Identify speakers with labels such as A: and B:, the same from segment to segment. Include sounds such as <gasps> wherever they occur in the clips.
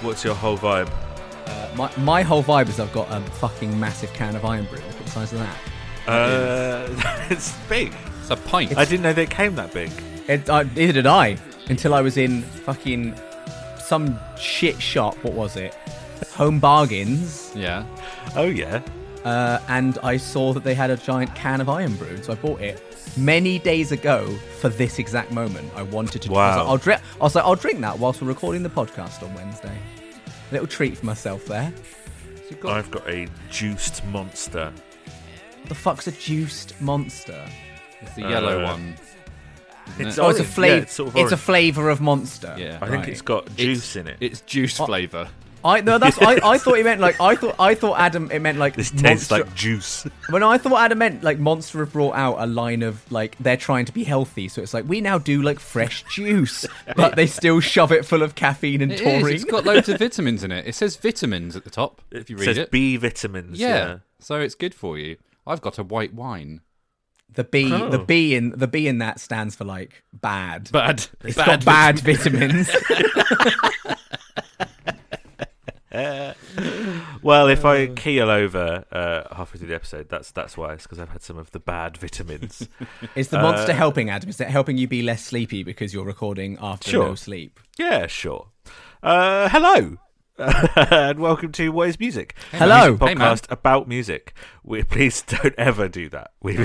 A: What's your whole vibe?
B: My, my whole vibe is I've got a fucking massive can of iron brew. Look at the size of that.
A: Uh, <laughs> it's big.
C: It's a pint.
A: I didn't know they came that big.
B: It, I, neither did I until I was in fucking some shit shop. What was it? Home Bargains.
C: yeah.
A: Oh yeah.
B: Uh, and I saw that they had a giant can of iron brew. So I bought it many days ago for this exact moment. I wanted to. I was
A: Wow.
B: like, I'll drink. I was like, I'll drink that whilst we're recording the podcast on Wednesday. Little treat for myself there.
A: I've got a juiced monster.
B: What the fuck's a juiced monster?
C: It's the yellow
A: Uh,
C: one.
A: It's
C: it?
B: Oh, it's a
A: orange.
B: flavor.
A: Yeah,
B: it's,
A: it's sort of
B: a
A: orange.
B: flavor of monster.
C: Yeah.
A: I think
B: Right.
A: it's got juice in it.
C: It's juice flavour.
B: I no, that's I, I thought he meant like I thought I thought Adam it meant like
A: this tastes
B: monster-
A: like juice.
B: when I thought Adam meant like Monster have brought out a line of like they're trying to be healthy, so it's like we now do like fresh juice, but they still shove it full of caffeine and
C: It
B: taurine.
C: has got loads of vitamins in it. It says vitamins at the top if you read
A: says
C: it.
A: B vitamins.
C: yeah.
A: Yeah.
C: So it's good for you. I've got a white wine.
B: the B
A: Oh.
B: the B in the B in that stands for like bad.
C: Bad.
B: It's got
A: <laughs>
B: bad vitamins.
A: Well, if I keel over uh, halfway through the episode, that's that's why. It's because I've had some of the bad vitamins.
B: Is the
A: Uh.
B: monster helping Adam? Is it helping you be less sleepy because you're recording after
A: Sure.
B: no sleep?
A: yeah, sure. Uh, hello. <laughs> and welcome to What Is Music?
B: Hello.
A: Music
C: Hey, man.
A: podcast about music. We <laughs> please don't ever do that. We <laughs>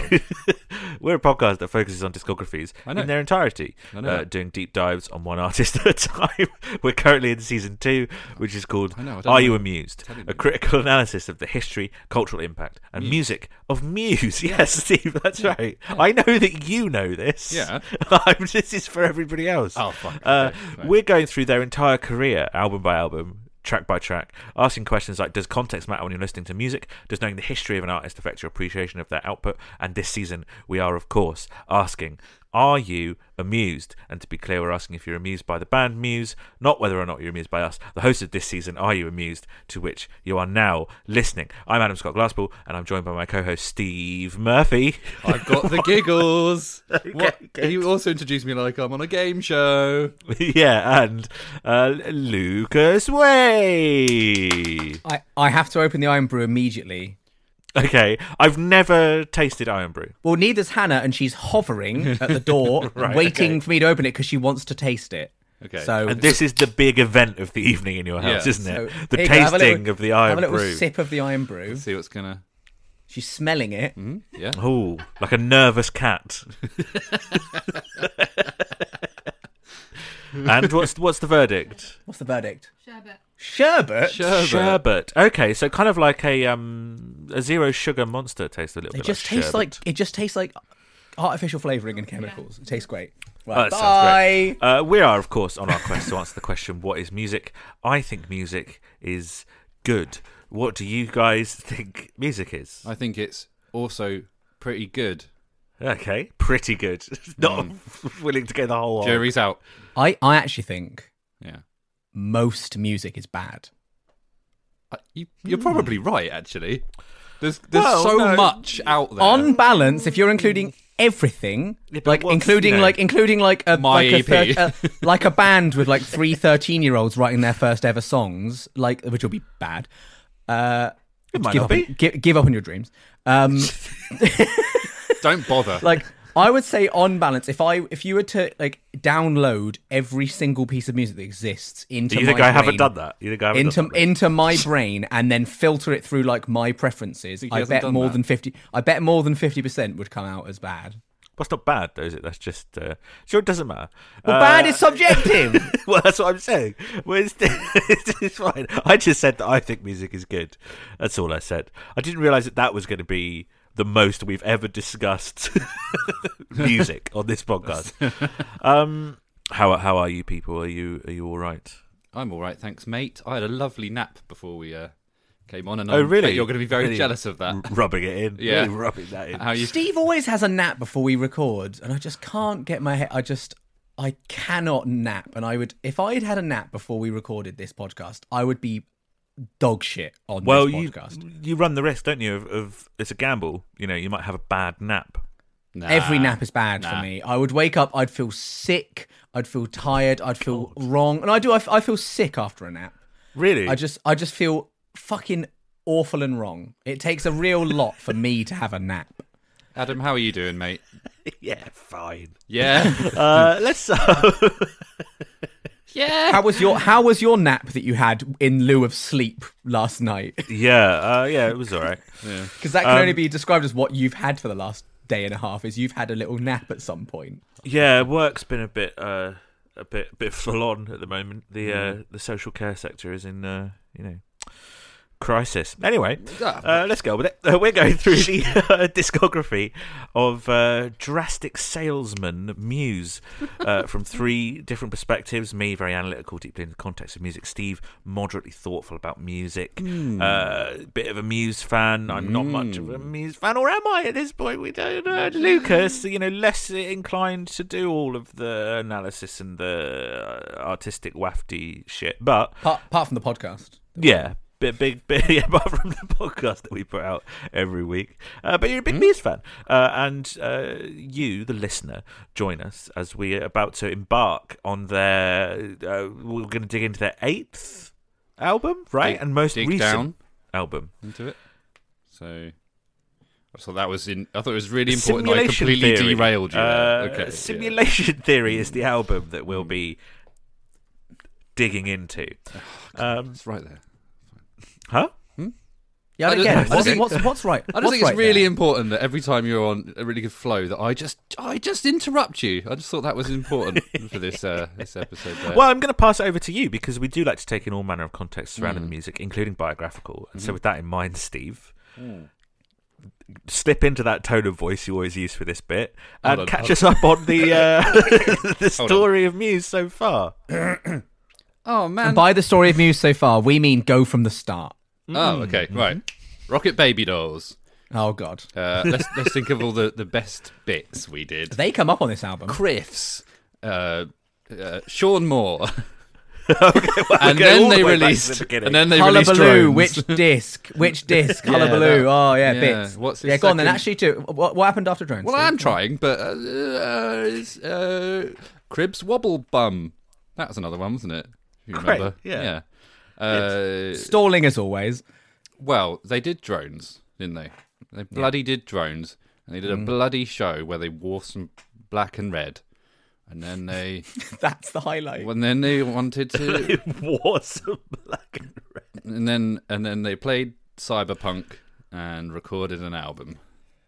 A: we're a podcast that focuses on discographies
C: I know.
A: in their entirety,
C: I know
A: uh,
C: that.
A: doing deep dives on one <laughs> artist at a time. we're currently in season two, which is called
C: I know, I don't
A: "Are
C: know.
A: You Amused?"
C: telling
A: A
C: you.
A: critical analysis of the history, cultural impact, and music of Muse. <laughs> Yes, Steve, that's right. I know that you know this.
C: Yeah.
A: <laughs> I'm, this is for everybody else.
C: Oh, fuck.
A: Uh,
C: Okay, right.
A: We're going through their entire career, album by album, track by track, asking questions like Does context matter when you're listening to music? Does knowing the history of an artist affect your appreciation of their output? And this season, we are, of course, asking Are you amused? And to be clear, we're asking if you're amused by the band Muse, not whether or not you're amused by us. The host of this season, Are You Amused? to which you are now listening. I'm Adam Scott Glasspool, and I'm joined by my co host, Steve Murphy. <laughs>
C: I've got the giggles. what?
A: good.
C: You also introduced me like I'm on a game show.
A: <laughs> yeah, and uh, Lucas Way.
B: I, I have to open the iron brew immediately
A: Okay, I've never tasted iron brew.
B: Well, neither's Hannah, and she's hovering at
A: <laughs>
B: the door, waiting for me to open it because she wants to taste it.
C: Okay.
B: So,
A: And this is the big event of the evening in your house,
C: Yeah.
A: isn't
B: so
A: it? the
B: here you go, have a
A: tasting
B: little-
A: of the iron
B: Have a little
A: brew.
B: sip of the iron brew.
C: See what's gonna.
B: She's smelling it.
C: Hmm? <laughs> Yeah.
A: Oh, like a nervous
B: <laughs>
A: cat. and what's what's the verdict?
B: What's the verdict?
D: Sherbet.
B: Sherbet.
C: Sherbet.
A: Sherbet. Okay, so kind of like a um a zero sugar monster tastes a little bit.
B: it just
A: like
B: tastes
A: sherbet.
B: like it just tastes like artificial flavoring and chemicals. It tastes great. Right,
A: Oh, that sounds
B: bye.
A: great. Uh, we are, of course, on our quest to answer the question: What is music? I think music is good. What do you guys think music is?
C: I think it's also pretty good.
A: Okay, pretty good. <laughs> Not <laughs> willing to get the whole. Jerry.
C: Jerry's out.
B: I I actually think
C: Yeah.
B: most music is bad.
C: Uh, You, you're probably right, actually. There's there's
A: Hmm. Well,
C: so
A: no.
C: much out there.
B: On balance, if you're including everything,
A: but
B: like
A: what's, E
B: including
A: you know,
B: like including like a
C: My
B: like, A
A: <laughs>
C: EP.
B: thir- a- like a band with like three 13 year olds writing their first ever songs, like which will be bad. Uh,
A: It might
B: give
A: not
B: up,
A: be.
B: On, give, give up on your dreams.
A: <laughs>
B: Um,
C: Don't bother.
B: like I would say on balance, if I if you were to like download every single piece of music that exists into
A: Do you think
B: my
A: I haven't
B: brain-
A: done that? You think I haven't
B: into
A: done that?
B: into my brain and then filter it through like my preferences. I
C: hasn't
B: bet
C: done
B: more
C: that.
B: than fifty. I bet more than fifty percent would come out as bad.
A: Well, it's not bad, though, is it? That's just uh, sure it doesn't matter.
B: Well,
A: Uh,
B: bad is subjective.
A: <laughs> well, that's what I'm saying. Well, it's, <laughs> it's fine. I just said that I think music is good. That's all I said. I didn't realize that that was going to be the most we've ever discussed <laughs> music on this
C: <laughs>
A: podcast. Um, how how are you people? Are you are you all right?
C: I'm all right, thanks, mate. I had a lovely nap before we uh, came on, and
A: Oh,
C: I
A: really?
C: bet you're going to be very
A: Really
C: jealous of
A: <laughs>
C: that.
A: R- rubbing it in,
C: Yeah.
A: Really rubbing that in.
C: How you?
B: Steve always has a nap before we record, and I just can't get my head. I just. I cannot nap, and I would if I had had a nap before we recorded this podcast, I would be dog shit on
A: well,
B: this
A: you
B: podcast.
A: you run the risk, don't you? Of, of it's a gamble. You know, you might have a bad nap.
C: Nah.
B: Every nap is bad
C: nah.
B: for me. I would wake up, I'd feel sick, I'd feel tired, I'd feel wrong, and I do. I, f- I feel sick after a nap.
A: Really?
B: I just, I just feel fucking awful and wrong. It takes a real lot for me to have a nap.
C: Adam, how are you doing, mate?
A: yeah,
C: <laughs>
A: fine.
C: Yeah,
A: Uh, let's. <laughs>
C: <laughs> yeah.
B: How was your, how was your nap that you had in lieu of sleep last night? <laughs>
A: yeah, uh, yeah, it was all right.
B: Because that can
C: Um,
B: only be described as what you've had for the last day and a half. Is you've had a little nap at some point.
A: Yeah, work's been a bit uh, a bit a bit <laughs> full on at the moment. The uh, the social care sector is in uh, you know crisis. Anyway, uh, let's go with it. <laughs> Uh, we're going through the <laughs> uh, discography of uh, drastic salesman Muse uh, from three different perspectives. Me, very analytical, deeply in the context of music. Steve, moderately thoughtful about music. Uh, bit of a Muse fan. I'm not much of a Muse fan, or am I at this point? We don't know. Lucas, you know, less inclined to do all of the analysis and the uh, artistic wafty shit, but.
B: Apart, apart from the podcast,
A: Yeah, bit big, <laughs> bit yeah, apart from the podcast that we put out every week. Uh, but you're a
C: Hmm?
A: big Muse fan, uh, and uh, you, the listener, join us as we are about to embark on their. Uh, we're going to dig into their eighth album, right,
C: Dig-
A: and most
C: dig
A: recent
C: down.
A: album.
C: into it. So, I thought that was in. I thought it was really important. that I
A: Simulation
C: completely
A: Theory.
C: derailed you. there.
A: Uh,
C: okay. yeah. Hmm.
A: Simulation Theory is the album that we'll be digging into.
C: Oh,
A: Um,
C: It's right there.
A: huh?
B: yeah, I
C: I
B: don't
C: don't
B: get it.
C: know.
B: What's, what's, what's right?
C: I just
B: what's
C: think it's
B: right
C: really
B: there?
C: important that every time you're on a really good flow, that I just I just interrupt you. I just thought that was important for this uh, this episode. There.
A: Well, I'm going to pass it over to you because we do like to take in all manner of context surrounding
C: Mm.
A: the music, including biographical. And so, with that in mind, Steve,
C: Mm.
A: slip into that tone of voice you always use for this bit and
C: Hold on,
A: catch
C: hold
A: us up on
C: <laughs>
A: the uh, <laughs> the story of Muse so far.
C: Oh man.
B: And by the story of Muse so far, we mean go from the start.
C: Oh, okay, right. Rocket baby dolls.
B: Oh God,
C: Uh, let's let's think of all the, the best bits we did.
B: they come up on this album.
C: Criffs, uh, uh, Sean Moore, <laughs> and
A: go all
C: then
A: the
C: they
A: way back to the
C: released,
A: beginning.
C: and then they released
B: Hullabaloo,
C: drones.
B: which disc? Which disc?
C: <laughs> Yeah,
B: Hullabaloo.
C: that-
B: oh yeah,
C: yeah.
B: bits.
C: What's his
B: yeah, go on then.
C: second-
B: Actually, too. What, what happened after drones?
C: Well, I am trying, but uh, uh, it's, uh, Cribs Wobble Bum. That was another one, wasn't it? If you
A: Great,
C: remember?
A: yeah.
C: yeah. Uh,
B: stalling as always. <laughs>
C: well, they did drones, didn't they? They bloody did drones, and they did a
A: Mm.
C: bloody show where they wore some black and red, and then they,
B: That's the highlight.
C: and then they wanted to
A: <laughs> Wars of Black and Red.
C: and then and then they played cyberpunk and recorded an album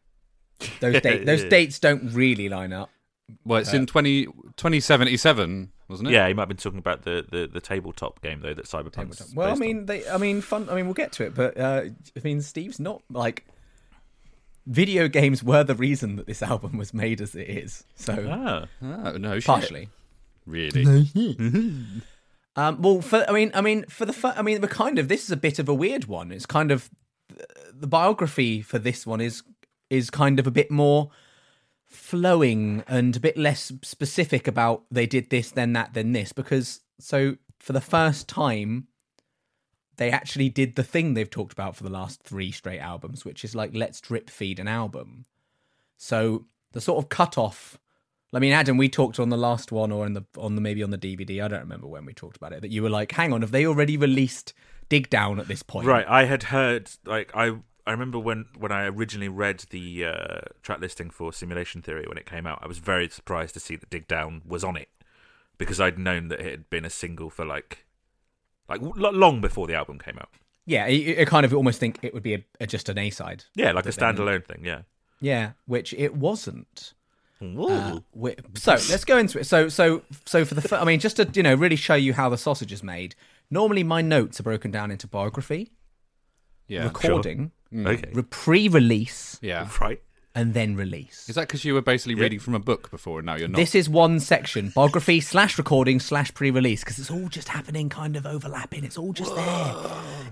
C: <laughs>
B: Those dates. Those dates don't really line up.
C: well it's in 20, 2077 wasn't
A: Uh,
C: it?
A: Yeah, he might have been talking about the, the, the tabletop game though that Cyberpunk's.
B: Well, I
A: based on.
B: mean, they, I mean, fun. I mean, we'll get to it, but uh, I mean, Steve's not like video games were the reason that this <laughs> album was made as it is. So
A: Ah.
C: Ah, no, shit.
B: partially.
C: Really?
B: Um, well, for I mean, I mean, for the fir- I mean, we're kind of this is a bit of a weird one. It's kind of the biography for this one is is kind of a bit more flowing and a bit less specific about they did this, then that, then this, because so for the first time they actually did the thing they've talked about for the last three straight albums, which is like let's drip feed an album. So the sort of cutoff I mean, Adam, we talked on the last one or in the on the maybe on the DVD. I don't remember when we talked about it. That you were like, "Hang on, have they already released Dig Down at this point?"
A: Right, I had heard like I I remember when when I originally read the uh, track listing for Simulation Theory when it came out, I was very surprised to see that Dig Down was on it because I'd known that it had been a single for like like w- lo- long before the album came out.
B: Yeah, I, I kind of almost think it would be a, a, just an A side.
A: Yeah, like a
B: That they-
A: standalone thing. Yeah.
B: Yeah, which it wasn't.
A: Ooh.
B: Uh, wi- so let's go into it. So so so for the fir- I mean, just to you know really show you how the sausage is made. Normally, my notes are broken down into biography,
C: Yeah.
B: recording,
A: okay.
B: re- pre-release,
C: Yeah.
A: Right.
B: and then release.
C: Is that because you were basically reading from a book before and now you're not?
B: This is one section biography slash recording slash pre release because it's all just happening, kind of overlapping. It's all just there.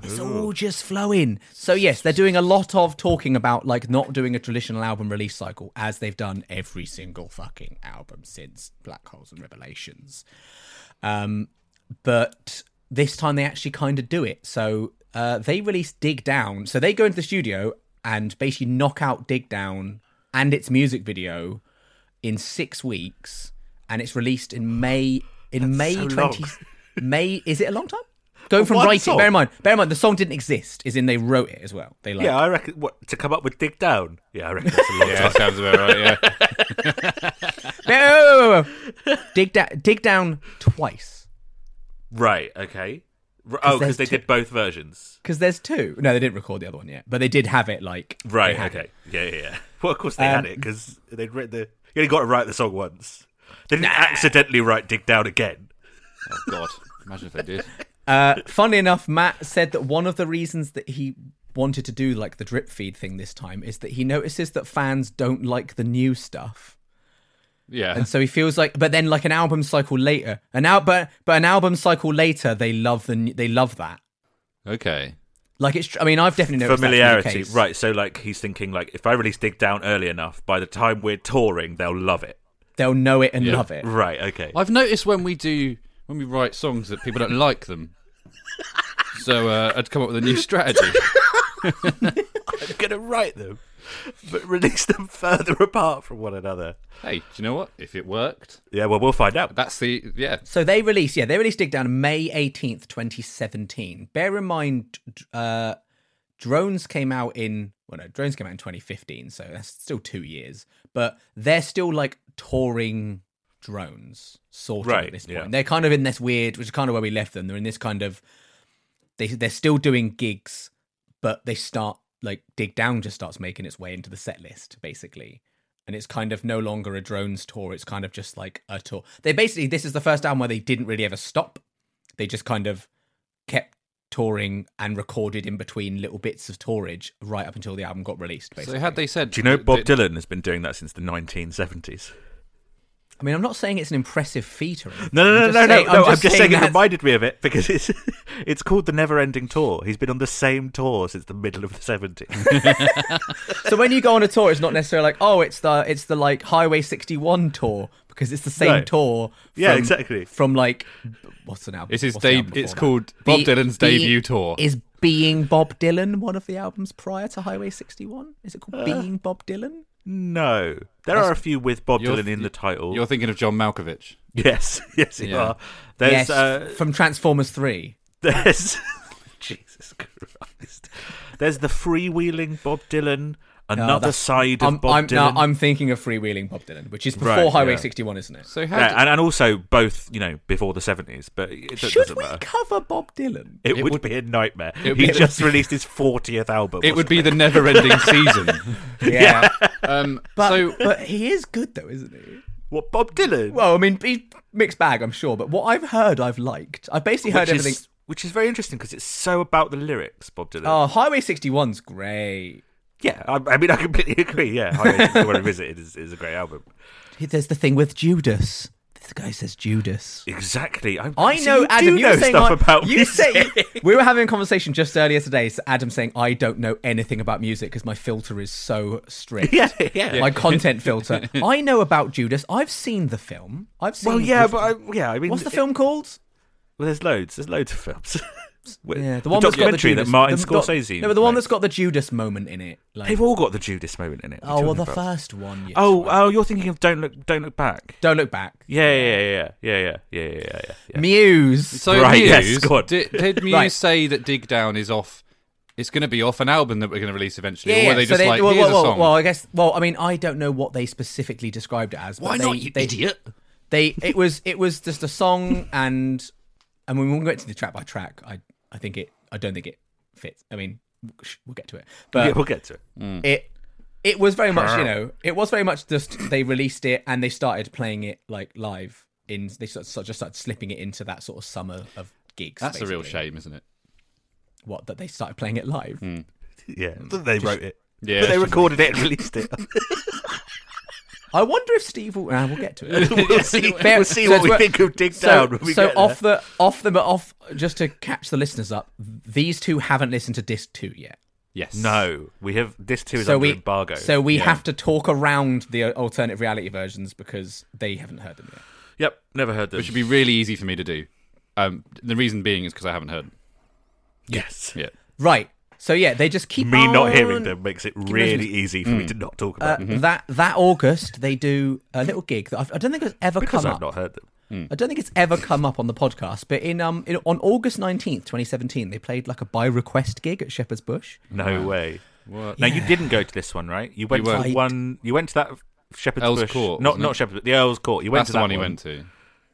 B: It's all just flowing. So, yes, they're doing a lot of talking about like not doing a traditional album release cycle as they've done every single fucking album since Black Holes and Revelations. Um, but this time they actually kind of do it. So uh, they release Dig Down. So they go into the studio and basically knock out Dig Down and its music video in six weeks, and it's released in May. In May
A: so
B: twenty,
A: <laughs> long.
B: May is it a long time? Going from
A: one
B: writing.
A: song?
B: Bear in mind, bear in mind, the song didn't exist. Is in they wrote it as well. They like
A: Yeah, I reckon what to come up with Dig Down. Yeah, I reckon that's a long
C: yeah,
A: time.
C: sounds about right. Yeah.
B: No!
A: <laughs>
B: dig down, dig down twice
A: <laughs> Right. Okay. R- oh,
B: there's
A: because they
B: two-
A: did both versions.
B: because there's two. No, they didn't record the other one yet, but they did have it like they
A: Right.
B: had
A: Okay. Yeah. Yeah. <laughs> Yeah. Well, of course they had it because they'd written the. You only got to write the song once. They didn't accidentally write "Dig Down" again.
C: Oh, God. Imagine if
A: <laughs>
C: they did.
B: Uh, funnily enough, Matt said that one of the reasons that he wanted to do like the drip feed thing this time is that he notices that fans don't like the new stuff,
C: Yeah.
B: and so he feels like. But then, like an album cycle later, an out, but but an album cycle later, they love the n- they love that.
C: Okay.
B: Like it's. tr- I mean, I've definitely noticed that to be the
A: Familiarity.
B: case.
A: Right. So like he's thinking like if I release "Dig Down" early enough, by the time we're touring, they'll love it.
B: They'll know it and love it.
A: Right. Okay.
C: I've noticed when we do when we write songs that people don't like them. So uh, I'd come up with a new strategy.
A: <laughs> I'm gonna write them, but release them <laughs> further apart from one another.
C: hey, do you know what? If it worked,
A: Yeah. Well, we'll find out.
C: that's the yeah.
B: So they released, yeah, they released Dig Down May 18th, 2017. Bear in mind, d- uh, Drones came out in, well, no, Drones came out in 2015, so that's still two years, but they're still like touring drones, sort of
A: Right,
B: at this point.
A: yeah.
B: They're kind of in this weird, which is kind of where we left them. They're in this kind of, they, they're still doing gigs, but they start, like, Dig Down just starts making its way into the set list, basically and it's kind of no longer a drones tour. It's kind of just like a tour. They basically this is the first album where they didn't really ever stop. They just kind of kept touring and recorded in between little bits of tourage right up until the album got released. Basically,
C: So had they said,
A: Do you know Bob
C: that-
A: Dylan has been doing that since the 1970s?
B: I mean, I'm not saying it's an impressive feat or anything.
A: No, no, no, no,
B: I'm just
A: no,
B: saying-
A: no. I'm just, saying, it
B: that's-
A: reminded me of it because it's <laughs> it's called the Never Ending Tour. He's been on the same tour since the middle of the 70s.
B: so when you go on a tour, it's not necessarily like oh, it's the it's the like Highway 61 tour because it's the same
A: No.
B: tour.
A: Yeah,
B: from-
A: exactly.
B: From like what's an album?
C: It's his
B: what's the
C: deb-
B: album before
C: It's
B: that?
C: called Bob
B: Be-
C: Dylan's
B: Be-
C: debut tour.
B: Is Being Bob Dylan one of the albums prior to Highway 61? Is it
A: Uh,
B: called Being Bob Dylan?
A: no, there are a few with Bob
C: You're-
A: Dylan in the title.
C: You're thinking of John Malkovich.
A: <laughs> Yes, yes, you
C: Yeah.
A: are. There's
B: yes,
A: uh, <laughs>
B: from Transformers 3.
A: there's Jesus Christ. There's the freewheeling Bob Dylan. Another
B: that's-
A: side of
B: I'm,
A: Bob
B: I'm, no,
A: Dylan.
B: I'm thinking of Freewheeling Bob Dylan, which is before
A: Right,
B: Highway
A: yeah.
B: 61, isn't it?
C: So how
A: yeah,
C: did-
A: and, and also both, you know, before the 70s, but it it
B: Should
A: doesn't
B: we
A: matter.
B: cover Bob Dylan?
A: It,
C: It
A: would,
C: would-
A: be a nightmare.
C: would
A: he
C: be-
A: just released his 40th album.
C: it would
A: wasn't
C: be the
A: <laughs>
C: never-ending season.
B: <laughs> Yeah.
C: Um,
B: but,
C: so
B: but he is good, though, isn't he?
A: What Bob Dylan?
B: Well, I mean, he's mixed bag, I'm sure. But what I've heard, I've liked. I've basically heard
A: which
B: everything.
A: Is, which is very interesting because it's so about the lyrics, Bob Dylan.
B: Oh, Highway 61's great.
A: yeah, I, I mean, I completely <laughs> agree. Yeah, Highway to Revisited is, is a great album.
B: There's the thing with Judas. This guy says Judas.
A: Exactly. i
B: I
A: see,
B: know,
A: you
B: Adam.
A: Do
B: you
A: know
B: were saying
A: stuff
B: I-
A: about
B: you
A: music. <laughs>
B: say <laughs> we were having a conversation just earlier today. So Adam saying I don't know anything about music because my filter is so strict.
A: yeah, yeah.
B: My content filter. <laughs> I know about Judas. I've seen the film. I've seen.
A: well, yeah,
B: the
A: but
B: film.
A: I, yeah, I mean,
B: what's the
A: it-
B: film called?
A: Well, there's loads. There's loads of films. <laughs> With-
B: Yeah, the one that's got the
A: documentary
B: Judas,
A: that Martin
B: the, doc-
A: Scorsese.
B: No, but the one
A: made.
B: that's got the Judas moment in it. Like,
A: they've all got the Judas moment in it. What are
B: oh
A: you
B: well, the
A: talking about?
B: first one. Yes,
A: Oh,
B: right.
A: oh, you're thinking of Don't Look, Don't Look Back.
B: don't look back.
A: Yeah, yeah, yeah, yeah, yeah, yeah, yeah, yeah. yeah, yeah.
B: Muse.
C: So
A: Right,
C: Muse,
A: yes, go on.
C: Did, did Muse
B: Right.
C: say that Dig Down is off? It's going to be off an album that we're going to release eventually,
B: Yeah,
C: or
B: yeah.
C: were they
B: so
C: just like,
B: well,
C: "Here's
B: well,
C: a
B: well,
C: song"?
B: well, I guess. Well, I mean, I don't know what they specifically described it as. But they, they, They it was it was just a song, and and when we get to the track by track, I I think it I don't think it fits. I mean, sh- we'll get to it, but
A: yeah, we'll get to it. <laughs>
B: it it was very much you know it was very much just they released it and they started playing it like live in they sort of just started slipping it into that sort of summer of gigs.
C: That's a real
B: basically.
C: shame, isn't it?
B: What that they started playing it live.
A: Yeah, they wrote it.
C: Yeah,
A: But they
C: it's
A: recorded it and released it.
B: I wonder if Steve will. Ah, we'll get to it.
A: <laughs> we'll see,
B: Bear-
A: we'll see
B: so
A: what
B: it's
A: we
B: wor-
A: think of Dig
B: So,
A: Down. When we
B: so
A: get
B: off
A: there.
B: the off the but off just to catch the listeners up. These two haven't listened to disc two yet,
C: Yes.
A: No, we have this too is
B: so
A: under
B: we
A: embargo.
B: So we have to talk around the alternative reality versions because they haven't heard them yet.
A: yep, never heard
C: Which
A: this.
C: would be really easy for me to do. Um, the reason being is because I haven't heard
A: Yes,
C: yet.
B: Right. So yeah, they just keep
A: me not hearing
B: on-
A: them Mm-hmm. makes it really easy for me to not talk
B: Uh,
A: about. them
B: That that August they do a little gig that I've, I don't think has ever
A: because
B: come
A: I've
B: up.
A: not heard them.
B: I don't think it's ever come up on the podcast, but in um in, on August nineteenth, twenty seventeen, they played like a by request gig at Shepherd's Bush.
A: No way.
C: What?
A: Now you didn't go to this one, right? You went to
C: weren't.
A: the one. You went to that Shepherd's
C: Earl's
A: Bush.
C: Court,
A: not
C: wasn't
A: not
C: it?
A: Shepherd's. The Earl's Court. You went
C: That's
A: to
C: the
A: that
C: one he went to.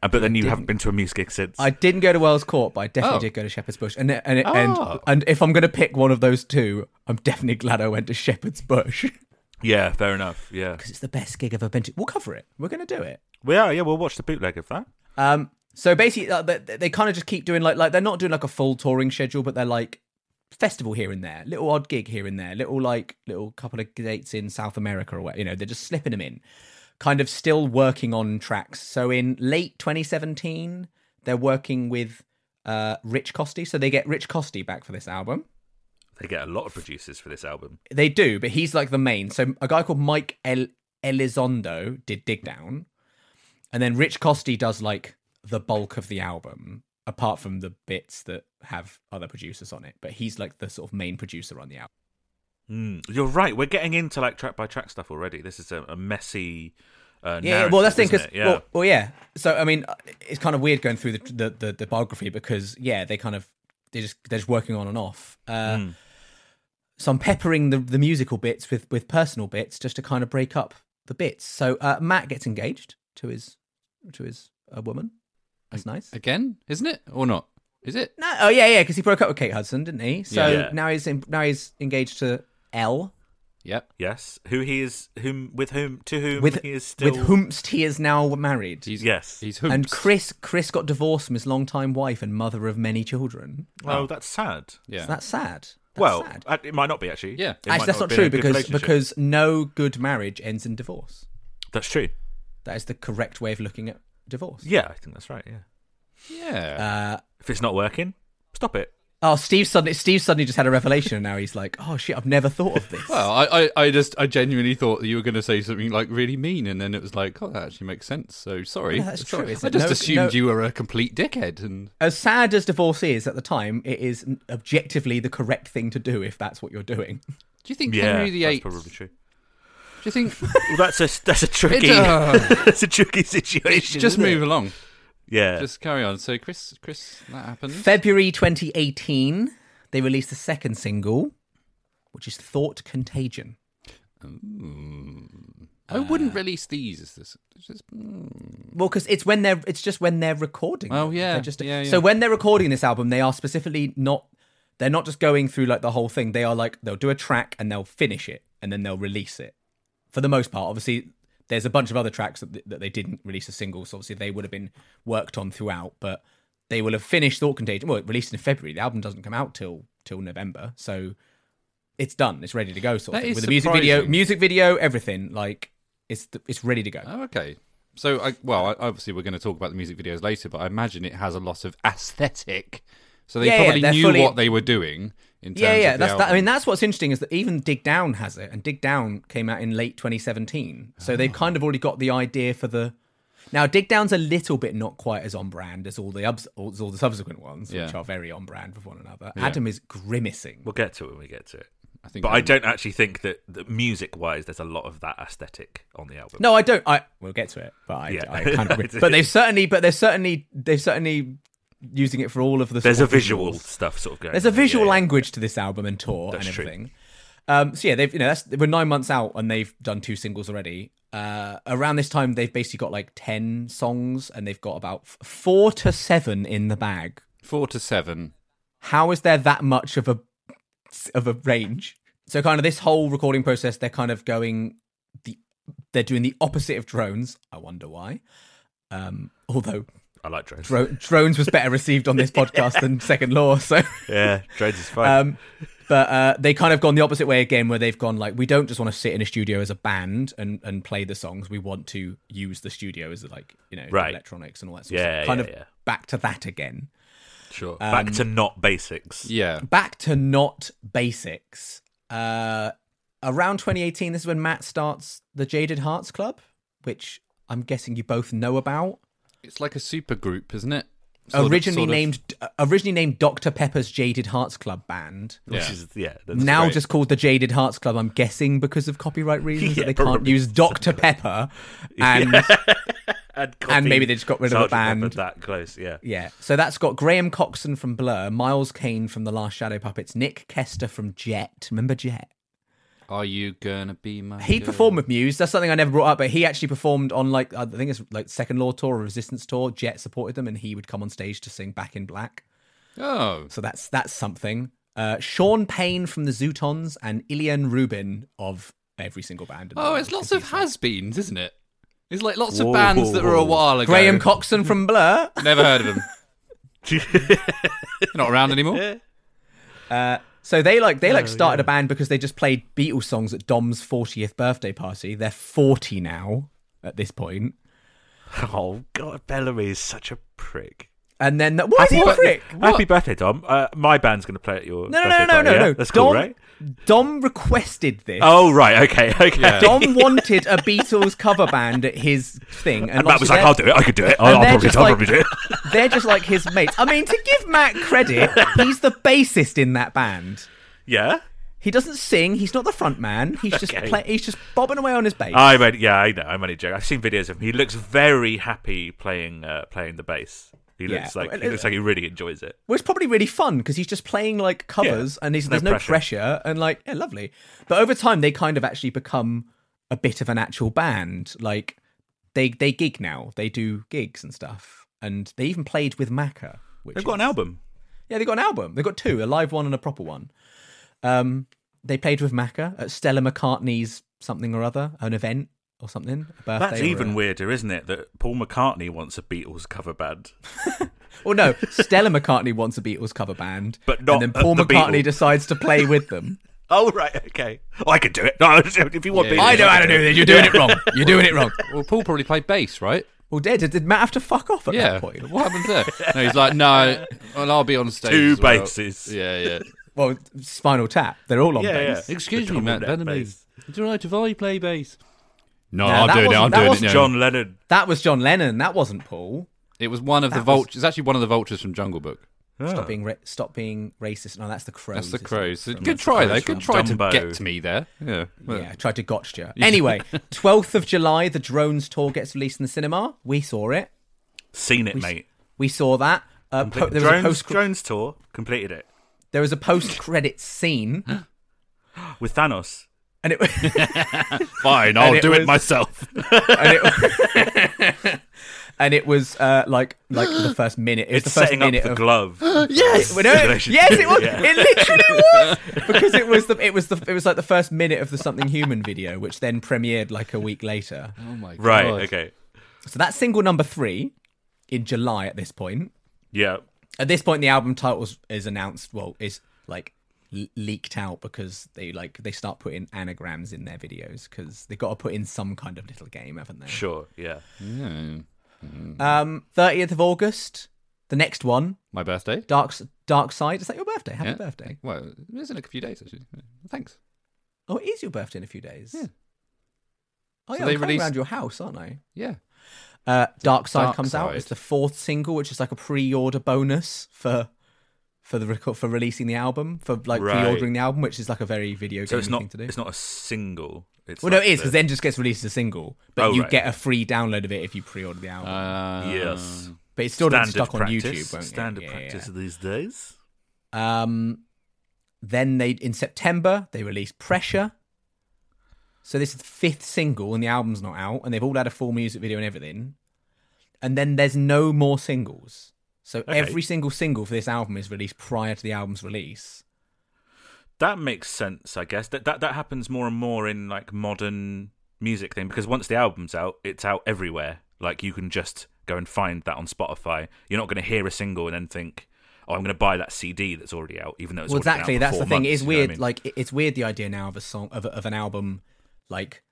A: uh, But then you haven't been to a music gig since.
B: I didn't go to Wells Court, but I definitely
C: Oh.
B: did go to Shepherd's Bush. And and
A: Oh.
B: and, and if I'm going to pick one of those two, I'm definitely glad I went to Shepherd's Bush <laughs> because
A: yeah, fair enough. Yeah,
B: it's the best gig I've ever been to. We'll cover it. We're going to do it.
A: we are. Yeah, we'll watch the bootleg of that.
B: Um, so basically, uh, they, they kind of just keep doing like like they're not doing like a full touring schedule, but they're like festival here and there, little odd gig here and there, little like little couple of dates in South America or what. You know, they're just slipping them in, kind of still working on tracks. So in late 2017, they're working with uh, Rich Costey, so they get Rich Costey back for this album.
A: They get a lot of producers for this album.
B: They do, but he's like the main. So a guy called Mike El- Elizondo did Dig Down, and then Rich Costey does like the bulk of the album, apart from the bits that have other producers on it. But he's like the sort of main producer on the album.
A: Mm, You're right. We're getting into like track by track stuff already. This is a, a messy. Uh,
B: Yeah, well, that's the thing
A: narrative, isn't
B: because
A: it? yeah.
B: well, well, yeah. So I mean, it's kind of weird going through the the, the, the biography because yeah, they kind of they just they're just working on and off. Uh,
A: Hmm.
B: So I'm peppering the, the musical bits with with personal bits just to kind of break up the bits. So uh, Matt gets engaged to his to his uh, woman. That's nice.
C: Again? Isn't it? Or not? Is it?
B: No, oh yeah, yeah, because he broke up with Kate Hudson, didn't he? So
A: Yeah. Yeah.
B: now he's in, now he's engaged to L,
C: Yep.
A: Yes, who he is, whom with whom to whom
B: with
A: he is still
B: with whomst he is now married.
C: He's,
A: Yes.
C: He's hoops.
B: And Chris, Chris got divorced from his longtime wife and mother of many children.
A: Oh, that's sad.
C: Yeah.
B: So that's sad. That's
A: well,
B: sad.
A: uh, it might not be actually.
C: Yeah.
A: It might
B: actually, that's
A: have
B: not
A: been a
B: true
A: good
B: because
A: relationship.
B: because no good marriage ends in divorce.
A: that's true.
B: That is the correct way of looking at divorce.
A: Yeah, I think that's right. Yeah,
C: yeah.
B: Uh,
A: if it's not working, stop it.
B: oh, Steve suddenly Steve suddenly just had a revelation, and now he's like, "Oh shit, I've never thought of this."
C: well, I, I, I just, I genuinely thought that you were going to say something like really mean, and then it was like, oh, that actually makes sense. So sorry.
B: Yeah, that's true,
C: Sorry.
B: isn't
C: I
B: it?
C: just
B: No-
C: assumed
B: no-
C: you were a complete dickhead, and
B: as sad as divorce is at the time, it is objectively the correct thing to do if that's what you're doing.
C: Do you think
A: Yeah,
C: Henry VIII?
A: that's probably true.
C: Do you
B: <laughs>
C: think <laughs>
A: Well, that's a <laughs> that's a tricky
C: It, uh,
A: <laughs> that's a tricky situation.
C: just
A: isn't it?
C: move along?
A: Yeah,
C: Just carry on. So Chris, Chris, that happened.
B: February 2018, they released the second single, which is "Thought Contagion."
C: I
B: Uh.
C: wouldn't release these. Is this? is this-
B: Well, because it's when they're it's just when they're recording.
C: Oh,
B: them.
C: yeah.
B: They're just-
C: Yeah, yeah.
B: So when they're recording this album, they are specifically not they're not just going through like the whole thing. They are like they'll do a track and they'll finish it and then they'll release it. For the most part, obviously there's a bunch of other tracks that, that they didn't release as singles. So obviously, they would have been worked on throughout, but they will have finished Thought Contagion. Well, it released in February. The album doesn't come out till till November, so it's done. It's ready to go. Sort
C: That
B: of thing.
C: is
B: with a music video,
C: surprising.
B: music video, everything. Like it's it's ready to go.
C: Oh, okay. So, I, well, I, obviously, we're going to talk about the music videos later, but I imagine it has a lot of aesthetic. So they
B: Yeah, yeah,
C: probably
B: they're
C: knew
B: fully-
C: what they were doing in terms
B: yeah, yeah.
C: of the
B: That's that, I
C: album.
B: mean, that's what's interesting is that even Dig Down has it, and Dig Down came out in late 2017, so
C: Ah.
B: they've kind of already got the idea for the. Now, Dig Down's a little bit not quite as on brand as all the ups, all, all the subsequent ones, which
C: Yeah.
B: are very on brand with one another. Adam is grimacing.
A: We'll get to it when we get to it.
C: I think
A: But I
B: Um,
C: I'm-
A: don't actually think that, that music wise, there's a lot of that aesthetic on the album.
B: No, I don't. I we'll get to it, but I,
A: Yeah.
B: I kind of.
C: <laughs>
B: but they've certainly, but they're certainly, they've certainly using it for all of the.
A: there's a
B: sort of
A: visual
B: visuals.
A: stuff sort of going.
B: There's a
A: on, yeah,
B: visual
A: yeah.
B: language to this album and tour
A: That's
B: and
A: true.
B: everything. Um, so yeah, they've you know that's we're nine months out and they've done two singles already. Uh, around this time, they've basically got like ten songs and they've got about f- four to seven in the bag.
C: four to seven.
B: How is there that much of a of a range? So kind of this whole recording process, they're kind of going the they're doing the opposite of drones. I wonder why. Um, although
A: I like Drones.
B: dro- drones was better received
A: <laughs>
B: on this podcast than Second Law, so.
A: yeah, Drones is fine.
B: <laughs> Um, but uh, they kind of gone the opposite way again, where they've gone like, we don't just want to sit in a studio as a band and, and play the songs. We want to use the studio as like you know the
A: Right.
B: electronics and all that sort
A: Yeah,
B: of stuff. Kind
A: yeah,
B: of
A: yeah.
B: back to that again.
C: Sure.
A: Back
B: um,
A: to not basics.
C: yeah.
B: Back to not basics. Uh, around 2018, this is when Matt starts the Jaded Hearts Club, which I'm guessing you both know about.
C: It's like a super group, isn't it? Sort of-
B: Originally
C: sort of-
B: named uh, originally named Dr Pepper's Jaded Hearts Club band.
A: Which
C: Yeah.
A: is yeah. That's
B: now
C: great.
B: just called the Jaded Hearts Club. I'm guessing because
A: <laughs>
B: of copyright reasons
A: Yeah,
B: that they can't
A: probably
B: use Dr Pepper,
A: <laughs>
B: and yeah.
A: copied
B: maybe they just got rid of the
A: Sgt. Pepper
B: band.
A: that close. Yeah.
B: so that's got Graham Coxon from Blur, Miles Kane from The Last Shadow Puppets, Nick Kester from Jet. Remember Jet?
C: Are you gonna be my?
B: He
C: girl?
B: performed with Muse. That's something I never brought up, but he actually performed on like I think it's like Second Law tour or Resistance tour. Jet supported them, and he would come on stage to sing Back in Black.
C: Oh,
B: So that's that's something. Uh, Sean Payne from the Zootons and Ilian Rubin of every single band. in the
C: oh,
B: world.
C: it's lots of has-beens, isn't it? It's like lots
A: Whoa.
C: of bands that were a while ago.
B: Graham Coxon from Blur.
C: Never heard of
B: <laughs>
C: them. They're not around anymore.
B: So they like
A: Oh,
B: they like started a band because they just played Beatles songs at Dom's 40th birthday party. They're 40 now at this point.
A: <laughs> Oh God, Bellamy is such a prick.
B: And then why is he a
A: birthday-
B: prick?
A: Happy birthday, Dom. Uh, my band's going to play at your.
B: No, no,
A: birthday
B: no, no,
A: party,
B: no,
A: yeah?
B: no.
A: That's
B: Dom,
A: cool, right?
B: Dom requested this.
A: Oh, right. Okay, okay.
B: Dom wanted a Beatles cover band at his thing,
A: <laughs>
B: and,
A: And Matt was
B: obviously
A: like, "I'll do it. I could do it.
B: they're-
A: I'll, I'll
B: they're
A: probably,
B: just
A: I'll
B: like-
A: probably do it." <laughs>
B: <laughs> They're just like his mates. I mean, to give Matt credit, he's the bassist in that band.
A: yeah.
B: He doesn't sing. He's not the front man. He's just
A: Okay.
B: play, he's just bobbing away on his bass.
A: I mean, yeah, I know. I'm only joking. I've seen videos of him. He looks very happy playing uh, playing the bass. He
B: Yeah.
A: looks like he looks like he really enjoys it.
B: Well, it's probably really fun because he's just playing like covers
A: Yeah,
B: and he's,
A: no
B: there's no pressure.
A: pressure.
B: and like yeah, lovely. But over time, they kind of actually become a bit of an actual band. Like they they gig now, they do gigs and stuff, and they even played with Macca. Which
A: They've got an
B: is-
A: album.
B: Yeah, they got an album. They got two, a live one and a proper one. Um, they played with Macca at Stella McCartney's something or other, an event or something. A birthday
A: That's
B: or
A: even
B: a-
A: weirder, isn't it? That Paul McCartney wants a Beatles cover
B: <laughs>
A: band.
B: Well, no, Stella <laughs> McCartney wants a Beatles cover band,
A: But not
B: and then
A: at
B: Paul
A: the
B: McCartney
A: Beatles.
B: decides to play with them.
A: Oh right, okay. Oh, I could do it. No, if you want
C: Yeah,
A: Beatles,
C: yeah.
B: I know how to do this. You're doing it
C: <laughs>
B: wrong. You're doing it wrong.
C: Well, Paul probably played bass, right?
B: Well, did did Matt have to fuck off at
C: Yeah.
B: that point?
C: What happens there? No, he's like, no. Well, I'll be on stage.
A: Two
C: as well."
A: basses.
B: <laughs>
C: Yeah, yeah.
B: Well, Spinal Tap. They're all on
A: Yeah, yeah.
B: bass.
C: Excuse
A: The
C: me,
A: double
C: Matt
A: neck
C: Benamy.
A: bass.
C: It's all right if I play bass. No,
B: No,
C: I'm
B: that
C: doing it.
B: wasn't-
C: I'm
B: that
C: doing it.
B: wasn't
C: now.
A: John Lennon.
B: That was John Lennon. That wasn't Paul.
C: It was one of the
B: was-
C: vultures. It's actually one of the vultures from Jungle Book.
A: Oh. Ah,
B: Stop being ra- stop being racist. No, that's the crows.
C: That's the
B: isn't it?
C: crows. Good try
A: Crows
C: though. Good
A: from
C: try
A: Dumbo.
C: to get to me there. Yeah. Well,
B: Yeah, I tried to gotcha.
C: <laughs>
B: Anyway, 12th of July, the Drones tour gets released in the cinema. We saw it.
A: Seen it, mate.
B: We saw that. Uh, po- there, was a
A: Drones,
B: post-
A: Drones tour completed it
B: there was a
C: <laughs>
B: post-credit
C: <gasps>
B: scene,
A: with Thanos.
B: and it
C: Fine.
B: And
C: I'll
B: it
A: <laughs>
C: do
B: was-
C: it myself.
B: and it, <laughs> and it was uh, like like the first minute. It was
A: It's,
B: the first
A: setting up
B: minute
A: the
B: of <gasps>
A: glove.
B: yes,
A: <laughs>
B: no,
A: Simulation.
B: yes, it was.
A: Yeah.
B: It
A: <laughs>
B: literally was because it was the it was the it was like the first minute of the Something Human video, which then premiered like a week later.
C: Oh my god.
A: right. Okay.
B: So that's single number three in July. At this point,
A: Yeah.
B: at this point, the album title is- is announced. Well, is like le- leaked out because they like they start putting anagrams in their videos because they've got to put in some kind of little game, haven't they?
A: Sure. Yeah.
C: Yeah.
B: Um, thirtieth of August, the next one,
C: My birthday.
B: Dark S- Dark Side. Is that your birthday? Happy
C: Yeah.
B: birthday!
C: Well, it's in a few days actually. Thanks.
B: Oh, it is your birthday in a few days.
C: Yeah.
B: Oh
C: So
B: yeah,
C: they
B: I'm coming
C: released-
B: around your house, aren't I?
C: Yeah.
B: Uh, Dark Side
C: Dark
B: comes out.
C: Side.
B: It's the fourth single, which is like a pre-order bonus for for the record for releasing the album for like
A: Right.
B: pre-ordering the album, which is like a very video game
A: So it's
B: thing
A: not.
B: to do.
A: It's not a single. It's
B: well, no, it
A: like
B: is
A: the-
B: because then it just gets released as a single, but
A: Oh,
B: you
A: right.
B: get a free download of it if you pre-order the album.
C: Uh,
A: yes.
B: but it's still
A: standard
B: stuck on
A: practice.
B: YouTube. Won't it?
A: standard
B: Yeah, yeah,
A: practice
B: yeah.
A: these days.
B: Um, then they in September they released Pressure. So this is the fifth single, and the album's not out, and they've all had a full music video and everything. And then there's no more singles. So
A: Okay.
B: every single single for this album is released prior to the album's release.
A: That makes sense, I guess. That that that happens more and more in like modern music thing because once the album's out, it's out everywhere. Like you can just go and find that on Spotify. You're not going to hear a single and then think, "Oh, I'm going to buy that CD that's already out," even though it's
B: well,
A: already been out
B: exactly.
A: for
B: That's
A: four
B: the thing.
A: months,
B: It's
A: you know what I
B: weird.
A: mean?
B: Like it- it's weird the idea now of a song of, of an album, like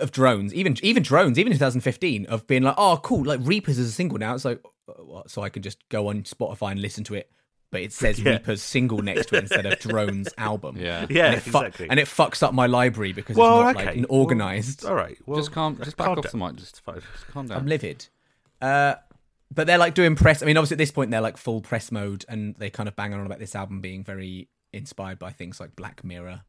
B: of drones. Even even drones. Even 2015 of being like, oh, cool. Like Reapers is a single now. It's like, uh, what? so I can just go on Spotify and listen to it, but it says
A: <laughs> Yeah.
B: Reapers single next to it instead
A: <laughs>
B: of drones album.
C: Yeah.
A: yeah,
B: And it, fu-
A: exactly.
B: and it fucks up my library because
A: Well,
B: it's not
A: okay.
B: like organized.
A: All right. Well,
C: Just calm. Just back
A: calm
C: off
A: down.
C: the mic. Just,
A: It's fine.
C: just calm
B: I'm
C: down.
B: livid. Uh, but they're like doing press. I mean, obviously at this point they're like full press mode, and they kind of bang on about this album being very inspired by things like Black Mirror,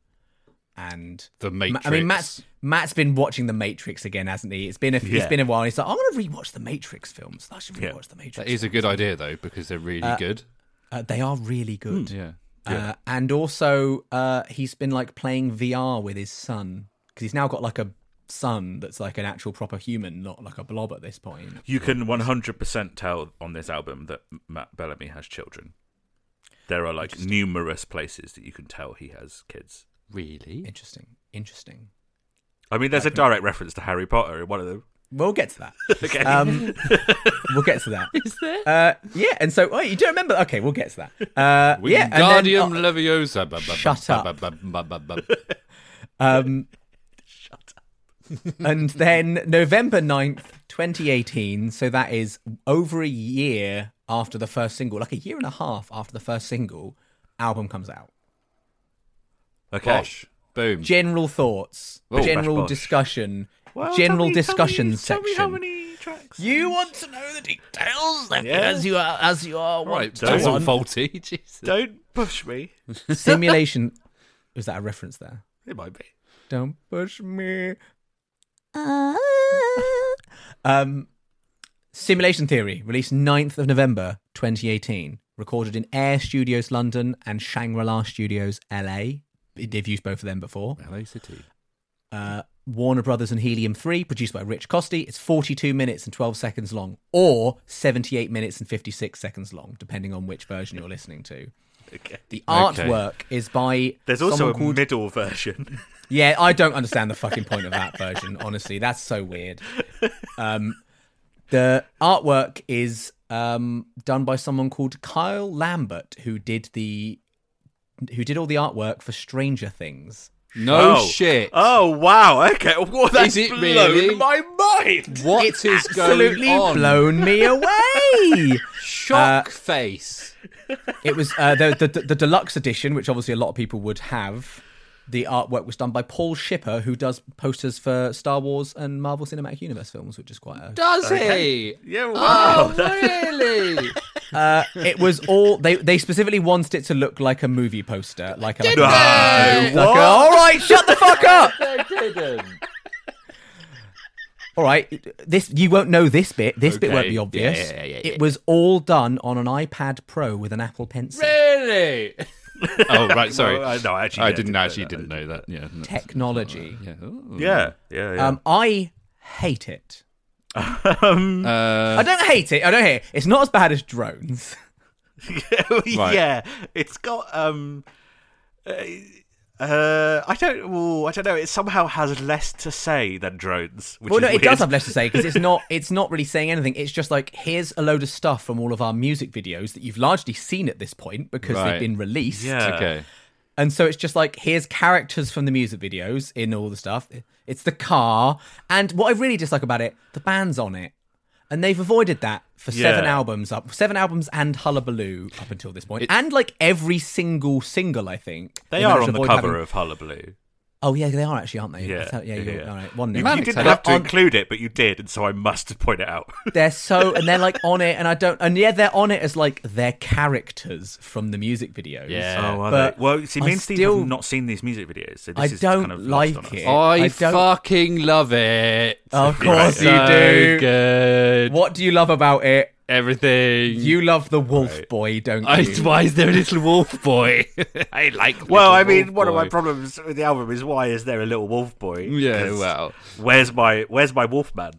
B: and
C: the
B: Ma-
C: Matrix.
B: I mean Matt's Matt's been watching The Matrix again, hasn't he? It's been a it's
A: Yeah.
B: been a while. He's like, I want to rewatch The Matrix films. I should rewatch
A: Yeah.
B: The Matrix.
C: That is a good idea though because they're really good.
B: uh, they are really good.
C: Hmm. Yeah.
B: Uh, and also, uh, he's been like playing VR with his son because he's now got like a son that's like an actual proper human, not like a blob at this point.
A: you can 100% tell on this album that Matt Bellamy has children. There are like numerous places that you can tell he has kids.
C: Really?
B: Interesting. Interesting.
A: I mean, there's a direct reference to Harry Potter in one of them.
B: We'll get to that.
A: Okay.
B: Um, we'll get to that. <laughs> Is there? Uh, yeah, and so oh, you don't remember? Okay, we'll get to that. Uh,
C: We
B: yeah, and then,
C: Guardian
B: oh,
C: Leviosa. Ba- ba- ba-
B: Shut
C: ba-
B: up.
C: ba- ba- ba- ba-
A: <laughs>
C: ba-
B: um, and then November 9th, 2018. So that is over a year after the first single, like a year and a half after the first single album comes out.
A: okay.
C: Bosh. Boom.
B: General thoughts,
C: Oh,
B: general
A: bash, bash.
B: discussion, general discussion section.
A: many tracks?
B: you want to know the details like,
A: Yeah.
B: as you are as you are
C: Right.
B: want to.
C: That
A: Don't-
C: wasn't faulty. <laughs> Jesus.
A: Don't push me.
B: Simulation. <laughs> Was that a reference there?
A: It might be.
B: Don't push me.
A: Ah.
B: um, Simulation Theory, released 9th of November 2018. Recorded in Air Studios London and Shangri La Studios LA. They've used both of them before.
C: LA City.
B: Uh, Warner Brothers and Helium 3, produced by Rich Costey. It's 42 minutes and 12 seconds long, or 78 minutes and 56 seconds long, depending on which version you're listening to.
A: Okay.
B: The
C: Okay.
B: artwork is by.
A: There's also
B: someone
A: a
B: called
A: middle version.
B: yeah, I don't understand the fucking point of that version. Honestly, that's so weird. Um, the artwork is um, done by someone called Kyle Lambert, who did the who did all the artwork for Stranger Things.
C: No shit.
A: Oh wow. Okay. <laughs> Well, that's
C: it
A: blown
C: really?
A: my mind.
C: What
B: it's
C: is
B: absolutely
C: going on?
B: blown me
C: <laughs>
B: away.
C: Shock face.
B: it was uh, the, the the deluxe edition, which obviously a lot of people would have. The artwork was done by Paul Shipper, who does posters for Star Wars and Marvel Cinematic Universe films, which is quite a
C: Does he?
A: Yeah. Wow.
C: Oh, really?
B: Uh, it was all they they specifically wanted it to look like a movie poster, like a
C: Did
B: like
C: they?
B: a- like a- all right, shut the fuck up.
C: they didn't.
B: All right, this you won't know this bit. This bit won't
C: Okay.
B: be obvious.
C: Yeah, yeah, yeah, yeah.
B: It was all done on an iPad Pro with an Apple Pencil.
C: Really? oh, right. Sorry.
A: No, I- no, I actually- yeah,
C: I
A: I
C: didn't
A: didn't know
C: actually
A: that.
C: didn't know that. Yeah. no.
B: Technology.
C: Yeah. Ooh.
A: Yeah. Yeah. yeah.
B: Um, I hate it. I don't hate it. I don't hate it. It's not as bad as
C: <laughs>
B: drones. <laughs>
A: yeah, it's got um, uh, uh, I don't, ooh, I don't know. It somehow has less to say than drones. Which
B: Well,
A: is
B: no, it
A: weird.
B: does have less to say because it's
C: <laughs>
B: not. It's not really saying anything. It's just like here's a load of stuff from all of our music videos that you've largely seen at this point because
C: Right.
B: they've been released.
A: Yeah.
C: Okay.
B: And so it's just like here's characters from the music videos in all the stuff. It's the car, and what I really dislike about it, the band's on it, and they've avoided that for seven
A: Yeah.
B: albums up, seven albums and Hullabaloo up until this point, and like every single single I think
A: They
B: managed
A: are
B: to
A: on the
B: avoid
A: cover
B: having-
A: of Hullabaloo.
B: Oh yeah, they are actually, aren't they?
A: Yeah,
B: That's- yeah,
A: yeah,
B: you're,
A: yeah.
B: All right, one
A: You,
B: nil.
C: Man,
A: you didn't
C: they're
A: have to
B: on-
A: include it, but you did, and so I must point it
B: <laughs>
A: out.
B: They're so, and they're like on it, and I don't, and yeah, they're on it as like their characters from the music videos.
C: Yeah.
A: Oh, are
B: But
A: they? Well, see, me
B: I
A: and Steve
B: still-
A: have not seen these music videos, so this
B: I
A: is
B: don't
A: kind of
B: like
A: lost on us. Oh,
B: it.
C: I,
B: I don't-
C: fucking love it.
B: Of
A: You're right.
B: course you
C: So
B: do.
C: good.
B: What do you love about it?
C: Everything.
B: You love the wolf boy, don't you?
C: <laughs> I, <laughs> why is there a little wolf boy? <laughs> I like.
A: Well,
C: little
A: I mean,
C: wolf
A: one of
C: boy.
A: my problems with the album is why is there a little wolf boy?
C: Yeah.
A: 'Cause
C: Well,
A: where's my where's my wolf man?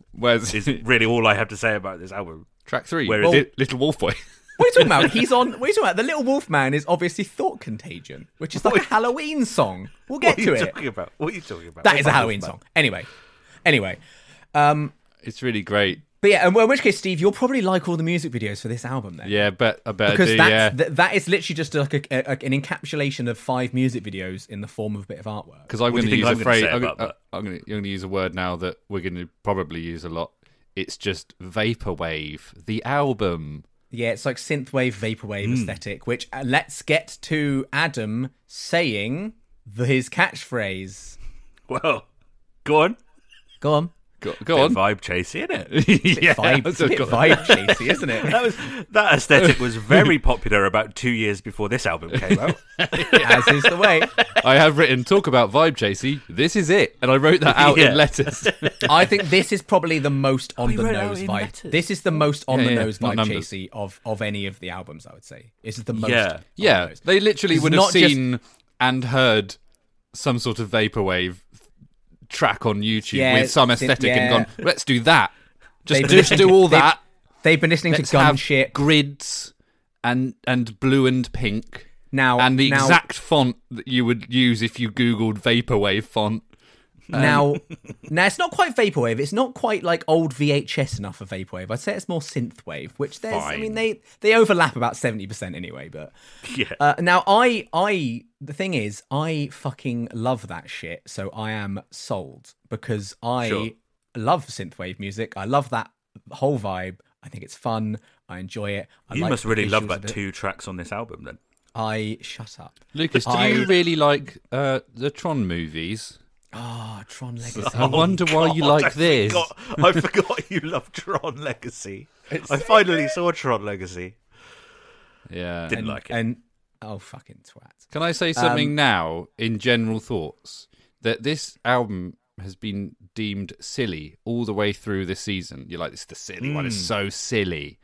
B: <laughs>
C: where's
A: Is really all I have to say about this album.
C: <laughs> track three? Oh.
A: where
C: Well,
A: is it?
C: Little wolf boy.
B: What are you talking about? He's on. What are you talking about? The little wolf man is obviously thought contagion, which is like a Halloween song. We'll get
A: What are
B: to
A: you
B: it.
A: talking about? What are you talking about?
B: That
A: Where's
B: is
A: my
B: a
A: wolf
B: Halloween
A: man?
B: song. Anyway, anyway,
C: it's really great.
B: but yeah, and well, in which case, Steve, you'll probably like all the music videos for this album then.
C: Yeah, but I better
B: Because
C: do.
B: that's,
C: yeah,
B: th- that is literally just like a, a, an encapsulation of five music videos in the form of a bit of artwork.
C: because I'm
A: What do
C: going to
A: you think
C: use a
A: I'm gonna
C: phrase.
A: say
C: I'm,
A: about
C: gonna- I'm going to use a word now that we're going to probably use a lot. It's just vaporwave. The album.
B: Yeah, it's like synthwave, vaporwave aesthetic. Which uh, let's get to Adam saying the, his catchphrase.
A: Well, go on.
B: Go on.
C: Go, go on.
A: Vibe chasing it.
B: <laughs>
A: <laughs>
C: yeah,
B: vibe, it's
C: so
B: a bit
C: go-
B: vibe chasey, isn't
C: <laughs>
B: it?
A: That was that aesthetic was very popular about two years before this album came
B: <laughs>
A: out.
B: As is the way.
C: I have written talk about vibe, JC. This is it, and I wrote
A: <laughs>
C: that out
A: Yeah.
C: in letters.
B: I think this is probably the most on the
A: Oh, wrote it out
B: nose
A: in
B: vibe.
A: letters. Oh.
B: This is the most on
C: Yeah,
B: the
C: yeah,
B: nose
C: not
B: vibe
C: numbers.
B: chasey of of any of the albums. I would say this is the most.
A: Yeah.
B: on the
C: yeah,
B: nose.
C: they literally
B: It's
C: would have
B: not just-
C: seen and heard some sort of vaporwave track on YouTube
B: Yeah,
C: with some
B: it's in-
C: aesthetic
B: yeah.
C: and gone, let's do that. Just,
B: They've
C: just
B: listened
C: do
B: to-
C: all
B: they've-
C: that.
B: They've been listening
C: Let's
B: to gun
C: have
B: shit
C: grids and and blue and pink.
B: now.
C: and the
B: now,
C: exact font that you would use if you googled vaporwave font.
B: now, <laughs> now it's not quite vaporwave. It's not quite like old VHS enough for vaporwave. I'd say it's more synthwave, which there's. I mean,
A: Fine.
B: they they overlap about seventy percent anyway. But
A: Yeah.
B: Uh, now I I the thing is I fucking love that shit, so I am sold because I
A: Sure.
B: love synthwave music. I love that whole vibe. I think it's fun. I enjoy it. I
A: you
B: like
A: must
B: the
A: really love
B: visuals of
A: about
B: it.
A: two tracks on this album then.
B: I shut up.
C: Lucas, do
B: I-
C: you really like uh, the Tron movies?
B: Ah,
A: <laughs>
B: Tron Legacy.
C: I wonder why you
A: God, I
C: like this.
A: forgot- I forgot you love Tron
B: <laughs>
A: Legacy. I finally saw Tron Legacy.
C: Yeah.
A: Didn't like it.
B: and oh fucking twat.
C: Can I say something now in general thoughts that this album has been deemed silly all the way through this season? You're like, this is the silly one. It's so silly.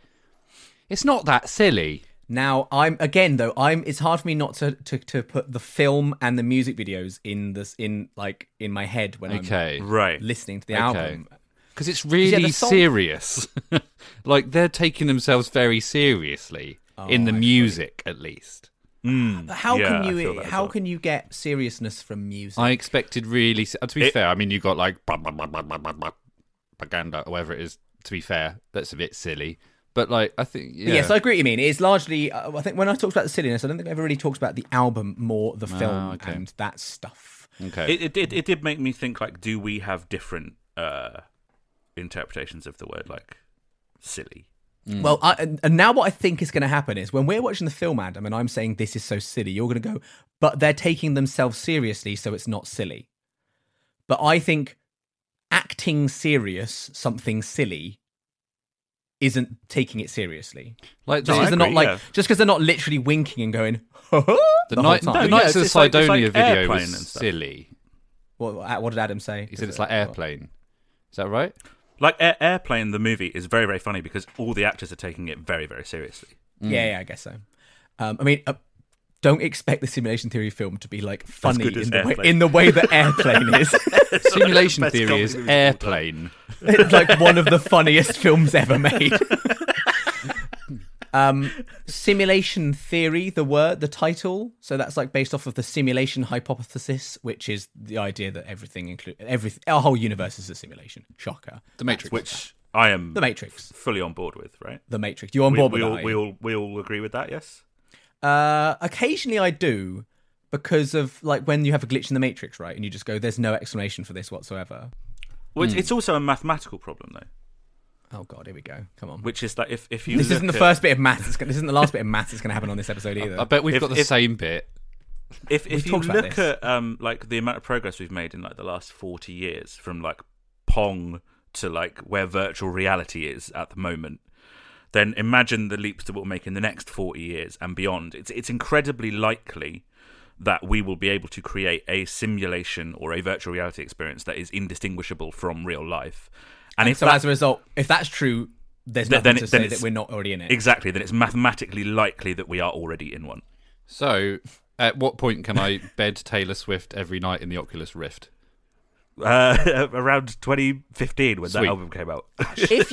C: It's not that silly.
B: Now I'm again though I'm. It's hard for me not to, to, to put the film and the music videos in this in like in my head when
C: Okay.
A: right.
B: I'm listening to the album.
C: Because it's
B: the
C: really
B: song-
C: serious. <laughs> like they're taking themselves very seriously in
A: Oh,
C: the music, at least.
B: But how
A: Yeah, I
B: can
A: feel
B: you
A: that as
B: how
A: well.
B: can you get seriousness from music?
C: I expected really. se- uh, To be
A: It-
C: fair, I mean, you got like blah, blah, blah, blah, blah, blah, blah, propaganda, or whatever it is. To be fair, that's a bit silly. But like, I think yeah,
B: But Yes, I agree. What you mean it's largely. Uh, I think when I talked about the silliness, I don't think I ever really talked about the album more the film
C: Ah, okay.
B: and that stuff.
C: okay.
A: It, it did. It did make me think. Like, do we have different uh interpretations of the word like silly?
C: Mm.
B: Well, I, and and now what I think is going to happen is when we're watching the film, Adam, and I'm saying this is so silly, you're going to go, but they're taking themselves seriously, so it's not silly. But I think acting serious something silly isn't taking it seriously.
C: like
B: Just
A: I
B: because
C: the,
B: they're not
A: agree,
B: like
A: yeah.
B: just because they're not literally winking and going. <laughs> the
C: the,
B: whole
C: night,
B: time.
C: the
A: No, yeah,
C: Knights of
A: it's like- it's
C: Sidonia
A: like
C: video
A: airplane
C: was
A: and stuff.
C: silly.
B: What, what did Adam say?
C: He said
B: Is
C: it's
B: it-
C: like airplane. Is
A: <laughs>
C: that right?
A: Like Air- Airplane, the movie is very very funny because all the actors are taking it very very
B: <laughs>
A: seriously.
C: mm.
B: Yeah, yeah, I guess so. Um, I mean, uh, don't expect the simulation theory film to be like funny
A: good as
B: in the, way,
A: Airplane. <laughs>
B: in the way that airplane is.
C: Simulation
A: Best
C: theory
A: comedy movies
C: is
A: of all time.
C: airplane.
B: It's like one of the funniest films ever made. um, simulation theory, the word, the title. So that's like based off of the simulation hypothesis, which is the idea that everything, include every, our whole universe is a simulation. Shocker.
C: The Matrix.
A: which I am
B: The Matrix.
A: fully on board with, right?
B: The Matrix. You're on
A: We,
B: board
A: we
B: with
A: all,
B: that? are
A: we
B: you?
A: all we all agree with that, yes.
B: Uh, occasionally I do because of like when you have a glitch in the Matrix, right? And you just go, "There's no explanation for this whatsoever."
A: Well,
B: Hmm.
A: it's, it's also a mathematical problem though,
B: Oh god, here we go. Come on.
A: which is that if if you
B: this isn't the
A: look at- Uh,
B: first bit of maths. It's gonna, this isn't the last bit of maths that's going to happen on this
A: <laughs>
B: episode either.
C: I bet we've
A: If-
C: got the
A: if-
C: same bit.
A: if if you
B: talked about
A: look
B: this.
A: at um like the amount of progress we've made in like the last 40 years from like pong to like where virtual reality is at the moment then imagine the leaps that we'll make in the next 40 years and beyond it's it's incredibly likely that we will be able to create a simulation or a virtual reality experience that is indistinguishable from real life and, if
B: so
A: that,
B: as a result, if that's true, there's
A: Th-
B: nothing
A: then it-
B: to
A: then
B: say that
A: it's-
B: we're not already in it.
A: exactly then it's mathematically likely that we are already in one
C: So, at what point
B: <laughs>
C: can I bed Taylor Swift every night in the Oculus Rift?
A: uh, <laughs> around 2015 when that
C: Sweet.
A: album came out
B: if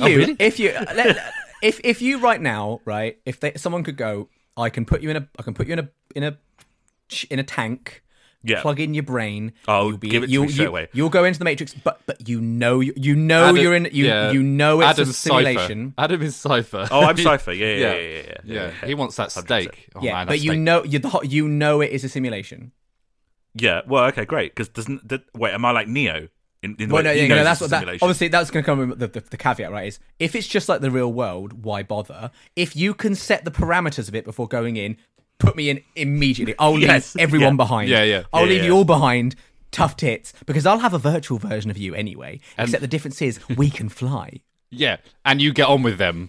A: <laughs> Oh,
B: you,
C: really?
B: if you, uh, let, if if you right now, right, if they, someone could go, I can put you in a, I can put you in a, in a, in a tank.
A: Yeah.
B: Plug in your brain.
A: Oh, give it to
B: you'll,
A: me straight
B: you,
A: away.
B: You'll go into the matrix, but but you know you, you know
C: Adam-
B: Oh, you're in you
C: yeah,
B: you know it's a
C: Adam's Cypher.
B: simulation.
C: Adam is Cypher.
A: oh
B: <laughs>
A: i'm cypher yeah yeah
C: <laughs> Yeah.
A: yeah yeah, yeah, yeah.
C: yeah, he wants that steak. Oh,
B: yeah,
C: man, that
B: but you
C: steak.
B: know you the ho- you know it is a simulation.
A: Yeah. Well, okay, great. Because doesn't did, wait? Am I like Neo? In, in the way
B: Well, no,
A: that
B: yeah,
A: he
B: no,
A: knows it's
B: that's what
A: a
B: that.
A: simulation?
B: Obviously, that's going to come with the, the, the caveat, right? Is if it's just like the real world, why bother? If you can set the parameters of it before going in, put me in immediately.
A: <laughs>
B: I'll leave
A: Yes,
B: everyone
A: yeah.
B: behind.
C: Yeah, yeah.
B: I'll
A: Yeah,
B: leave
A: yeah.
B: you all behind. Tough tits, because I'll have a virtual version of you anyway. except the difference is we can fly.
C: Yeah, and you get on with them.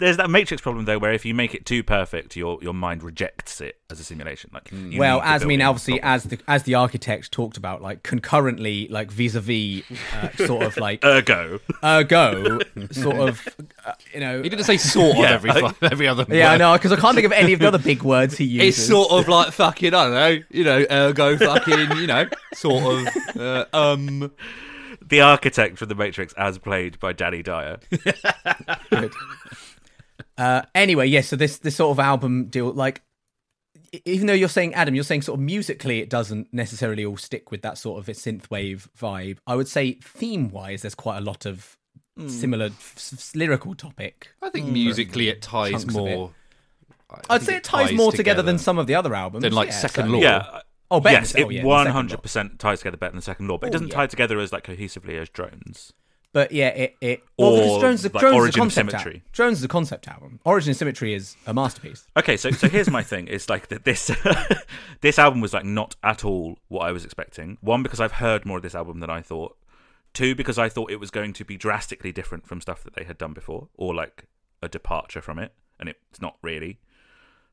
A: There's that Matrix problem though, where if you make it too perfect, your your mind rejects it as a simulation. Like, you
B: well,
A: need to
B: as I
A: build <laughs>
B: mean,
A: in Oh.
B: obviously,
A: problems.
B: as the as the architect talked about, like concurrently, like vis-a-vis, uh, sort of
A: <laughs>
B: like
A: ergo,
B: ergo, sort of, uh, you know.
C: He didn't say sort of
A: <laughs> Yeah,
C: every
A: I-
C: <laughs> every other.
B: Yeah, I
C: word.
B: know, because I can't think of any of the other
A: <laughs>
B: big words he uses.
C: It's sort of like fucking I don't know, you know, ergo fucking, you know, sort of uh, um.
A: the architect from the Matrix, as played by Danny Dyer.
B: Uh, anyway, yeah, so this this sort of album deal, like, e- even though you're saying Adam, you're saying sort of musically, it doesn't necessarily all stick with that sort of synthwave vibe. I would say theme wise, there's quite a lot of
C: Hmm.
B: similar f- s- lyrical topic.
C: I think musically it ties
B: Hmm. Chunks of
C: more. I
B: I'd
C: think
B: say it ties, more together, than some of the other albums.
C: Than, like,
B: yeah,
C: Second
B: certainly.
C: Law.
A: Yeah.
B: Oh, better
A: yes,
B: than- oh, yeah,
A: it
B: than Second
A: one
B: Law. Oh,
A: hundred percent ties together better than Second Law, but it doesn't
B: yeah.
A: tie together as like cohesively as Drones.
B: But yeah, it it well, because
A: Or,
B: Drones, is a-
A: like,
B: Drones is a
A: Origin of
B: concept al-
A: Symmetry.
B: Drones is a concept album. Origin of Symmetry is a masterpiece.
A: Okay, so so here's my thing. It's like that this <laughs> this album was like not at all what I was expecting. One because I've heard more of this album than I thought. Two because I thought it was going to be drastically different from stuff that they had done before, or like a departure from it, and it's not really.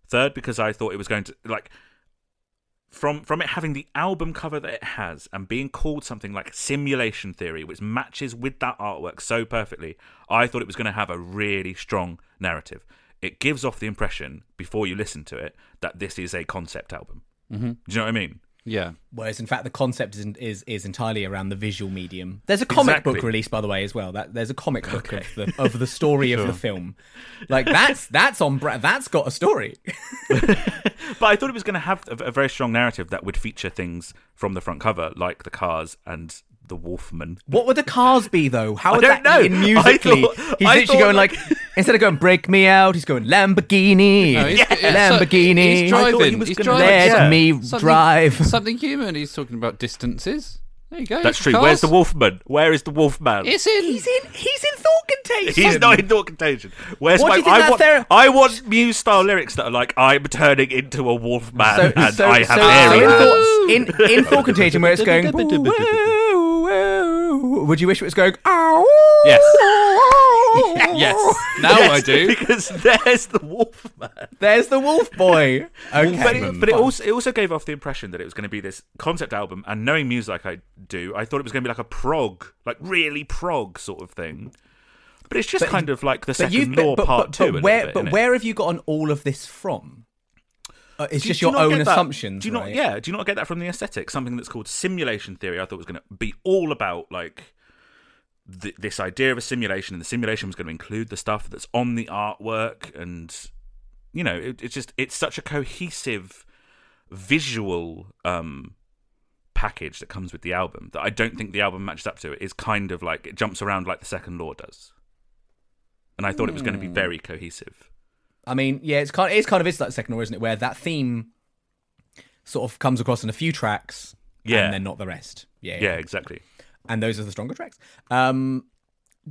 A: Third because I thought it was going to like from from it having the album cover that it has and being called something like simulation theory which matches with that artwork so perfectly i thought it was going to have a really strong narrative it gives off the impression before you listen to it that this is a concept album
C: Mm-hmm.
A: do you know what i mean
C: Yeah,
B: Whereas, in fact, the concept is is, is entirely around the visual medium. There's a comic
A: Exactly.
B: book released, by the way, as well. That there's a comic book of the of the story of the film. Like that's that's on bra- that's got a story.
A: but i thought it was going to have a, a very strong narrative that would feature things from the front cover like the cars and the wolfman
B: What would the cars be though? How would
A: don't
B: that be
A: know.
B: in
A: I
B: musically?
A: thought-
B: he's
A: I
B: literally
A: thought,
B: going like,
A: like-
B: instead of going break me out, he's going Lamborghini,
C: No, he's- yeah, so-
B: Lamborghini.
C: he's
A: I thought he
C: driving.
A: was
C: he's
A: gonna-
C: driving.
B: Let
A: Yeah.
B: me drive. <laughs>
C: something human. He's talking about distances. There you go.
A: that's
C: it's
A: true
C: cars.
A: where's the wolfman where is the wolfman
C: It's in.
B: He's in he's in thought contagion.
A: He's not in Thought Contagion. Where's
B: What do
A: my?
B: you think
A: I
B: that
A: want,
B: thera-
A: I want Muse style lyrics that are like, "I'm turning into a wolf man <laughs> and I have
B: so,
A: hairy hands."
B: so in, thought, in, in thought contagion where it's going would you wish it was going
C: Yes.
B: <laughs> yes
C: Yes. <laughs> Now I <laughs> do.
A: because there's the wolf man.
B: there's the wolf
A: <laughs>
B: boy okay
A: But, it, but it also it also gave off the impression that it was going to be this concept album. And knowing Muse like I do, I thought it was going to be like a prog, like really prog sort of thing. But it's just kind of like the
B: but
A: second
B: you
A: law
B: but,
A: part
B: but,
A: two. a
B: but
A: little
B: where
A: bit,
B: but
A: innit?
B: where have you gotten all of this from Uh, it's
A: Do-
B: just
A: do you
B: your
A: not
B: own
A: get that-
B: assumptions,
A: Do you not?
B: right?
A: Yeah. Do you not get that from the aesthetic? Something that's called simulation theory. I thought was going to be all about like th- this idea of a simulation, and the simulation was going to include the stuff that's on the artwork, and you know, it, it's just it's such a cohesive visual um package that comes with the album that I don't think the album matches up to. It is kind of like it jumps around like the second law does, and I thought it was going to be
B: Hmm.
A: very cohesive.
B: I mean, yeah, it's kind. It's kind of it's like second or isn't it? Where that theme sort of comes across in a few tracks,
A: Yeah.
B: and then not the rest. Yeah,
A: Yeah, exactly.
B: and those are the stronger tracks. Um,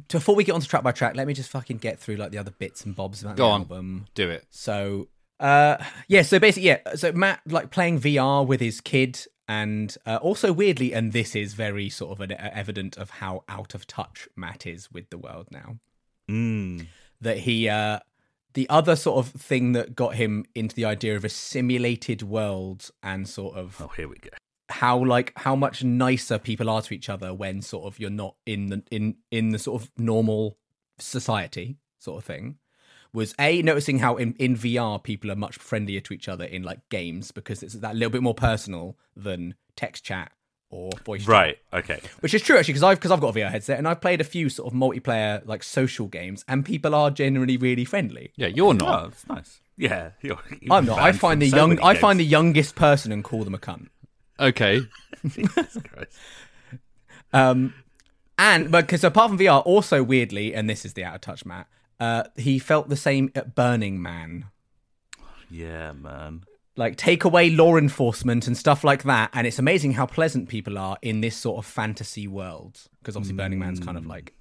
B: to- before we get onto track by track, let me just fucking get through like the other bits and bobs about
C: Go
B: the
C: on.
B: album.
C: Do it.
B: So, uh, yeah, so basically, yeah, so Matt like playing VR with his kid, and uh, also weirdly, and this is very sort of an, uh, evident of how out of touch Matt is with the world now
A: Mm.
B: that he uh the other sort of thing that got him into the idea of a simulated world and sort of
A: Oh, here we go.
B: how like how much nicer people are to each other when sort of you're not in the in in the sort of normal society sort of thing was a noticing how in, in VR people are much friendlier to each other in like games because it's that little bit more personal than text chat or voice chat
A: Right. Okay.
B: which is true actually because I've because I've got a VR headset and I've played a few sort of multiplayer like social games and people are generally really friendly.
C: Yeah, you're
A: Oh,
C: not.
A: that's nice. Yeah, you're, you're
B: I'm not. I
A: banned from
B: find the
A: so
B: young
A: many
B: I find the
A: games.
B: youngest person and call them a cunt.
C: Okay.
A: Jesus Christ.
B: Um, and because apart from VR, also weirdly, and this is the out of touch Matt, uh, he felt the same at Burning Man.
A: Yeah, man.
B: Like take away law enforcement and stuff like that, and it's amazing how pleasant people are in this sort of fantasy world. Because obviously, Burning Man's kind
A: Hmm.
B: of like,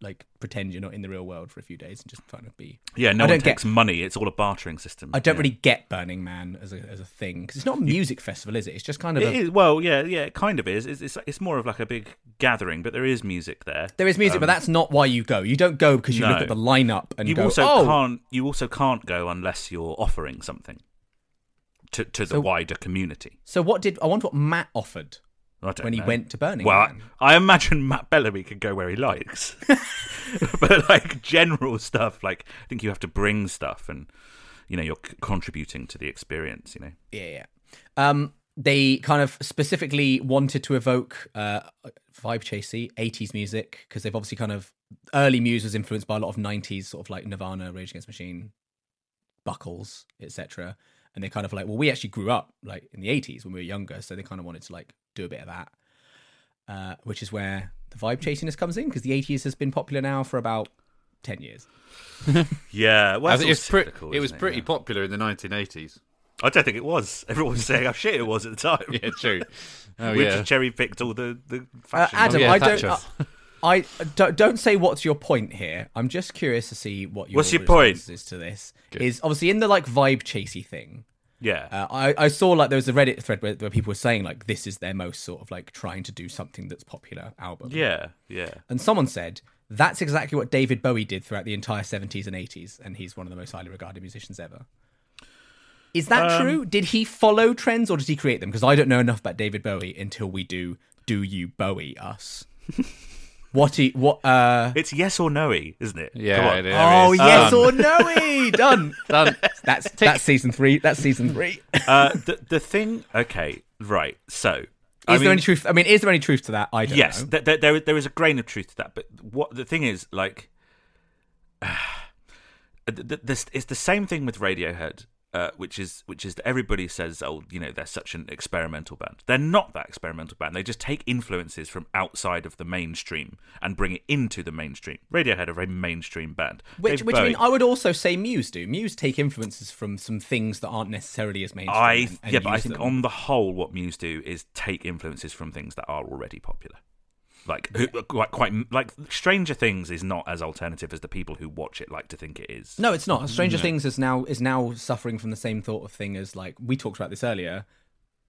B: like pretend you're not in the real world for a few days and just trying to be
A: Yeah, no
B: I
A: one
B: don't get-
A: takes money. It's all a bartering system.
B: I don't
A: yeah.
B: really get Burning Man as a as a thing because it's not a music festival, is it? It's just kind of
A: It
B: a,
A: is, well, yeah, yeah, it kind of is. It's, it's it's more of like a big gathering, but there is music there.
B: there is music, but that's not why you go. You don't go because you look
A: Um, No.
B: at the lineup and
A: you
B: go,
A: also
B: oh,
A: can't you also can't go unless you're offering something to to the wider community.
B: so what did I wonder what Matt offered
A: I don't
B: when he
A: know.
B: went to Burning
A: Well, I,
B: Man?
A: I imagine Matt Bellamy can go where he
C: <laughs>
A: likes, but like general stuff, like I think you have to bring stuff, and you know you're c- contributing to the experience. You know,
B: Yeah, yeah. Um, they kind of specifically wanted to evoke uh, vibe chasey '80s music because they've obviously kind of early Muse was influenced by a lot of '90s sort of like Nirvana, Rage Against the Machine, Buckles, etc. And they kind of like, well, we actually grew up like in the '80s when we were younger, so they kind of wanted to like do a bit of that, uh, which is where the vibe chasiness comes in because the '80s has been popular now for about ten years.
A: yeah. Well,
C: I
A: that's
C: think
A: all
C: it's pretty.
A: cyclical,
C: It was
A: isn't
C: pretty
A: Yeah.
C: popular in the 1980s.
A: I don't think it was. Everyone was saying how shit it was at the time.
C: <laughs>
A: <laughs>
C: Yeah, true. <laughs> Oh
A: we
C: yeah.
A: just cherry picked all the the
B: Uh,
A: fashion.
B: Adam,
C: yeah,
B: I don't. uh,
C: Thatcher.
B: I, I don't, don't say what's your point here. I'm just curious to see what your
A: What's your
B: response is to this. Is obviously in the like vibe chasey thing.
A: yeah.
C: Um,
B: Uh, I I saw like there was a Reddit thread where, where people were saying like this is their most sort of like trying to do something that's popular album.
A: yeah, yeah,
B: And someone said that's exactly what David Bowie did throughout the entire 70s and 80s, and he's one of the most highly regarded musicians ever. Is that
A: Um,
B: true? Did he follow trends or did he create them? Because I don't know enough about David Bowie until we do. Do you Bowie us? <laughs> what? He, what? Uh,
A: It's yes or no isn't it? Come
C: yeah.
A: on.
C: there
B: oh
C: is. Uh,
B: yes
C: Done.
B: or
C: <laughs>
B: no? Done.
C: Done.
B: That's that's season three. That's season three. Is
A: Uh, the the thing. Okay, right. So is I mean,
B: there any truth? I mean, is there any truth to that? I don't
A: yes,
B: know.
A: th- th- there there is a grain of truth to that. But what the thing is, like, <sighs> th- th- this it's the same thing with Radiohead, uh, which is which is that everybody says, oh, you know, they're such an experimental band. They're not that experimental band. They just take influences from outside of the mainstream and bring it into the mainstream. Radiohead are a mainstream band.
B: Which,
A: David
B: which I mean,
A: Bowie-
B: I would also say Muse do. Muse take influences from some things that aren't necessarily as mainstream.
A: I
B: and- and
A: yeah, but I
B: use
A: think
B: them.
A: on the whole, what Muse do is take influences from things that are already popular. Like who, quite quite like Stranger Things is not as alternative as the people who watch it like to think it is.
B: no, it's not. Stranger Things is now is now suffering from the same sort of thing as like we talked about this earlier.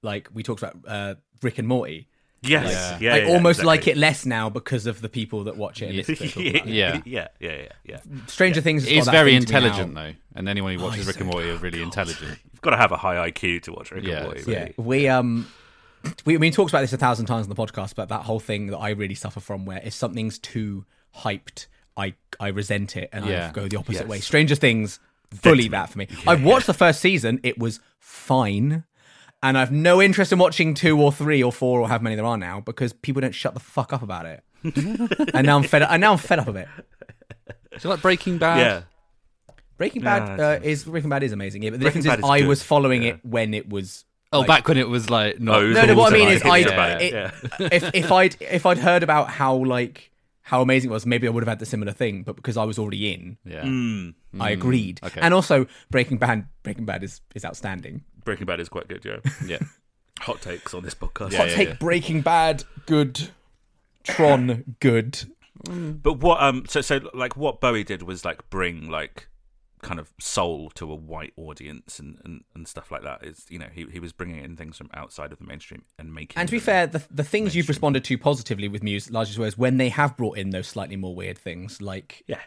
B: Like we talked about uh, Rick and Morty.
A: Yes,
C: Yeah.
A: yeah, yeah,
B: I almost like
A: exactly.
B: it less now because of the people that watch it. And listen
A: <laughs>
B: to it talk about it.
A: yeah,
C: Yeah.
A: yeah, yeah, yeah, yeah.
B: Stranger Things is
C: He's very intelligent though, and anyone who watches
B: Oh, he's
C: Rick
B: so-
C: and Morty are really intelligent.
A: You've got to have a high IQ to watch Rick
C: Yeah,
A: and Morty.
B: Yeah,
A: Really.
B: we um, we I mean, we talked about this a thousand times on the podcast, but that whole thing that I really suffer from, where if something's too hyped, I I resent it and
C: Yeah.
B: I go the opposite
A: Yes.
B: way. Stranger Things fully that for me. I watched the first season; it was fine, and I've no interest in watching two or three or four or how many there are now because people don't shut the fuck up
A: <laughs>
B: about it. and now I'm fed. Up, and now I'm fed up of it.
C: Do you like Breaking Bad?
A: yeah.
B: Breaking
A: Yeah,
B: Bad
A: that's
B: uh, is Breaking Bad is amazing, yeah, but the
A: Breaking
B: difference is,
A: Bad is
B: I
A: good,
B: was following
A: yeah.
B: it when it was.
C: Oh,
B: like-
C: back when it was like not.
A: it was
B: No, no.
A: all
B: What I
A: the
B: mean
A: time.
B: is, I
A: It's about it,
B: it-
A: yeah.
B: if if I'd if I'd heard about how like how amazing it was, maybe I would have had the similar thing. But because I was already in,
C: Yeah.
B: Mm. I agreed.
C: okay.
B: And also, Breaking Bad Breaking Bad is is outstanding.
A: Breaking Bad is quite good,
B: <laughs>
A: yeah.
C: Yeah.
A: Hot takes on this podcast.
C: Yeah,
B: I'll
C: yeah,
B: take
C: yeah.
B: Breaking Bad good, Tron good.
A: But what um so so like what Bowie did was like bring like kind of soul to a white audience and and, and stuff like that. It's you know he he was bringing in things from outside of the mainstream and making.
B: And to be
A: them-
B: fair, the, the things you've responded to positively with Muse largely was when they have brought in those slightly more weird things like
A: yeah,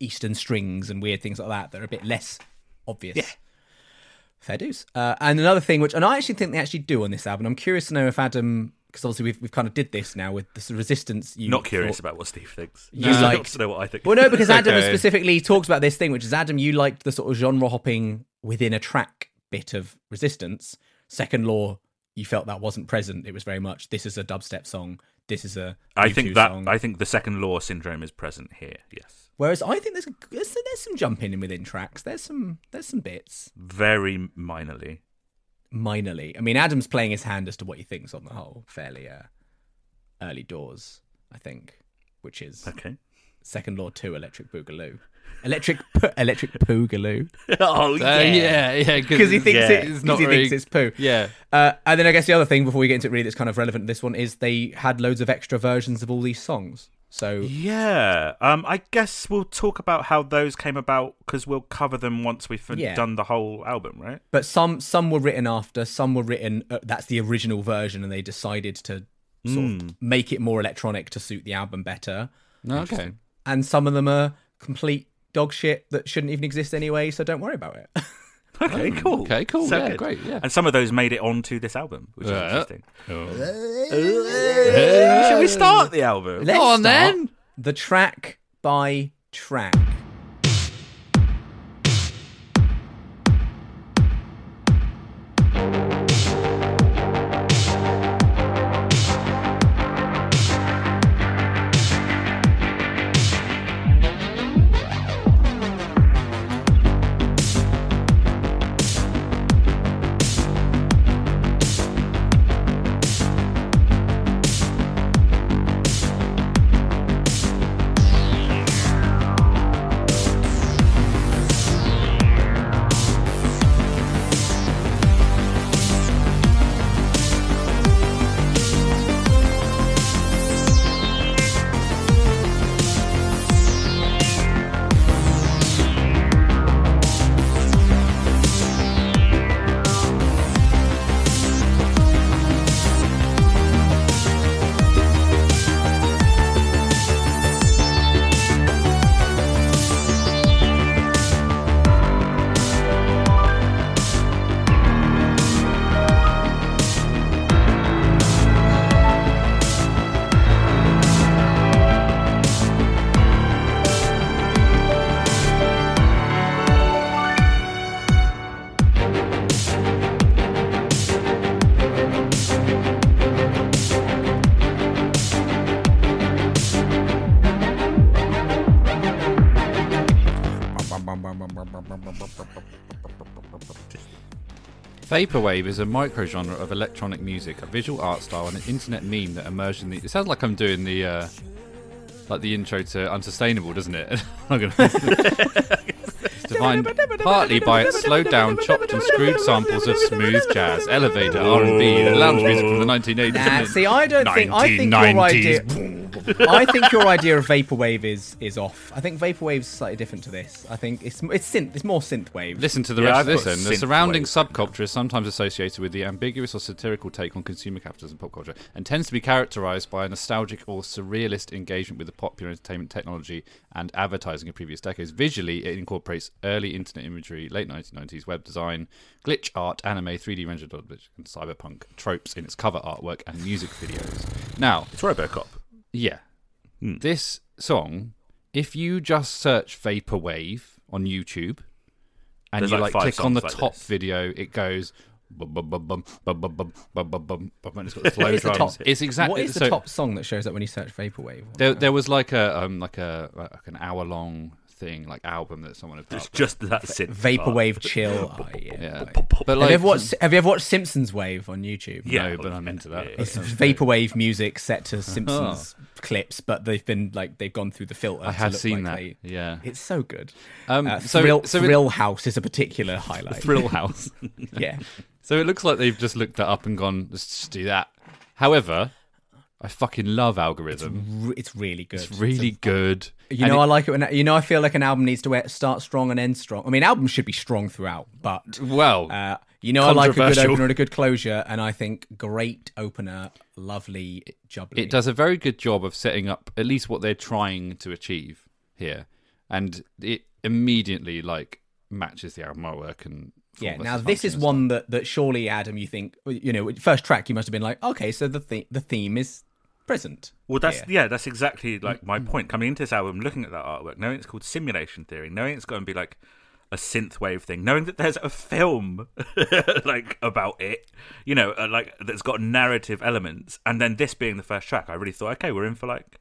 B: Eastern strings and weird things like that that are a bit less obvious. Fair dues. Uh, and another thing, which, and I actually think they actually do on this album. I'm curious to know if Adam, because obviously we've, we've kind of did this now with the resistance. You
A: not curious
B: thought-
A: about what Steve thinks.
B: You
A: Just
B: like-
A: not to know what <laughs> I think.
B: Well, no,
A: <laughs>
B: because Adam
C: Okay.
B: specifically talks about this thing, which is Adam, you liked the sort of genre hopping within a track bit of Resistance. Second Law, you felt that wasn't present. It was very much this is a dubstep song. This is a
A: I
B: U2
A: think that
B: song.
A: I think the second law syndrome is present here. Yes,
B: Whereas I think there's, there's there's some jumping in within tracks. There's some there's some bits
A: very minorly.
B: minorly. I mean, Adam's playing his hand as to what he thinks on the whole. Fairly uh, early doors, I think, which is
A: Okay.
B: Second Law Two, Electric Boogaloo, Electric P- Electric Boogaloo.
A: <laughs> oh
C: <laughs> Uh, yeah. Yeah.
B: because he thinks
A: Yeah.
B: it- <laughs>
C: It's
B: 'cause
C: not
B: he
C: very-
B: thinks it's poo.
C: Yeah.
B: Uh, and then I guess the other thing before we get into it really that's kind of relevant to this one is they had loads of extra versions of all these songs. So
A: Yeah. Um. I guess we'll talk about how those came about because we'll cover them once we've
B: Yeah.
A: done the whole album, right?
B: but some some were written after, some were written uh, that's the original version and they decided to sort of make it more electronic to suit the album better.
C: No, okay.
B: And some of them are complete dog shit that shouldn't even exist anyway, so don't worry
C: <laughs>
B: about it.
A: Okay, cool.
C: Mm. okay, cool,
A: So
C: yeah,
A: good.
C: great, yeah.
A: And some of those made it onto this album, which is
C: Yeah.
A: interesting.
C: Oh.
A: Shall we start the album?
B: Let's
C: Go on
B: start
C: then.
B: The track by track.
C: Vaporwave is a microgenre of electronic music, a visual art style, and an internet meme that emerged in the. It sounds like I'm doing the, uh, like the intro to Unsustainable, doesn't it? <laughs> I'm gonna. It's Defined partly by its slowed down, chopped and screwed samples of smooth jazz, elevator, R and B, and lounge music from the 1980s.
B: Nah,
C: isn't it?
B: see, I don't think I think your idea. I think your idea of vaporwave is is off. I think vaporwave's slightly different to this. I think it's it's synth. It's more synthwave.
C: Listen to the
A: Yeah,
C: rest
A: I
C: of this.
A: put
C: Then the
A: synthwave
C: surrounding
A: in
C: subculture is sometimes associated with the ambiguous or satirical take on consumer capitalism and pop culture, and tends to be characterized by a nostalgic or surrealist engagement with the popular entertainment technology and advertising of previous decades. Visually, it incorporates early internet imagery, late 1990s web design, glitch art, anime, 3D rendered objects, and cyberpunk tropes in its cover artwork and music videos. Now,
A: It's Robocop.
C: yeah. This song, if you just search Vaporwave on YouTube, and
A: There's
C: you
A: like
C: like,
A: five
C: click on the
A: songs like
C: top
A: this.
C: video, it goes. Bum, bum, bum, bum, bum, bum, bum, bum, bum, bum, bum, and it's got the slow
B: What is the
C: drums.
B: top-
C: It's exactly
B: What is the
C: so
B: top song that shows up when you search vaporwave?
C: There, there was like a um, like a like an hour long thing, like album that someone had. put
A: It's
C: up.
A: just that synth. part. <laughs>
B: Vaporwave
C: <laughs>
B: chill. Oh, yeah.
C: yeah.
B: Have you
C: But Uh, like,
B: ever watched Have you ever watched Simpsons Wave on YouTube?
C: no,
A: Yeah,
C: but I'm into that. Uh-huh.
A: yeah,
B: It's vaporwave music set to Simpsons clips, but they've been like they've gone through the filter.
C: I have seen that.
B: <laughs>
C: yeah.
B: It's so good.
C: Um,
B: Uh,
C: so
B: Thrill,
C: so it-
B: Thrill House is a particular highlight.
C: <laughs> Thrill House.
B: yeah.
C: <laughs> so it looks like they've just looked that up and gone, let's just do that. However, I fucking love algorithm.
B: Re- It's really good.
C: It's really good.
B: You
C: And
B: know,
C: it-
B: I like it when you know. I feel like an album needs to start strong and end strong. I mean, albums should be strong throughout, but
C: well,
B: uh, you know, I like a good
C: Controversial.
B: opener and a good closure, and I think great opener, lovely jubbly.
C: it does a very good job of setting up at least what they're trying to achieve here, and it immediately like matches the album artwork and. form
B: Yeah.
C: versus
B: Now this
C: function
B: is
C: and
B: one that that surely Adam, you think you know, first track you must have been like, okay, so the the, the theme is present.
A: Well, that's
B: here.
A: yeah. that's exactly like
C: Mm.
A: my point. Coming into this album, looking at that artwork, knowing it's called Simulation Theory, knowing it's going to be like a synth wave thing, knowing that there's a film <laughs> like about it, you know, uh, like that's got narrative elements, and then this being the first track, I really thought, okay, we're in for like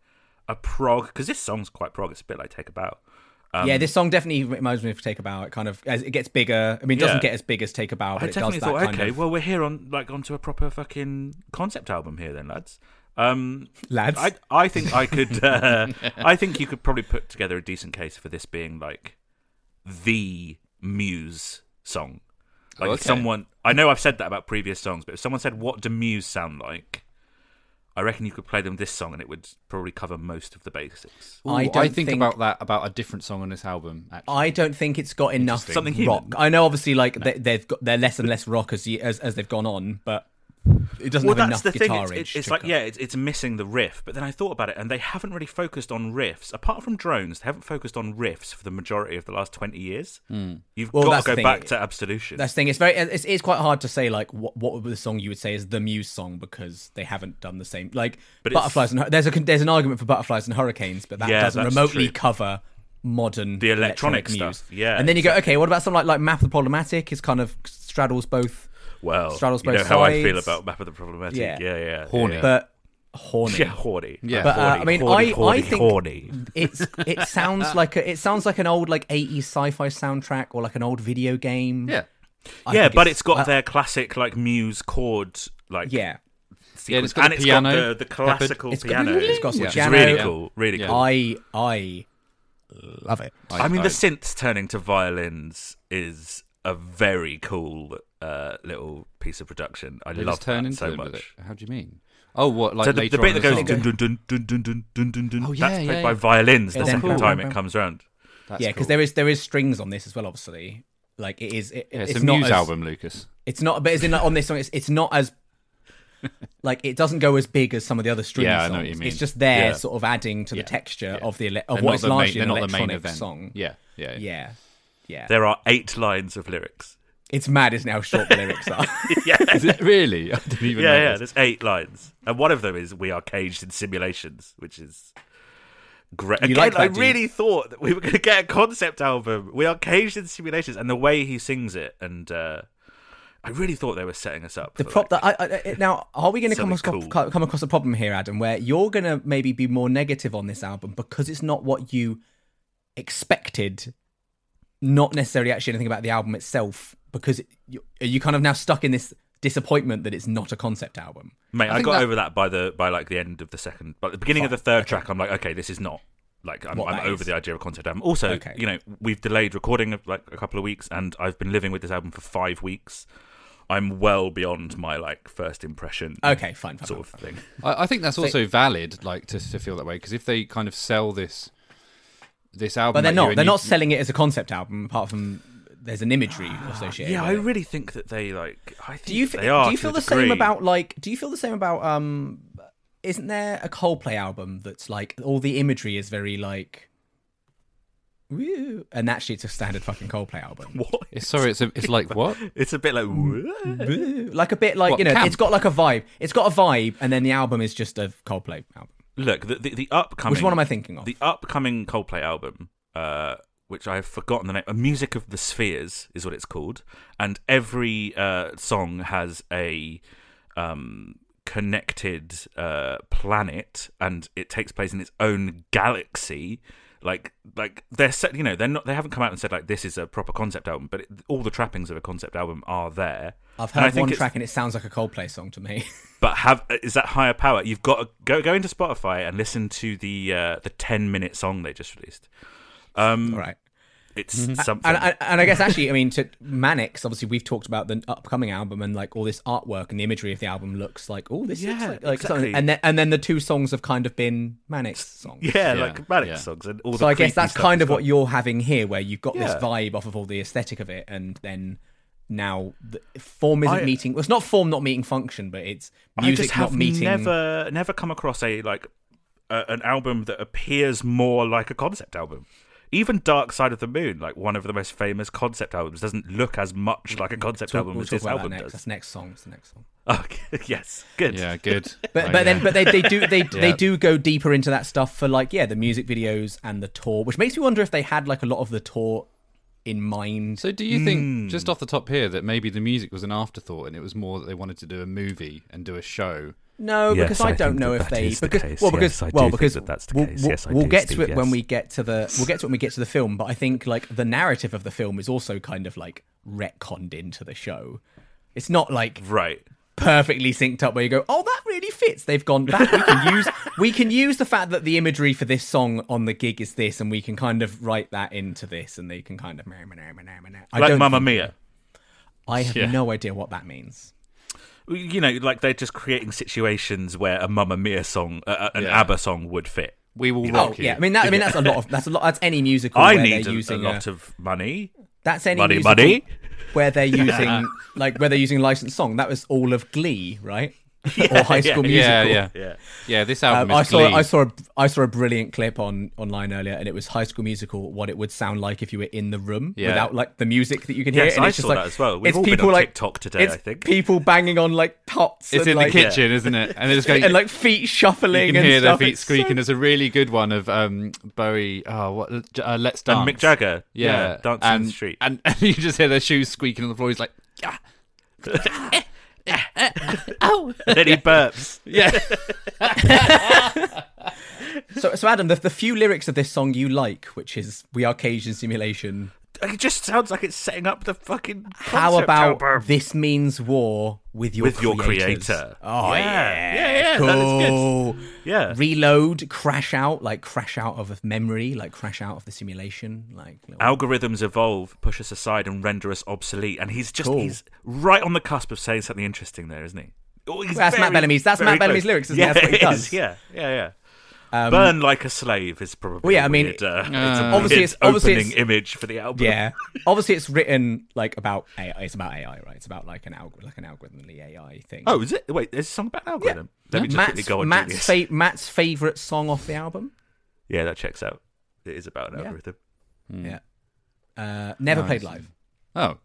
A: a prog because this song's quite prog. It's a bit like Take a Bow. Um,
B: yeah, this song definitely reminds me of Take a Bow. It kind of as it gets bigger. I mean, it doesn't
A: Yeah.
B: get as big as Take a Bow,
A: I
B: but it does
A: definitely
B: that
A: thought,
B: kind
A: okay,
B: of
A: well, we're here on like onto a proper fucking concept album here, then, lads. Um,
B: lads.
A: I I think I could uh, I think you could probably put together a decent case for this being like the Muse song. Like if
C: okay.
A: someone I know I've said that about previous songs, but if someone said what do Muse sound like, I reckon you could play them this song and it would probably cover most of the basics.
C: Ooh,
B: I
C: I,
B: don't
C: think,
B: think-
C: about that about a different song on this album. Actually.
B: I don't think it's got enough
A: Something human.
B: rock. I know, obviously, like they, they've got they're less and less rock as, ye- as as they've gone on, but it doesn't
A: Well,
B: have
A: that's
B: enough
A: the thing.
B: guitar
A: It's,
B: edge.
A: it's, it's
B: to
A: like
B: cut.
A: yeah, it's, it's missing the riff. But then I thought about it, and they haven't really focused on riffs. Apart from drones, they haven't focused on riffs for the majority of the last twenty years. You've
B: Hmm. Well,
A: got
B: that's
A: to
B: the
A: go
B: thing.
A: back to Absolution.
B: That's the thing. It's very. It's, it's quite hard to say like what what would be the song you would say is the Muse song because they haven't done the same. Like
A: But it's-
B: butterflies and Hur- there's a con- there's an argument for butterflies and hurricanes, but that
A: Yeah,
B: doesn't
A: that's
B: remotely
A: true.
B: cover modern
A: The electronic
B: Muse.
A: stuff. Yeah,
B: and then you go okay, what about something like like Map of the Problematic? Is kind of straddles both,
A: Well,
B: straddles
A: you
B: both
A: know how I
B: sides.
A: feel about Map of the Problematic.
B: Yeah.
A: Yeah, yeah, yeah.
C: Horny.
A: Yeah,
B: but horny.
A: <laughs> yeah horny.
C: Yeah.
B: But uh,
A: Horny,
B: I mean,
A: horny,
B: I,
A: horny,
B: I think
A: horny.
B: it's
A: <laughs>
B: it sounds like a, it sounds like an old like 80s sci-fi soundtrack or like an old video game.
C: yeah,
B: I
A: yeah,
B: think
A: but it's got
B: uh,
A: their classic like Muse chord like
B: yeah.
A: sequence,
C: Yeah, and it's got
A: and
C: the
A: it's
C: piano
A: got the, the classical
B: It's got-
A: piano.
B: it's got some
A: which
B: piano.
A: is really
B: Yeah.
A: cool. Really
C: Yeah.
A: cool. I,
B: I I love it.
A: mean, the synths turning to violins is a very cool uh, little piece of production. I
C: They
A: love
C: just turn
A: that
C: into
A: so
C: them with
A: much.
C: it. How do you mean? Oh, what like
A: So the,
C: later
A: the bit
C: on
A: that goes
C: in the
A: dun
C: song?
A: dun dun dun dun dun dun dun dun.
C: Oh, yeah,
A: that's played
C: yeah,
A: by
C: yeah.
A: violins
B: Yeah,
A: the second
B: cool.
A: time it comes around.
C: That's
B: Yeah, because
C: cool.
B: there is there is strings on this as well. Obviously, like it is. It,
C: Yeah, it's,
B: it's
C: a
B: not
C: Muse
B: as,
C: album, Lucas.
B: It's not, but as in like, on this song, it's it's not
C: <laughs>
B: as like it doesn't go as big as some of the other string
C: Yeah, I
B: songs.
C: know what you mean.
B: It's just there,
A: Yeah.
B: sort of adding to
C: Yeah,
B: the texture
C: yeah.
B: of the ele- of what
C: They're not
B: is
C: the main-
B: largely
C: they're
B: an
C: not the main
B: electronic
C: event.
B: song.
C: Yeah, yeah,
B: yeah, yeah.
A: There are eight lines of
C: <laughs>
A: lyrics.
B: It's mad is how short the lyrics are.
A: Yeah.
C: Is it <laughs> really? I didn't even
A: yeah,
C: know
A: yeah.
C: this.
A: There's eight lines, and one of them is "We are caged in simulations," which is great.
B: You
A: Again,
B: like that,
A: I
B: do you?
A: really thought that we were going to get a concept album. We are caged in simulations, and the way he sings it, and uh, I really thought they were setting us up.
B: the
A: for,
B: prop
A: like-
B: that I, I it- now are we going to come across,
A: Something cool.
B: come across a problem here, Adam, where you're going to maybe be more negative on this album because it's not what you expected, not necessarily actually anything about the album itself. Because it, you, are you kind of now stuck in this disappointment that it's not a concept album?
A: mate, I,
C: think
A: got
C: that-
A: over that by the by like the end of the second, by the beginning of the third track. I'm like, okay, this is not like I'm,
B: What
A: I'm
B: that
A: over
B: is.
A: the idea of a concept album. Also,
B: Okay.
A: you know, we've delayed recording of like a couple of weeks, and I've been living with this album for five weeks. I'm well beyond my like first impression.
B: Okay, fine, fine.
A: Sort of
B: fine.
A: thing.
C: I, I think that's also valid, like to, to feel that way, because if they kind of sell this this album,
B: But they're
C: at you
B: not.
C: and
B: They're
C: you-
B: not selling it as a concept album, apart from there's an imagery associated.
A: Yeah, I
B: with it.
A: really think that they like. I think
B: do you fe-
A: they are.
B: do you
A: to
B: feel
A: a
B: the
A: degree.
B: same about like do you feel the same about um isn't there a Coldplay album that's like all the imagery is very like woo and actually it's a standard fucking Coldplay album.
A: <laughs> what?
C: <laughs> It's, sorry, it's a, it's
B: <laughs>
C: like what?
A: It's a bit like.
B: Mm.
A: "What?"
B: Woo. like a bit like
C: What,
B: you know
C: camp?
B: it's got like a vibe. It's got a vibe and then the album is just a Coldplay album.
A: Look, the the, the upcoming.
B: Which one am I thinking of?
A: The upcoming Coldplay album, uh, which I have forgotten the name. A Music of the Spheres is what it's called, and every uh, song has a um, connected uh, planet, and it takes place in its own galaxy. Like, like they're set. You know, they're not. They haven't come out and said like this is a proper concept album, but it, all the trappings of a concept album are there.
B: I've
A: And I
B: heard
A: think
B: one
A: it's-
B: track and it sounds like a Coldplay song to me. <laughs>
A: but have is that higher power? You've got to go go into Spotify and listen to the uh, the ten minute song they just released. Mm.
B: All right.
A: It's something.
B: And, and, and I guess actually, I mean, to Manix, obviously, we've talked about the upcoming album and like all this artwork and the imagery of the album looks like, oh, this looks
A: Yeah,
B: like, like
A: exactly.
B: something. And then, and then the two songs have kind of been
A: <laughs>
B: Manix songs.
A: yeah,
C: Yeah,
A: like manic
C: yeah.
A: songs and all.
B: So
A: the
B: I guess
A: creepy
B: that's
A: stuff
B: kind
A: it's
B: of what
A: got.
B: you're having here, where you've got this
A: Yeah.
B: vibe off of all the aesthetic of it, and then now the form isn't
A: I- uh,
B: meeting. Well, it's not form not meeting function, but it's
A: I
B: music
A: just have
B: not meeting.
A: never never come across a like a, an album that appears more like a concept album. Even Dark Side of the Moon, like one of the most famous concept albums, doesn't look as much like a concept
B: We'll-
A: album
B: we'll
A: as
B: talk
A: this
B: about that
A: album
B: next.
A: does.
B: That's next song. It's the next song.
A: <laughs> Okay, yes, good.
C: Yeah, good.
B: But
C: Right,
B: but then
C: yeah.
B: but they, they
A: <laughs>
B: do they they
C: Yeah.
B: do go deeper into that stuff for like yeah the music videos and the tour, which makes me wonder if they had like a lot of the tour in mind.
C: So do you
B: Hmm.
C: think just off the top here that maybe the music was an afterthought and it was more that they wanted to do a movie and do a show?
B: No,
A: Yes,
B: because I,
A: I
B: don't
A: think
B: know
A: that
B: if
A: that
B: they
A: is the
B: because
A: case.
B: well because
A: Yes, I do
B: well
A: think
B: because
A: that that's the
B: we'll,
A: case.
B: we'll-
A: Yes, I
B: we'll
A: do,
B: get to
A: Steve,
B: it when
A: yes.
B: we get to the we'll get to it when we get to the film. But I think like the narrative of the film is also kind of like retconned into the show. It's not like
A: Right.
B: perfectly synced up where you go oh that really fits they've gone back we can use we can use the fact that the imagery for this song on the gig is this and we can kind of write that into this and they can kind of I
A: Like
B: don't
A: Mamma
B: think-
A: Mia.
B: i have
C: Yeah.
B: no idea what that means
A: you know, like they're just creating situations where a Mamma Mia song, uh, an
C: Yeah.
A: ABBA song, would fit.
C: We will
B: oh
C: rock you.
B: yeah i mean that i mean that's a lot
A: <laughs>
B: of that's a lot that's any musical
A: I
B: where
A: need
B: they're
A: a, a
B: using
A: lot of money,
B: that's any
A: money,
B: musical <laughs>
A: money.
B: where
A: <laughs>
B: they're using like where they're using licensed song that was all of glee
A: <laughs>
B: right or high school musical
C: yeah, yeah,
A: Yeah,
C: yeah. This
B: Um,
C: album
B: I
C: is
B: saw
C: Glee.
B: I saw a, I saw a brilliant clip on online earlier, and it was High School Musical. What it would sound like if you were in the room
C: Yeah.
B: without like the music that you can
A: Yes,
B: hear. And
A: I
B: it's just
A: saw
B: like,
A: that as well. We've
B: it's
A: all been
B: people
A: on
B: like
A: TikTok today,
B: it's
A: I think.
B: people banging on like pots.
C: It's
B: and,
C: in
B: like,
C: the kitchen, isn't it?
B: <laughs>
C: And they're just going.
B: and like feet shuffling.
C: you can
B: and
C: hear their
B: stuff.
C: feet
B: It's so <laughs>
C: squeaking. There's a really good one of um, Bowie. Oh, what? Uh, Let's dance.
A: and Mick Jagger.
C: Yeah,
A: dancing
C: and,
A: in the street.
C: and, <laughs> and you just hear their shoes squeaking on the floor. He's like, "Ah."
A: <laughs> And
B: <laughs>
A: then he burps.
C: yeah,
B: So, so Adam, the, the few lyrics of this song you like, which is "We are Cajun Simulation."
A: It just sounds like it's setting up the fucking.
B: How
A: concept
B: about
A: album.
B: this means war with your
A: With your
B: creators.
A: creator.
B: Oh
A: Yeah.
B: yeah,
A: Yeah, yeah, that is good.
B: cool.
A: Yeah,
B: <laughs> reload, crash out, like crash out of memory, like crash out of the simulation, like little-
A: algorithms evolve, push us aside, and render us obsolete. And he's just
B: Cool.
A: he's right on the cusp of saying something interesting there, isn't he? Oh, he's
B: That's Matt Bellamy's- that's
A: very
B: Matt Bellamy's lyrics, isn't it?
A: yeah,
B: That's what he
A: it is.
B: does. Um,
A: Yeah, yeah, yeah. Burn like a slave is probably.
B: Well, yeah, I mean,
A: weird, uh,
B: obviously
A: it's
B: it's-
A: a weird
B: obviously
A: opening
B: it's-
A: image for the album.
B: yeah. Obviously, it's written like about AI. It's about AI, right? It's about like an alg- like an algorithmally AI thing.
A: Oh, is it? Wait, there's a song about algorithm. Let me just quickly
B: Matt's,
A: go on.
B: Matt's,
A: Genius.
B: fa- Matt's favorite song off the album.
A: yeah, that checks out. It is about an
B: Yeah.
A: algorithm. Hmm.
B: Yeah. Uh, never played live.
C: oh,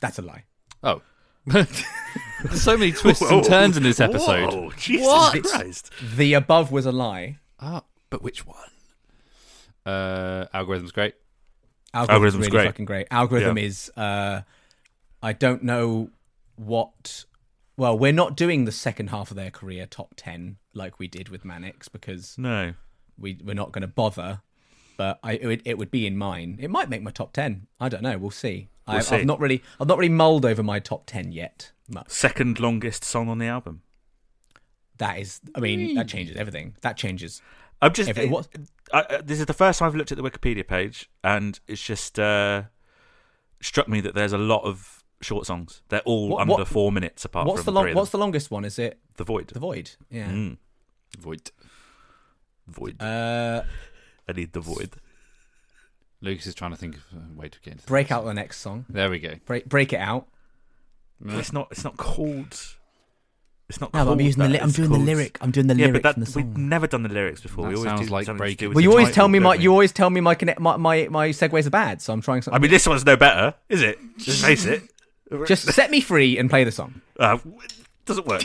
B: That's a lie.
C: oh. <laughs> There's so many twists and turns in this episode.
A: Whoa, Jesus
C: What?
A: Christ!
B: The above was a lie.
C: Ah, but which one? Uh, algorithm's great.
B: Algorithm's,
A: Algorithm's
B: really
A: great.
B: fucking great. Algorithm
A: Yeah.
B: is uh I don't know what well, we're not doing the second half of their career top 10 like we did with Manix because
A: No,
B: we we're not going to bother, but I it would, it would be in mine. It might make my top 10. I don't know, we'll see. I've,
A: see.
B: I've not really I've not really mulled over my top 10 yet much.
A: second longest song on the album.
B: That is I mean, that changes everything. That changes
A: I'm just.
B: If it was-
A: I, I- this is the first time I've looked at the Wikipedia page, and it's just uh, struck me that there's a lot of short songs. They're all
B: What-
A: under
B: what-
A: four minutes apart
B: What's
A: from
B: the
A: three
B: long,
A: of
B: what's
A: them.
B: the longest one? Is it
A: the void.
B: The Void? Yeah.
A: Mm,
C: Void.
A: void.
B: Uh
A: I need the void.
C: Lucas is trying to think of a way to get into
B: break
C: this.
B: out the next song.
C: There we go.
B: Break break it out.
A: It's not. It's not called. It's not.
B: Uh, No, but
A: called
B: I'm using the
A: that,
B: li- I'm
A: it's
B: doing the
A: called-
B: lyric. I'm doing the
A: Yeah,
B: lyric
A: but that,
B: from the
A: we've
B: song.
A: never done the lyrics before.
C: That
A: we always
C: sounds
A: do
C: like
A: something to do
C: breaking.
A: with
B: Well,
A: the
B: you always
A: title,
B: tell me my
A: don't we?
B: you always tell me my connect my my, my segues are bad, so I'm trying something.
A: I mean, this one's no better, is it? Let's face <laughs> it.
B: just set me free and play the song.
A: Uh, w- doesn't <laughs> work.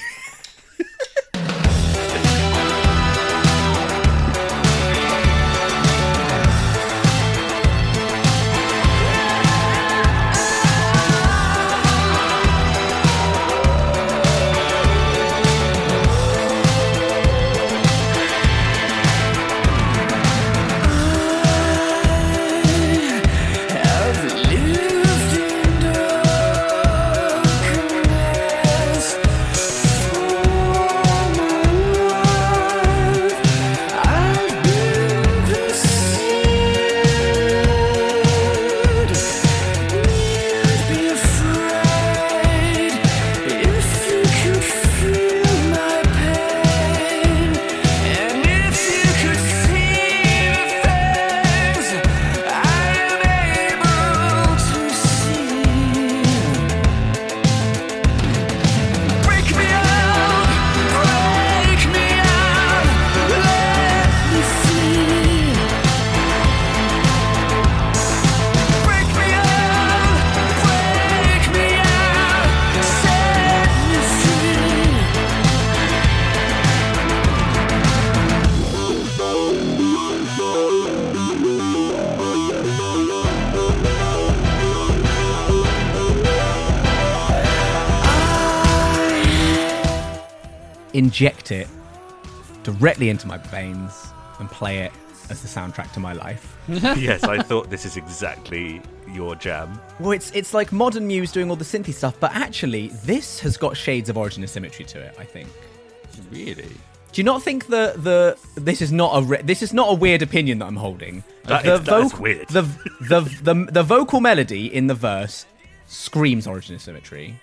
B: inject it directly into my veins and play it as the soundtrack to my life.
A: yes, I thought this is exactly your jam.
B: Well, it's it's like modern Muse doing all the synthy stuff, but actually, this has got shades of Origin of Symmetry to it. I think.
C: Really?
B: Do you not think the the this is not a re- this is not a weird opinion that I'm holding?
A: That
B: the
A: is- that is weird.
B: The, the the the vocal melody in the verse screams Origin of Symmetry.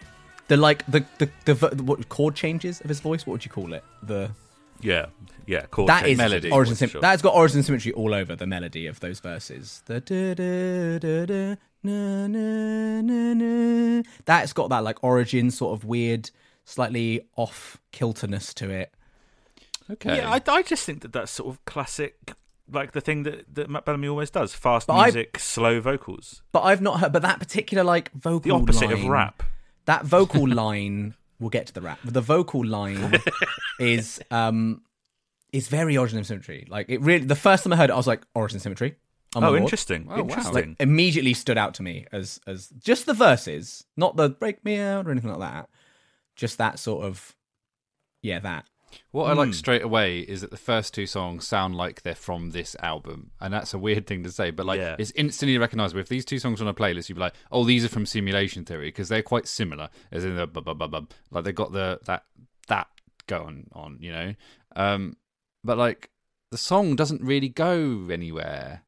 B: The like the the, the, vo- what chord changes of his voice. What would you call it? The
A: Yeah, yeah. Chord
B: that
A: change.
B: is
C: melody,
B: Origin
A: for
B: Sym-
A: sure.
B: That's got Origin Symmetry all over the melody of those verses. The du- du- du- du- na- na- na- na. That's got that like Origin sort of weird, slightly off kilterness to it.
C: Okay.
A: Yeah, I, I just think that that's sort of classic, like the thing that, that Matt Bellamy always does: fast
B: But I-
A: music, slow vocals,
B: But I've not heard. But that particular like vocal,
A: the opposite of
B: line-
A: rap. <laughs>
B: That vocal line, we'll get to the rap. But the vocal line is um is very origin of symmetry. Like it really. The first time I heard it, I was like origin of symmetry. my
A: Oh,
B: lord.
A: interesting,
C: wow.
A: interesting.
B: Immediately stood out to me as as just the verses, not the break me out or anything like that. Just that sort of yeah, that
C: What I like straight away is that the first two songs sound like they're from this album, and that's a weird thing to say, but like
A: Yeah.
C: it's instantly recognizable. If these two songs are on a playlist, you'd be like, "Oh, these are from Simulation Theory" because they're quite similar, as in the bu- bu- bu- bu- like they got the that that going on, you know. Um, but like the song doesn't really go anywhere,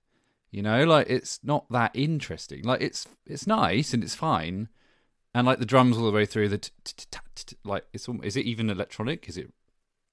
C: you know. Like it's not that interesting. Like it's it's nice and it's fine, and like the drums all the way through the t- t- t- t- t- like it's alm- is it even electronic? Is it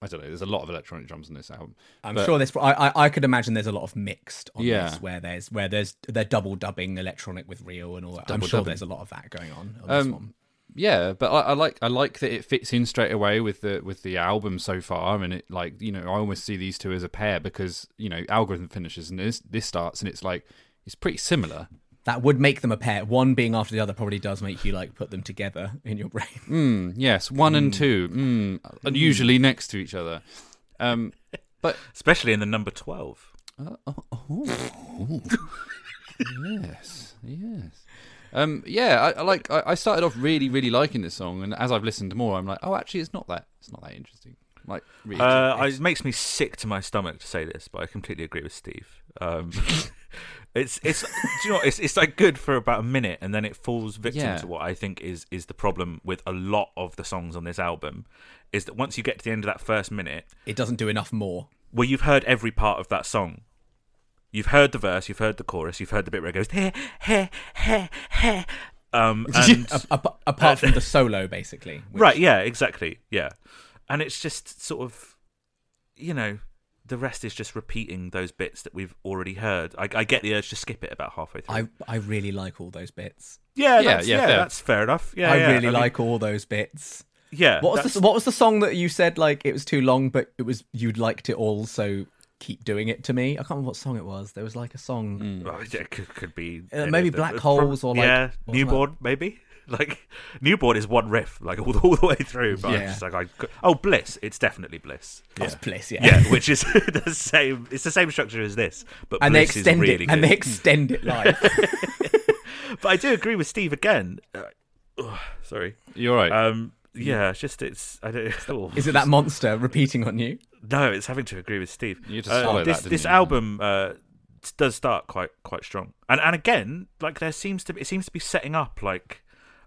C: I don't know. There's a lot of electronic drums on this album.
B: I'm
C: But-
B: sure this. I, I I could imagine there's a lot of mixed on
C: Yeah.
B: this, where there's where there's they're double dubbing electronic with real and all that. I'm
C: Double
B: sure
C: dubbing.
B: there's a lot of that going on. on this
C: Um,
B: one.
C: Yeah, but I, I like I like that it fits in straight away with the with the album so far, and it like you know I almost see these two as a pair because you know algorithm finishes and this this starts and it's like it's pretty similar.
B: That would make them a pair. One being after the other probably does make you like put them together <laughs> in your brain.
C: Mm, yes, one
B: Hmm.
C: and two, mm, and usually next to each other. Um, but
A: Especially in the number twelve.
C: yes, yes. Um, yeah, I, I like I, I started off really really liking this song, and as I've listened more, I'm like, oh, actually, it's not that it's not that interesting. Like, really,
A: Uh, I- it makes me sick to my stomach to say this, but I completely agree with Steve. <laughs> Um, it's it's do you know what? it's it's like good for about a minute, and then it falls victim
C: Yeah.
A: to what I think is is the problem with a lot of the songs on this album, is that once you get to the end of that first minute,
B: It doesn't do enough more.
A: well, you've heard every part of that song. You've heard the verse, you've heard the chorus, you've heard the bit where it goes heh heh heh heh. <laughs> Um, <laughs> and
B: Apa- apart from
A: <laughs>
B: the solo, basically. which-
A: Right, yeah, exactly. Yeah. And it's just sort of you know, the rest is just repeating those bits that we've already heard. I, I get the urge to skip it about halfway through.
B: I I really like all those bits.
A: yeah,
C: Yeah,
A: that's,
C: yeah,
A: yeah,
C: fair.
A: that's fair enough. Yeah,
B: I
A: yeah.
B: really
A: mean,
B: like all those bits.
A: Yeah,
B: What was
A: that's-
B: the, what was the song that you said like it was too long, but it was you liked it all, so keep doing it to me. I can't remember what song it was. There was like a song.
A: Well, yeah, it could, could be
B: Uh,
A: any
B: maybe
A: of them.
B: Black
A: It's
B: Holes or, like, or
A: yeah,
B: something
A: Newborn maybe. <laughs> Like Newborn is one riff, like all the, all the way through. But I'm
B: Yeah.
A: just like, I could- oh, Bliss, it's definitely Bliss.
B: That's Oh, Bliss, <laughs> yeah.
A: Yeah, which is <laughs> the same. It's the same structure as this, but
B: And they
A: Bliss
B: extend
A: is really
B: it,
A: good.
B: and they extend it
A: <laughs>
B: live.
A: but I do agree with Steve again. Uh, ugh, sorry.
C: you're right.
A: Um, yeah, it's just it's I don't. oh.
B: Is it that monster repeating on you?
A: <laughs> No, it's having to agree with Steve.
C: You had to
A: Uh,
C: swallow that,
A: this
C: didn't
A: this
C: you?
A: album uh, t- does start quite quite strong, and and again, like there seems to be, it seems to be setting up like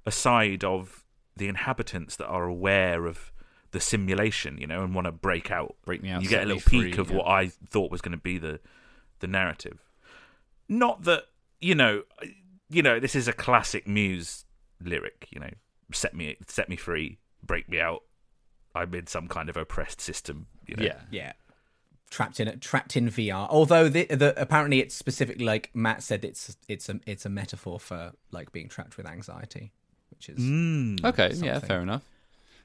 A: a side of the inhabitants that are aware of the simulation, you know, and want to break out.
C: Break me out,
A: You get a
C: set
A: little
C: me
A: peek
C: free,
A: of
C: yeah.
A: what I thought was going to be the the narrative. Not that you know, you know, this is a classic Muse lyric. You know, set me set me free, break me out. I'm in some kind of oppressed system. You know?
C: yeah.
B: Yeah. Trapped in trapped in VR. Although the, the apparently it's specifically like Matt said it's it's a it's a metaphor for like being trapped with anxiety, which is
A: Mm.
C: Okay, yeah,
B: something.
C: fair enough.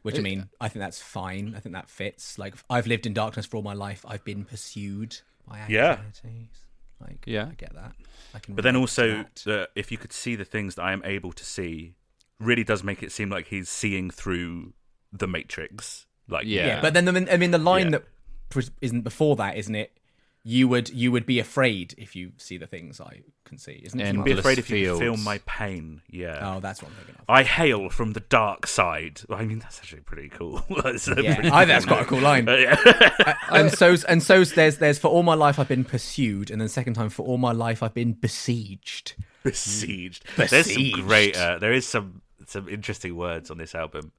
B: which I mean I think that's fine. I think that fits. Like I've lived in darkness for all my life. I've been pursued by
A: Yeah.
B: anxieties. Like
C: Yeah.
B: I get that. I can.
A: But then
B: relate to
A: also,
B: that.
A: the, if you could see the things that I am able to see, really does make it seem like he's seeing through the matrix. Like,
C: Yeah.
B: yeah. But then the, I mean the line
A: Yeah.
B: that that pres- isn't before that, isn't it? you would you would be afraid if you see the things I can see, isn't it?
C: And
B: something
A: Be
B: like
C: Endless
A: afraid if you
C: fields.
A: feel my pain. Yeah.
B: that? oh, that's what I'm thinking of.
A: I hail from the dark side. I mean, that's actually pretty cool. <laughs> that's a
B: Yeah,
A: pretty
B: I
A: <laughs>
B: think that's quite a cool line.
A: Uh, yeah. <laughs>
B: and so and so there's there's for all my life I've been pursued, and then second time for all my life I've been besieged.
A: besieged. There's some great. Uh, there is some some interesting words on this album.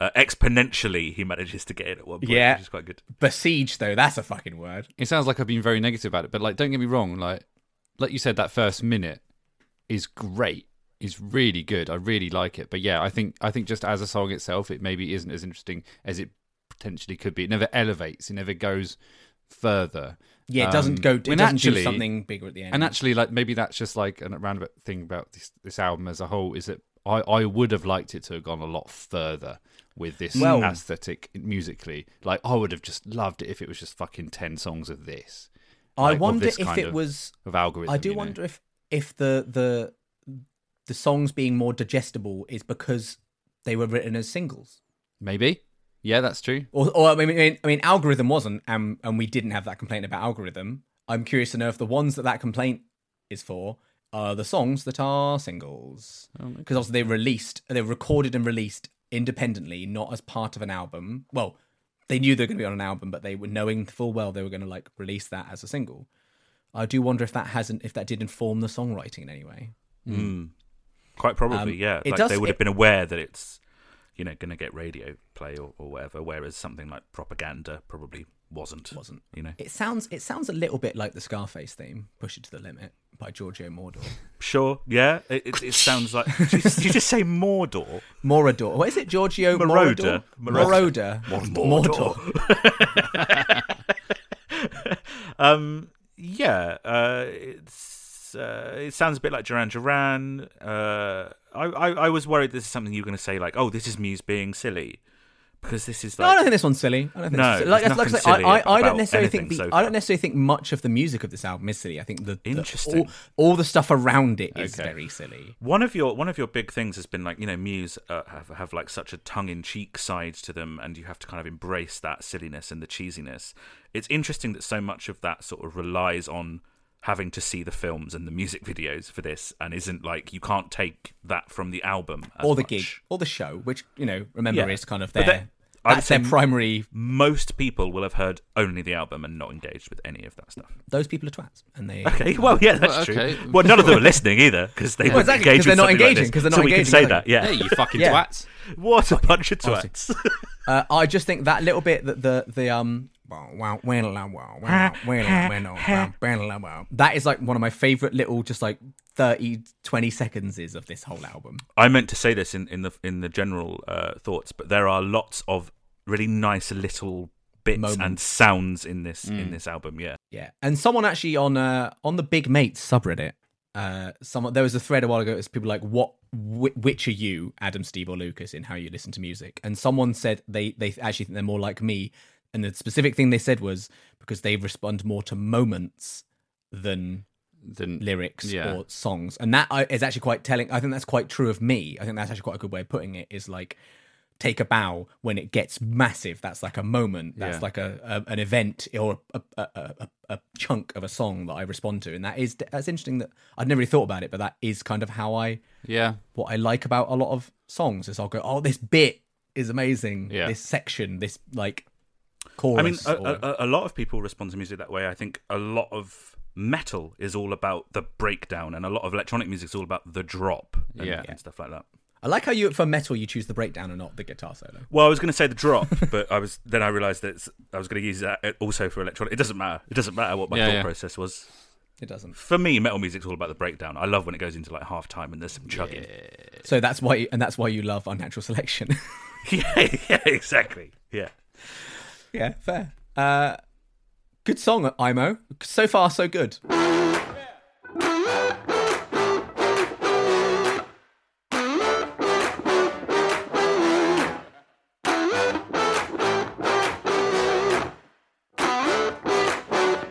A: Uh, exponentially, he manages to get it at one point,
B: Yeah.
A: which is quite good.
B: Besieged though, that's a fucking word.
C: it sounds like I've been very negative about it, but like, don't get me wrong. Like, like you said, that first minute is great. Is really good. I really like it. But yeah, I think I think just as a song itself, it maybe isn't as interesting as it potentially could be. It never elevates. It never goes further.
B: Yeah, it doesn't
C: Um,
B: go. It
C: when
B: doesn't do
C: actually-
B: something bigger at the end.
C: And actually, like maybe that's just like a roundabout thing about this this album as a whole is that I I would have liked it to have gone a lot further with this
B: Well-
C: aesthetic musically. Like I would have just loved it if it was just fucking ten songs of this
B: I
C: like, of
B: wonder
C: this
B: if
C: kind
B: it
C: of
B: was.
C: of algorithm.
B: I do
C: you know?
B: wonder if if the the the songs being more digestible is because they were written as singles.
C: Maybe. Yeah, that's true.
B: Or, or I mean, I mean, algorithm wasn't, and and we didn't have that complaint about algorithm. I'm curious to know if the ones that that complaint is for are the songs that are singles, because also they released, they were recorded and released independently, not as part of an album. Well, they knew they were going to be on an album, but they were knowing full well they were going to like release that as a single. I do wonder if that hasn't, if that did inform the songwriting in any way.
A: Quite probably,
B: Um,
A: yeah.
B: it
A: Like
B: does-
A: they would
B: it-
A: have been aware that it's you know going to get radio play or, or whatever, whereas something like propaganda probably wasn't.
B: Wasn't.
A: you know?
B: It sounds, it sounds a little bit like the Scarface theme, "Push It to the Limit" by Giorgio Moroder.
A: Sure, yeah. It, it, it sounds
B: <laughs>
A: like did you, did you just say Mordor.
B: Morador. What is it, Giorgio?
A: Moroder.
B: Moroder.
A: Mordor. Um, yeah. Uh, it's uh, it sounds a bit like Duran Duran. Uh, I, I I was worried this is something you were going to say like, oh, this is Muse being silly, because this is
B: No, I
A: like
B: don't think this one's silly. I don't think
A: No,
B: it's silly.
A: there's
B: I-
A: nothing silly
B: I, I, I
A: about
B: don't necessarily think the,
A: anything so
B: I
A: far.
B: don't necessarily think much of the music of this album is silly. I think the, the-
A: Interesting.
B: all, all the stuff around it is
C: Okay.
B: very silly.
A: One of your one of your big things has been like you know Muse uh, have have like such a tongue in cheek side to them, and you have to kind of embrace that silliness and the cheesiness. It's interesting that so much of that sort of relies on having to see the films and the music <laughs> videos for this, and isn't like you can't take that from the album as
B: Or the
A: much.
B: gig, or the show, which you know, remember
A: Yeah.
B: is kind of
A: But
B: their
A: that- I would
B: that's their
A: say-
B: primary.
A: Most people will have heard only the album and not engaged with any of that
B: <laughs>
A: stuff.
B: Those people are twats,
A: <laughs>
B: and they
A: Okay, well, yeah, that's
C: Well, okay.
A: true. Well, none of them
B: <laughs>
A: are listening either because they wouldn't
B: exactly, 'cause
A: engage
B: they're
A: with
B: not
A: something like
B: engaging,
A: this.
B: 'cause they're not
A: so we can
B: engaging,
A: say
B: are they?
A: that. Yeah,
C: Hey,
A: <laughs>
C: you fucking
B: Yeah.
C: twats.
A: what a bunch of
B: honestly.
A: twats.
B: Uh, I just think that little bit that the the um that is like one of my favorite little just like 30 20 seconds is of this whole album.
A: I meant to say this in, in the in the general uh, thoughts, but there are lots of really nice little bits and
B: Moments. Mm.
A: sounds in this in this album. Yeah,
B: Yeah, and someone actually on uh on the Big Mates subreddit, uh, someone there was a thread a while ago. It was people like, "What, whi which are you, Adam, Steve, or Lucas, in how you listen to music?" And someone said they they actually think they're more like me, and the specific thing they said was because they respond more to moments than
C: Then
B: lyrics
C: Yeah.
B: or songs, and that I- is actually quite telling. I think that's quite true of me. I think that's actually quite a good way of putting it. Is like take a bow when it gets massive. That's like a moment. That's
C: Yeah.
B: like a, a an event or a, a, a, a, a chunk of a song that I respond to, and that is that's interesting. That I'd never really thought about it, but that is kind of how I
C: yeah,
B: what I like about a lot of songs is I'll go, oh, this bit is amazing.
C: Yeah. uh,
B: This section, this like
A: I mean,
B: chorus.
A: a,
B: or-
A: a, a lot of people respond to music that way. I think a lot of metal is all about the breakdown, and a lot of electronic music is all about the drop and,
C: Yeah.
A: and stuff like that.
B: I like how you for metal you choose the breakdown and not the guitar solo.
A: Well, I was going to say the drop, <laughs> but I was then I realised that it's- I was going to use that also for electronic. It doesn't matter. It doesn't matter what my
C: Yeah,
A: thought
C: yeah.
A: process was.
B: It doesn't.
A: For me, metal music's all about the breakdown. I love when it goes into like half time and there's some chugging.
B: So that's why, and that's why you love unnatural selection. <laughs>
A: <laughs> yeah, yeah exactly. Yeah.
B: yeah, fair. Uh, good song, Imo. So far, so good.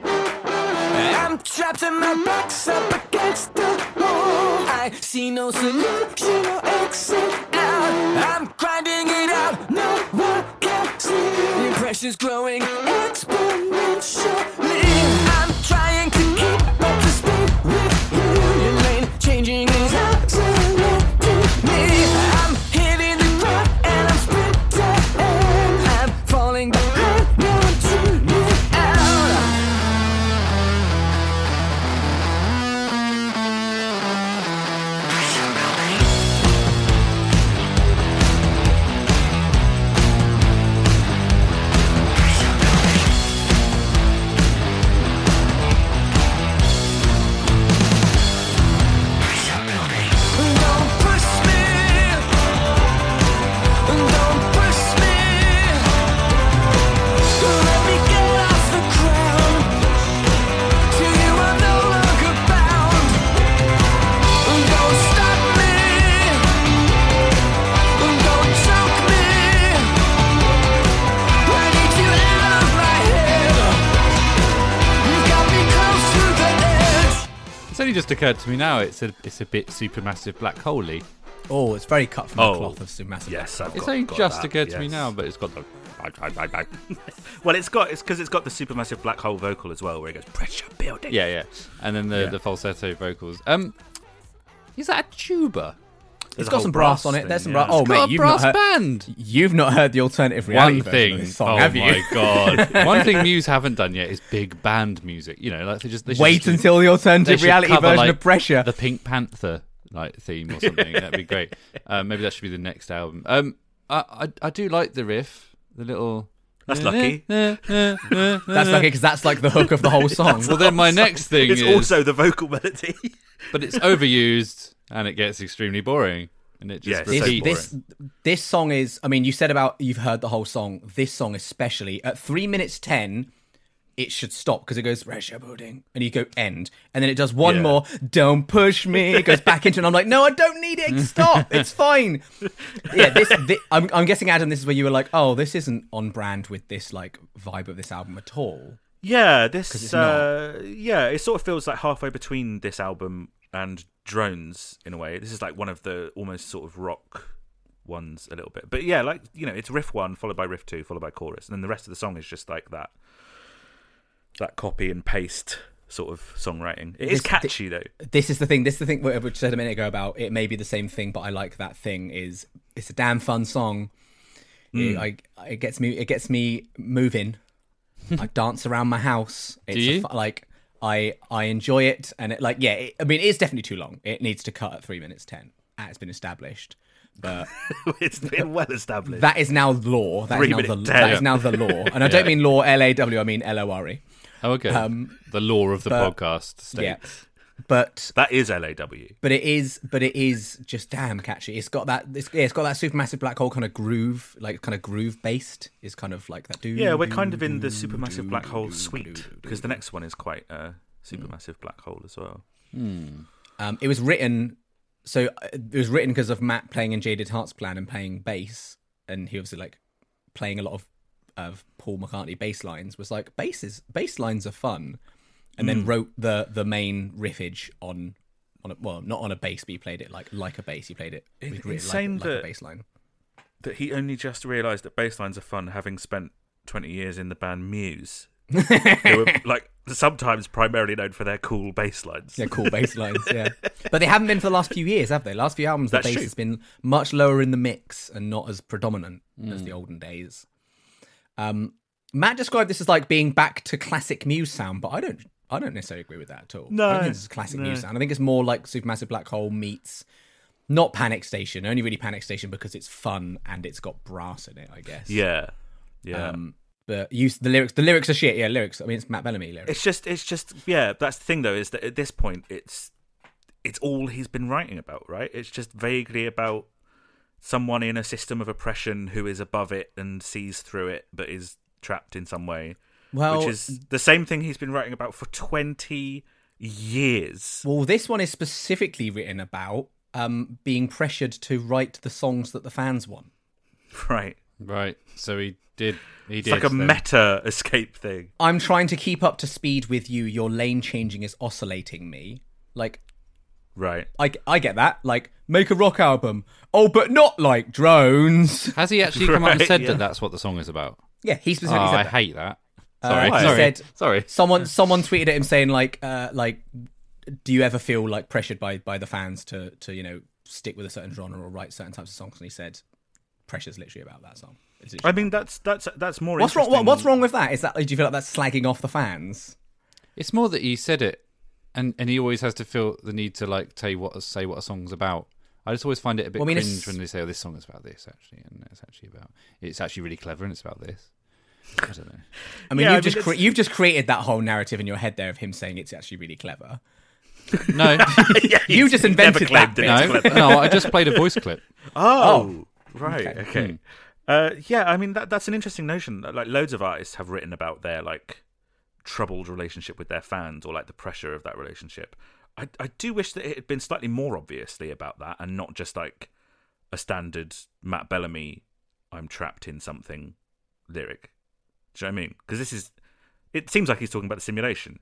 E: I'm trapped and my back's up against the wall. I see no solution or exit out. I'm grinding it out, no one can see. The impression's growing exponentially. I'm
C: It's only just occurred to me now. It's a it's a bit supermassive black holey.
B: Oh, it's very cut from the
A: Oh,
B: cloth of Sumasin.
A: Yes, I've
C: It's
A: got,
C: only
A: got
C: just
A: that,
C: occurred to me
A: yes.
C: now, but it's got the.
A: <laughs> Well, it's got it's because it's got the supermassive black hole vocal as well, where it goes pressure building.
C: Yeah, yeah, and then the, the falsetto vocals. Um, is that a tuba?
A: There's
B: it's
A: a
B: got
A: whole
B: some brass, on it.
A: thing,
B: There's some
A: yeah.
B: brass. Oh,
C: Got
B: mate,
C: a
B: you've not
C: brass
B: heard.
C: band.
B: You've not heard the alternative reality
C: One
B: version of
C: thing.
B: this song,
C: oh
B: have you?
C: my
B: <laughs>
C: god. One thing Muse haven't done yet is big band music. You know, like they just they should
B: Wait
C: just-
B: until the
C: they
B: alternative
C: should
B: reality
C: cover,
B: version
C: like,
B: of Pressure.
C: the Pink Panther like theme or something. That'd
B: <laughs>
C: be great. Um, maybe that should be the next album. Um, I I, I do like the riff, the little.
A: That's lucky.
B: That's lucky because that's like the hook of the
C: <laughs>
B: whole song.
C: Well,
B: <laughs>
C: then my next thing
A: It's
C: is,
A: also the vocal melody. <laughs>
C: but it's overused and it gets extremely boring, and it just
A: Yeah, it's so
C: repeats.
B: this this song is i mean you said about you've heard the whole song this song especially at 3 minutes 10 it should stop because it goes pressure building and you go end and then it does one
A: Yeah.
B: more don't push me it goes back into it and i'm like no i don't need it stop it's fine yeah this, thi- I'm, I'm guessing adam this is where you were like oh this isn't on brand with this like vibe of this album at all
A: Yeah, this
B: it's
A: uh, yeah, it sort of feels like halfway between this album and Drones in a way. This is like one of the almost sort of rock ones a little bit. But yeah, like you know, it's riff 1 followed by riff 2 followed by chorus and then the rest of the song is just like that that copy and paste sort of songwriting. It is
B: This-
A: catchy though. <laughs>
B: this is the thing. This is the thing which I said a minute ago about it may be the same thing, but I like that thing. Is it's a damn fun song. It, I it gets me it gets me moving. I dance around my house. It's
C: you?
B: A fu- like I I enjoy it, and it like yeah. It, I mean, it is definitely too long. It needs to cut at three minutes ten. That's been established, but <laughs>
A: it's been well established.
B: that is now law. That is
A: Three
B: now the
A: minute
B: that
A: 10.
B: is now the law, and I don't mean law L A W. I mean L O R E.
C: Oh, okay.
B: Um,
C: the law of the
B: but-
C: podcast state.
B: Yeah, but
A: that is LAW.
B: but it is but it is just damn catchy it's got that it's, yeah, it's got that supermassive black hole kind of groove like kind of groove based is kind of like that do
A: Yeah, we're kind of in the supermassive black hole suite because the next one is quite uh, supermassive black hole as well.
B: um it was written so uh, it was written because of matt playing in jaded heart's plan and playing bass and he obviously like playing a lot of of paul mccartney bass lines was like basses bass lines are fun and
A: Mm.
B: then wrote the the main riffage on on a, well not on a bass but he played it like like a bass he played it
A: It-
B: with
A: insane
B: like, a- like
A: that-
B: a bass line
A: that he only just realised that bass lines are fun, having spent 20 years in the band Muse. who were, like, sometimes primarily known for their cool bass lines.
B: Yeah, cool bass lines.
A: <laughs>
B: Yeah, but they haven't been for the last few years, have they? Last few albums, the
A: That's
B: bass
A: true.
B: has been much lower in the mix and not as predominant as
A: Mm.
B: the olden days. Um, Matt described this as like being back to classic Muse sound, but I don't, I don't necessarily agree with that at all. I
A: No,
B: don't think this is classic
A: no.
B: Muse sound. I think it's more like Supermassive Black Hole meets. Not Panic Station, only really Panic Station because it's fun and it's got brass in it, I guess.
A: Yeah. Yeah.
B: Um, but use the lyrics. The lyrics are shit. Yeah, lyrics. I mean, it's Matt Bellamy lyrics.
A: it's just, it's just, yeah, that's the thing though, is that at this point, it's, it's all he's been writing about, right? It's just vaguely about someone in a system of oppression who is above it and sees through it, but is trapped in some way.
B: well,
A: which is the same thing he's been writing about for 20 years. <laughs>
B: Well, this one is specifically written about um, being pressured to write the songs that the fans want.
A: Right.
C: Right. So he did. He
A: It's
C: did.
A: like a
C: then.
A: meta <laughs> escape thing.
B: I'm trying to keep up to speed with you. Your lane changing is oscillating me. Like,
A: Right.
B: I, I get that. Like, make a rock album. Oh, but not like drones. <laughs>
C: Has he actually come out and
A: Right,
C: said
A: yeah.
C: that that's what the song is about?
B: Yeah, he
C: Oh,
B: specifically
C: I
B: said that.
C: hate that.
B: Uh,
C: Sorry.
B: he
C: sorry.
B: said-
C: sorry.
B: Someone someone tweeted at him saying like uh, like, do you ever feel like pressured by by the fans to to you know stick with a certain genre or write certain types of songs? And he said, pressure's literally about that song. It's literally
A: I mean, that's that's that's more.
B: What's wrong? What,
A: interesting-
B: what's wrong with that? Is that do you feel like that's slagging off the fans?
C: It's more that he said it, and and he always has to feel the need to like tell you what say what a song's about. I just always find it a bit
B: Well, I mean,
C: cringe
B: it's-
C: when they say, "Oh, this song is about this actually, and it's actually about it's actually really clever and it's about this." I don't know.
B: I mean,
A: Yeah, I
B: you've
A: mean,
B: just cre-
A: it's-
B: you've just created that whole narrative in your head there of him saying it's actually really clever. <laughs>
C: No,
A: <laughs> yeah,
B: You
A: he's
B: just
A: never
B: invented
A: claimed
B: that bit.
A: it's
C: no,
A: clever.
C: no. I just played a voice clip.
A: Oh, right. Okay. Uh, yeah, I mean that that's an interesting notion. that, Like loads of artists have written about their like troubled relationship with their fans or like the pressure of that relationship. I I do wish that it had been slightly more obviously about that and not just like a standard Matt Bellamy I'm trapped in something lyric. Do you know what I mean? Because this is it seems like he's talking about the simulation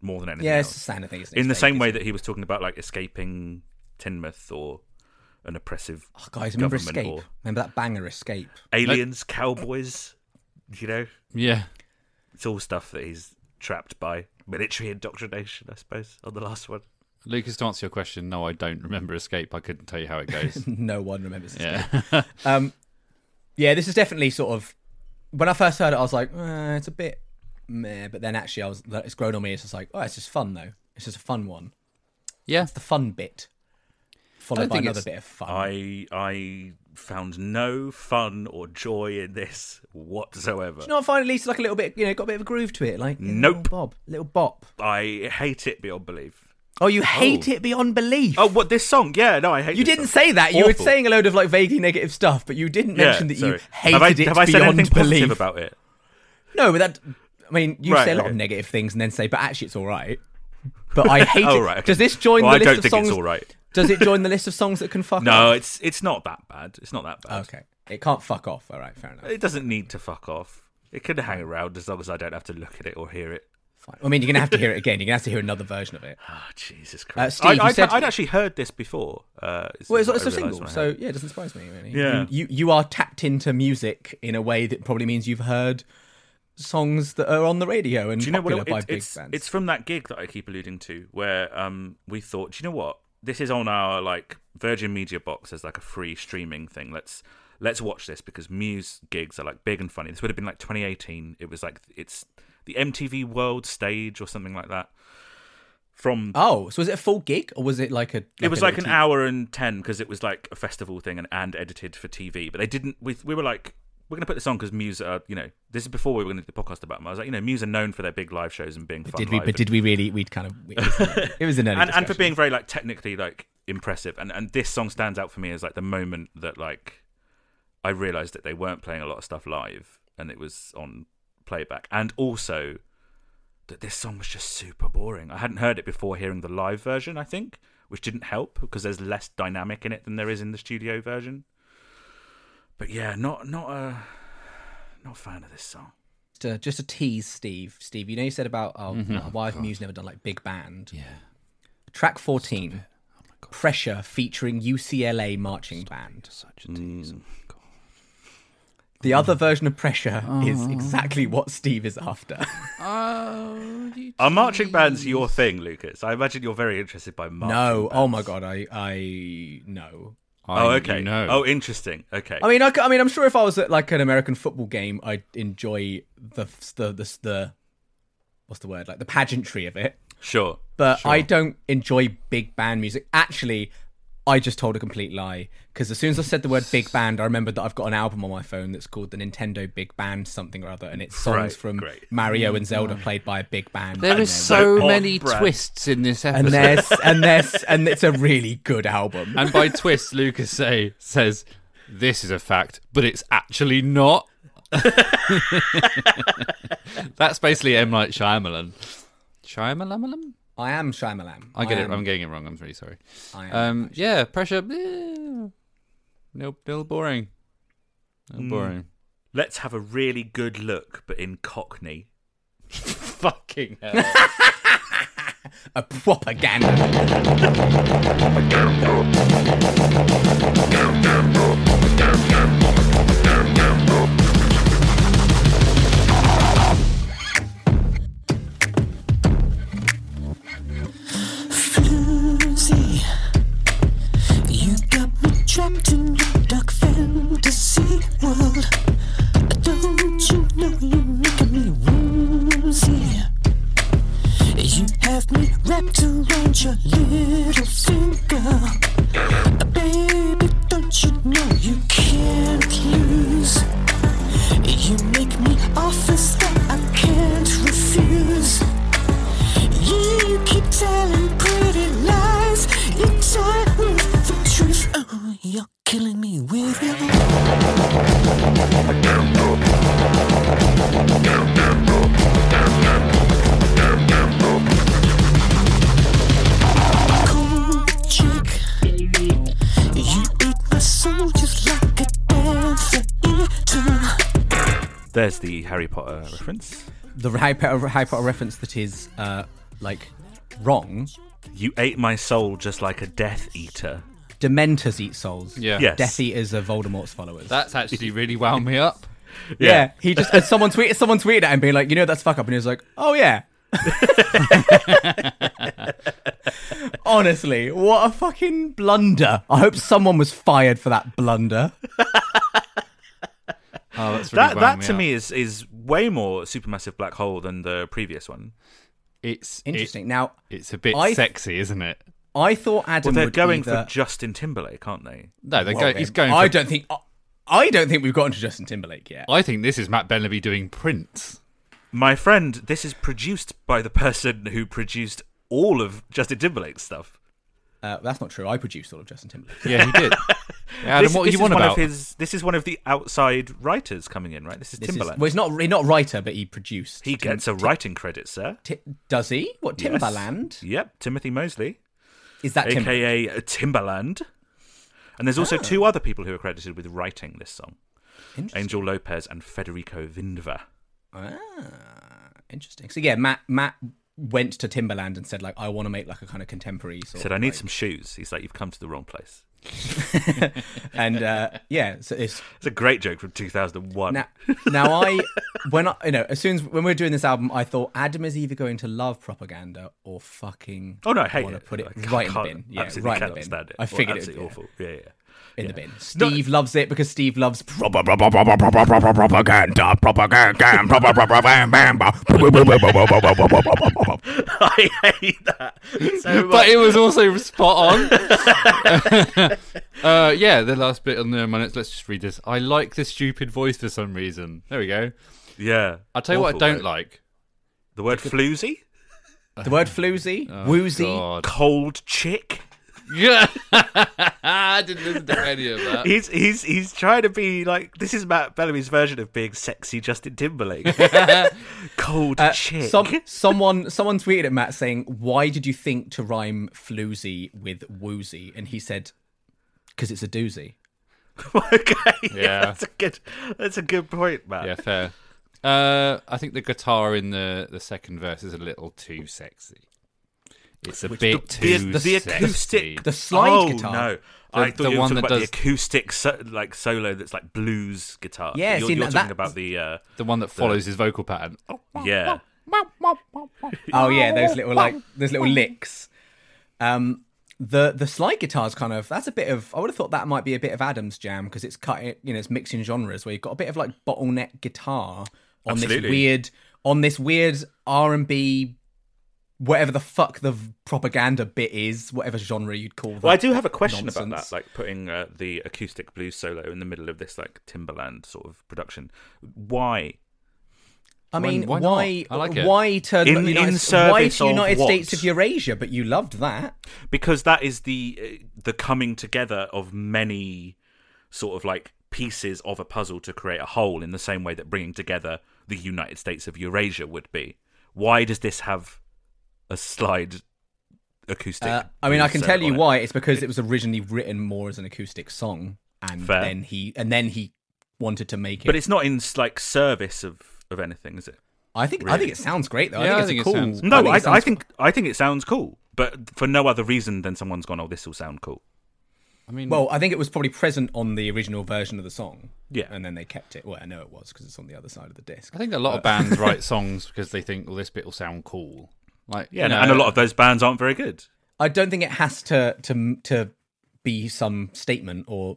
A: more than anything
B: Yeah, it's the
A: else.
B: standard thing. Isn't it?
A: In the
B: It's
A: same
B: fake,
A: way
B: isn't
A: that he was talking about like escaping Tinmouth or an oppressive
B: it? Oh, guys, remember
A: government
B: Escape?
A: or-
B: Remember that banger Escape? <laughs>
A: aliens, cowboys, you know,
C: Yeah.
A: it's all stuff that he's trapped by military indoctrination, I suppose, on the last one.
C: Lucas, to answer your question, no, I don't remember Escape. I couldn't tell you how it
B: <laughs>
C: goes.
B: No one remembers. Escape.
C: yeah. <laughs>
B: Um, yeah, this is definitely sort of. When I first heard it, I was like, uh, it's a bit meh. But then actually, I was it's grown on me. It's just like, oh, it's just fun though. It's just a fun one.
C: yeah.
B: The fun bit,
C: Don't
B: followed by
C: think
B: another
C: it's-
B: bit of fun.
A: I I found no fun or joy in this whatsoever.
B: Do you not find at least like a little bit, you know, got a bit of a groove to it? Like, you know,
A: Nope.
B: little bob, little bop.
A: I hate it beyond belief.
B: Oh, you hate it beyond belief.
A: Oh, what this song? Yeah, no, I hate.
B: You
A: this
B: didn't
A: song.
B: say that. You were
A: Awful.
B: saying a load of like vaguely negative stuff, but you didn't
A: Yeah,
B: mention that you
A: sorry.
B: hated
A: have I,
B: it
A: Have I said
B: beyond
A: anything
B: belief.
A: positive about it?
B: No, but that. I mean, you
A: Right,
B: say a lot
A: okay.
B: of negative things and then say, but actually, it's all right. But
A: <laughs>
B: I hate
A: Oh
B: it.
A: right. okay.
B: Does this join
A: Well,
B: the
A: I
B: list
A: don't
B: of
A: think
B: songs? Oh.
A: it's all right.
B: Does
A: <laughs>
B: it join the list of songs that can fuck
A: No,
B: off?
A: it's it's not that bad. It's not that bad.
B: Okay. It can't fuck off. All right, fair enough.
A: It doesn't need to fuck off. It can hang around as long as I don't have to look at it or hear it.
B: Fine. I mean, you're going to have to hear it again. You're going to have to hear another version of it.
A: Oh, Jesus Christ!
B: Uh, Steve, you
A: I, I,
B: said-
A: I'd actually heard this before. Uh, this
B: Well,
A: is
B: it's,
A: what
B: it's
A: I realised
B: a single,
A: when I
B: so
A: heard it.
B: yeah, it doesn't surprise me. Really.
A: Yeah.
B: You, you you are tapped into music in a way that probably means you've heard songs that are on the radio and
A: do you know what?
B: popular
A: It,
B: by
A: it's-
B: big
A: it's,
B: bands.
A: it's from that gig that I keep alluding to, where um, we thought, do you know what? This is on our like Virgin Media Box as like a free streaming thing. Let's let's watch this because Muse gigs are like big and funny. This would have been like 2018. It was like it's the MTV World Stage or something like that. From
B: oh, so was it a full gig or was it like a?
A: it was
B: a
A: like an
B: little te-
A: hour and 10 because it was like a festival thing and, and edited for tv but they didn't we, we were like we're going to put this on because muse are you know this is before we were going to do the podcast about them i was like you know muse are known for their big live shows and being fun
B: Did we?
A: live
B: But did we really? We'd kind of. It was an early, it was
A: <laughs>
B: an early
A: and, and for
B: discussion.
A: being very like technically like impressive and and this song stands out for me as like the moment that like i realized that they weren't playing a lot of stuff live and it was on playback and also that this song was just super boring i hadn't heard it before hearing the live version i think which didn't help because there's less dynamic in it than there is in the studio version but yeah not not a not a fan of this song
B: just a, just a tease, Steve. Steve, you know you said about oh,
C: Mm-hmm.
B: why have Muse never done like big band? Yeah. Track fourteen,
C: Oh,
B: pressure featuring UCLA marching band. Mm.
C: Such a tease. Oh,
B: The other version of pressure
C: Uh-huh.
B: is exactly what Steve is
C: <laughs>
B: after.
C: Oh, you
A: are marching bands your thing lucas i imagine you're very interested by marching
B: no, oh
A: bands.
B: my god, I I no.
A: Oh,
C: I-
A: okay.
C: You know.
A: Oh, interesting. Okay.
B: I mean, I, c- I mean, I'm sure if I was at like an American football game, I'd enjoy the the the, the what's the word like the pageantry of it.
A: sure.
B: but I don't enjoy big band music. Actually, I just told a complete lie because as soon as I said the word big band, I remembered that I've got an album on my phone that's called the Nintendo Big Band something or other, and it's songs
A: Right,
B: from
A: great. Mm,
B: Mario and Zelda played by a big band.
C: There
B: and
C: is
B: they're-
C: so
A: on
C: many
A: brand.
C: twists in this
B: and
C: episode.
B: there's and there's and it's a really good album.
C: <laughs> And by twist, Lucas say, says, This is a fact, but it's actually not. <laughs> That's basically M. Night Shyamalan. Shyamalan?
B: I am Shyamalan.
C: I get it.
B: am-
C: I'm getting it wrong. I'm really sorry.
B: I am.
C: Um, yeah, pressure. bleh. No, no boring. No boring.
A: Let's have a really good look, but in Cockney.
C: <laughs> Fucking hell.
B: a propaganda.
E: floozy. You got me trapped in your dark fantasy world. Don't you know you're making me woozy? You have me wrapped around your little finger. Uh, Baby, don't you know you can't lose? You make me offers that I can't refuse. You keep telling pretty lies. You die with the truth. Oh, you're killing me with your lies. Cold chick, you eat my soul just like a dancer eater.
A: There's the Harry Potter reference.
B: The Harry Potter, Harry Potter reference that is uh, like wrong.
A: You ate my soul just like a Death Eater.
B: Dementors eat souls.
C: Yeah.
A: Yes.
B: Death Eaters are Voldemort's followers.
C: That's actually really wound me up.
B: yeah. he just and someone tweeted someone tweeted at him being like, you know that's fuck up, and he was like, oh yeah. <laughs> Honestly, what a fucking blunder! I hope someone was fired for that blunder.
C: Oh, that's really
A: That
C: wound
A: that to
C: up.
A: me is is way more supermassive black hole than the previous one.
C: it's it-
B: Interesting. now,
C: it's a bit
B: I-
C: sexy, isn't it?
B: I thought
A: Well,
B: Adam
A: they're
B: would
A: going
B: either...
A: for Justin Timberlake, aren't they?
C: No, they
B: Well,
C: go, he's
B: then,
C: going.
B: I
C: for-
B: don't think. I, I don't think we've gotten to Justin Timberlake yet.
C: I think this is Matt Bellaby doing Prince.
A: My friend, this is produced by the person who produced all of Justin Timberlake's stuff.
B: Uh, that's not true. I produced all of Justin Timberlake.
C: Yeah, he did.
A: <laughs>
C: Adam,
A: this,
C: what are
A: this
C: you
A: is one
C: on about?
A: Of his, this is one of the outside writers coming in, right? This is
B: This is,
A: Timberlake.
B: well, he's not he's not writer, but he produced.
A: he gets a writing credit, sir.
B: Ti- does he? What
A: Yes.
B: Timberland?
A: Yep, Timothy Mosley,
B: Is that Timberlake?
A: aka Timberland. uh, And there's also two other people who are credited with writing this song:
B: Interesting.
A: Angel Lopez and Federico Vindva.
B: Ah, interesting. So yeah, Matt Matt went to Timberland and said like, I want to make like a kind of contemporary. Sort
A: Said,
B: of,
A: "I need
B: like-"
A: some shoes." He's like, "You've come to the wrong place."
B: <laughs> And uh, yeah, so it's
A: It's a great joke from 2001.
B: now now I when I you know as soon as when we were doing this album, I thought Adam is either going to love propaganda or fucking
A: Oh no, I hate
B: wanna
A: it.
B: put it
A: I can't-
B: right in the
A: can't-
B: bin. Yeah,
A: absolutely
B: right in the
A: cannot
B: bin.
A: stand it.
B: I figured it would
A: absolutely
B: be-
A: awful. Yeah, yeah.
B: in the bin. Steve loves it because Steve loves prop.
F: Propaganda, propaganda, propaganda, propaganda.
A: <laughs> I hate that so much.
C: <laughs> but it was also spot on.
A: <laughs>
C: <laughs> uh, yeah, the last bit on the my notes. Let's just read this. I like this stupid voice for some reason. There we go.
A: yeah,
C: I'll tell you
A: Awful,
C: what I don't
A: though.
C: like.
A: The word floozy,
B: The word floozy, woozy.
C: God. <laughs>
A: cold chick.
C: Yeah. <laughs> I didn't listen to any of
A: <laughs>
B: Uh,
C: that.
A: He's he's he's trying to be like this is Matt Bellamy's version of being sexy Justin
B: <laughs>
A: Timberlake. cold
B: Uh,
A: chick.
B: some, someone someone tweeted at Matt saying, "Why did you think to rhyme floozy with woozy?" And he said, "Because it's a doozy."
A: <laughs> okay, yeah.
C: Yeah.
A: that's a good that's a good point, Matt.
C: Yeah, fair. Uh, I think the guitar in the, the second verse is a little too sexy. It's a bit
A: The,
C: too
A: the
C: sexy.
A: acoustic,
B: The slide
A: oh,
B: guitar.
A: No, I thought
C: the
A: you were
C: one
A: talking
C: that
A: about
C: does-
A: the acoustic so, like solo that's like blues guitar.
B: Yeah,
A: you're,
B: see,
A: you're
B: that-
A: talking
B: that-
A: about the uh,
C: the one that follows his vocal pattern.
A: yeah.
B: Oh yeah, those little like those little licks. Um, the the slide guitar's kind of that's a bit of I would have thought that might be a bit of Adam's jam because it's cut you know it's mixing genres where you've got a bit of like bottleneck guitar on
A: Absolutely.
B: this weird on this weird R and B. Whatever the fuck the v- propaganda bit is, whatever genre you'd call that.
A: Well, I do have a question about
B: nonsense.
A: that, like putting uh, the acoustic blues solo in the middle of this like Timberland sort of production. Why?
B: I
C: Why-
B: mean,
C: why
B: why?
C: not?
B: Why,
C: I like it.
B: to the
A: In- in
B: United, why
A: service
B: to
A: of
B: United
A: what?
B: States of Eurasia? But you loved that.
A: Because that is the uh, the coming together of many sort of like pieces of a puzzle to create a whole in the same way that bringing together the United States of Eurasia would be. Why does this have a slide acoustic?
B: Uh, I mean, I
A: blues
B: can
A: solo
B: tell you
A: on it?
B: why. It's because it was originally written more as an acoustic song, and
A: Fair.
B: then he and then he wanted to make it.
A: But it's not in like service of of anything, is it?
B: I think I
A: really-
B: think it sounds great though.
C: Yeah,
B: I
C: I
B: think
C: think
B: it's
C: it
B: a cool.
C: sounds-
A: No, I I
B: it
A: think, I
B: sounds-
A: think it sounds cool, but for no other reason than someone's gone, "Oh, this will sound cool."
C: I mean,
B: Well, I think it was probably present on the original version of the song.
A: Yeah.
B: and then they kept it. Well, I know it was because it's on the other side of the disc.
C: I think a
A: Uh,
C: lot
A: <laughs>
C: of bands write songs because they think, "Well, this bit will sound cool." Like,
A: Yeah, and, and a lot of those bands aren't very good.
B: I don't think it has to to to be some statement or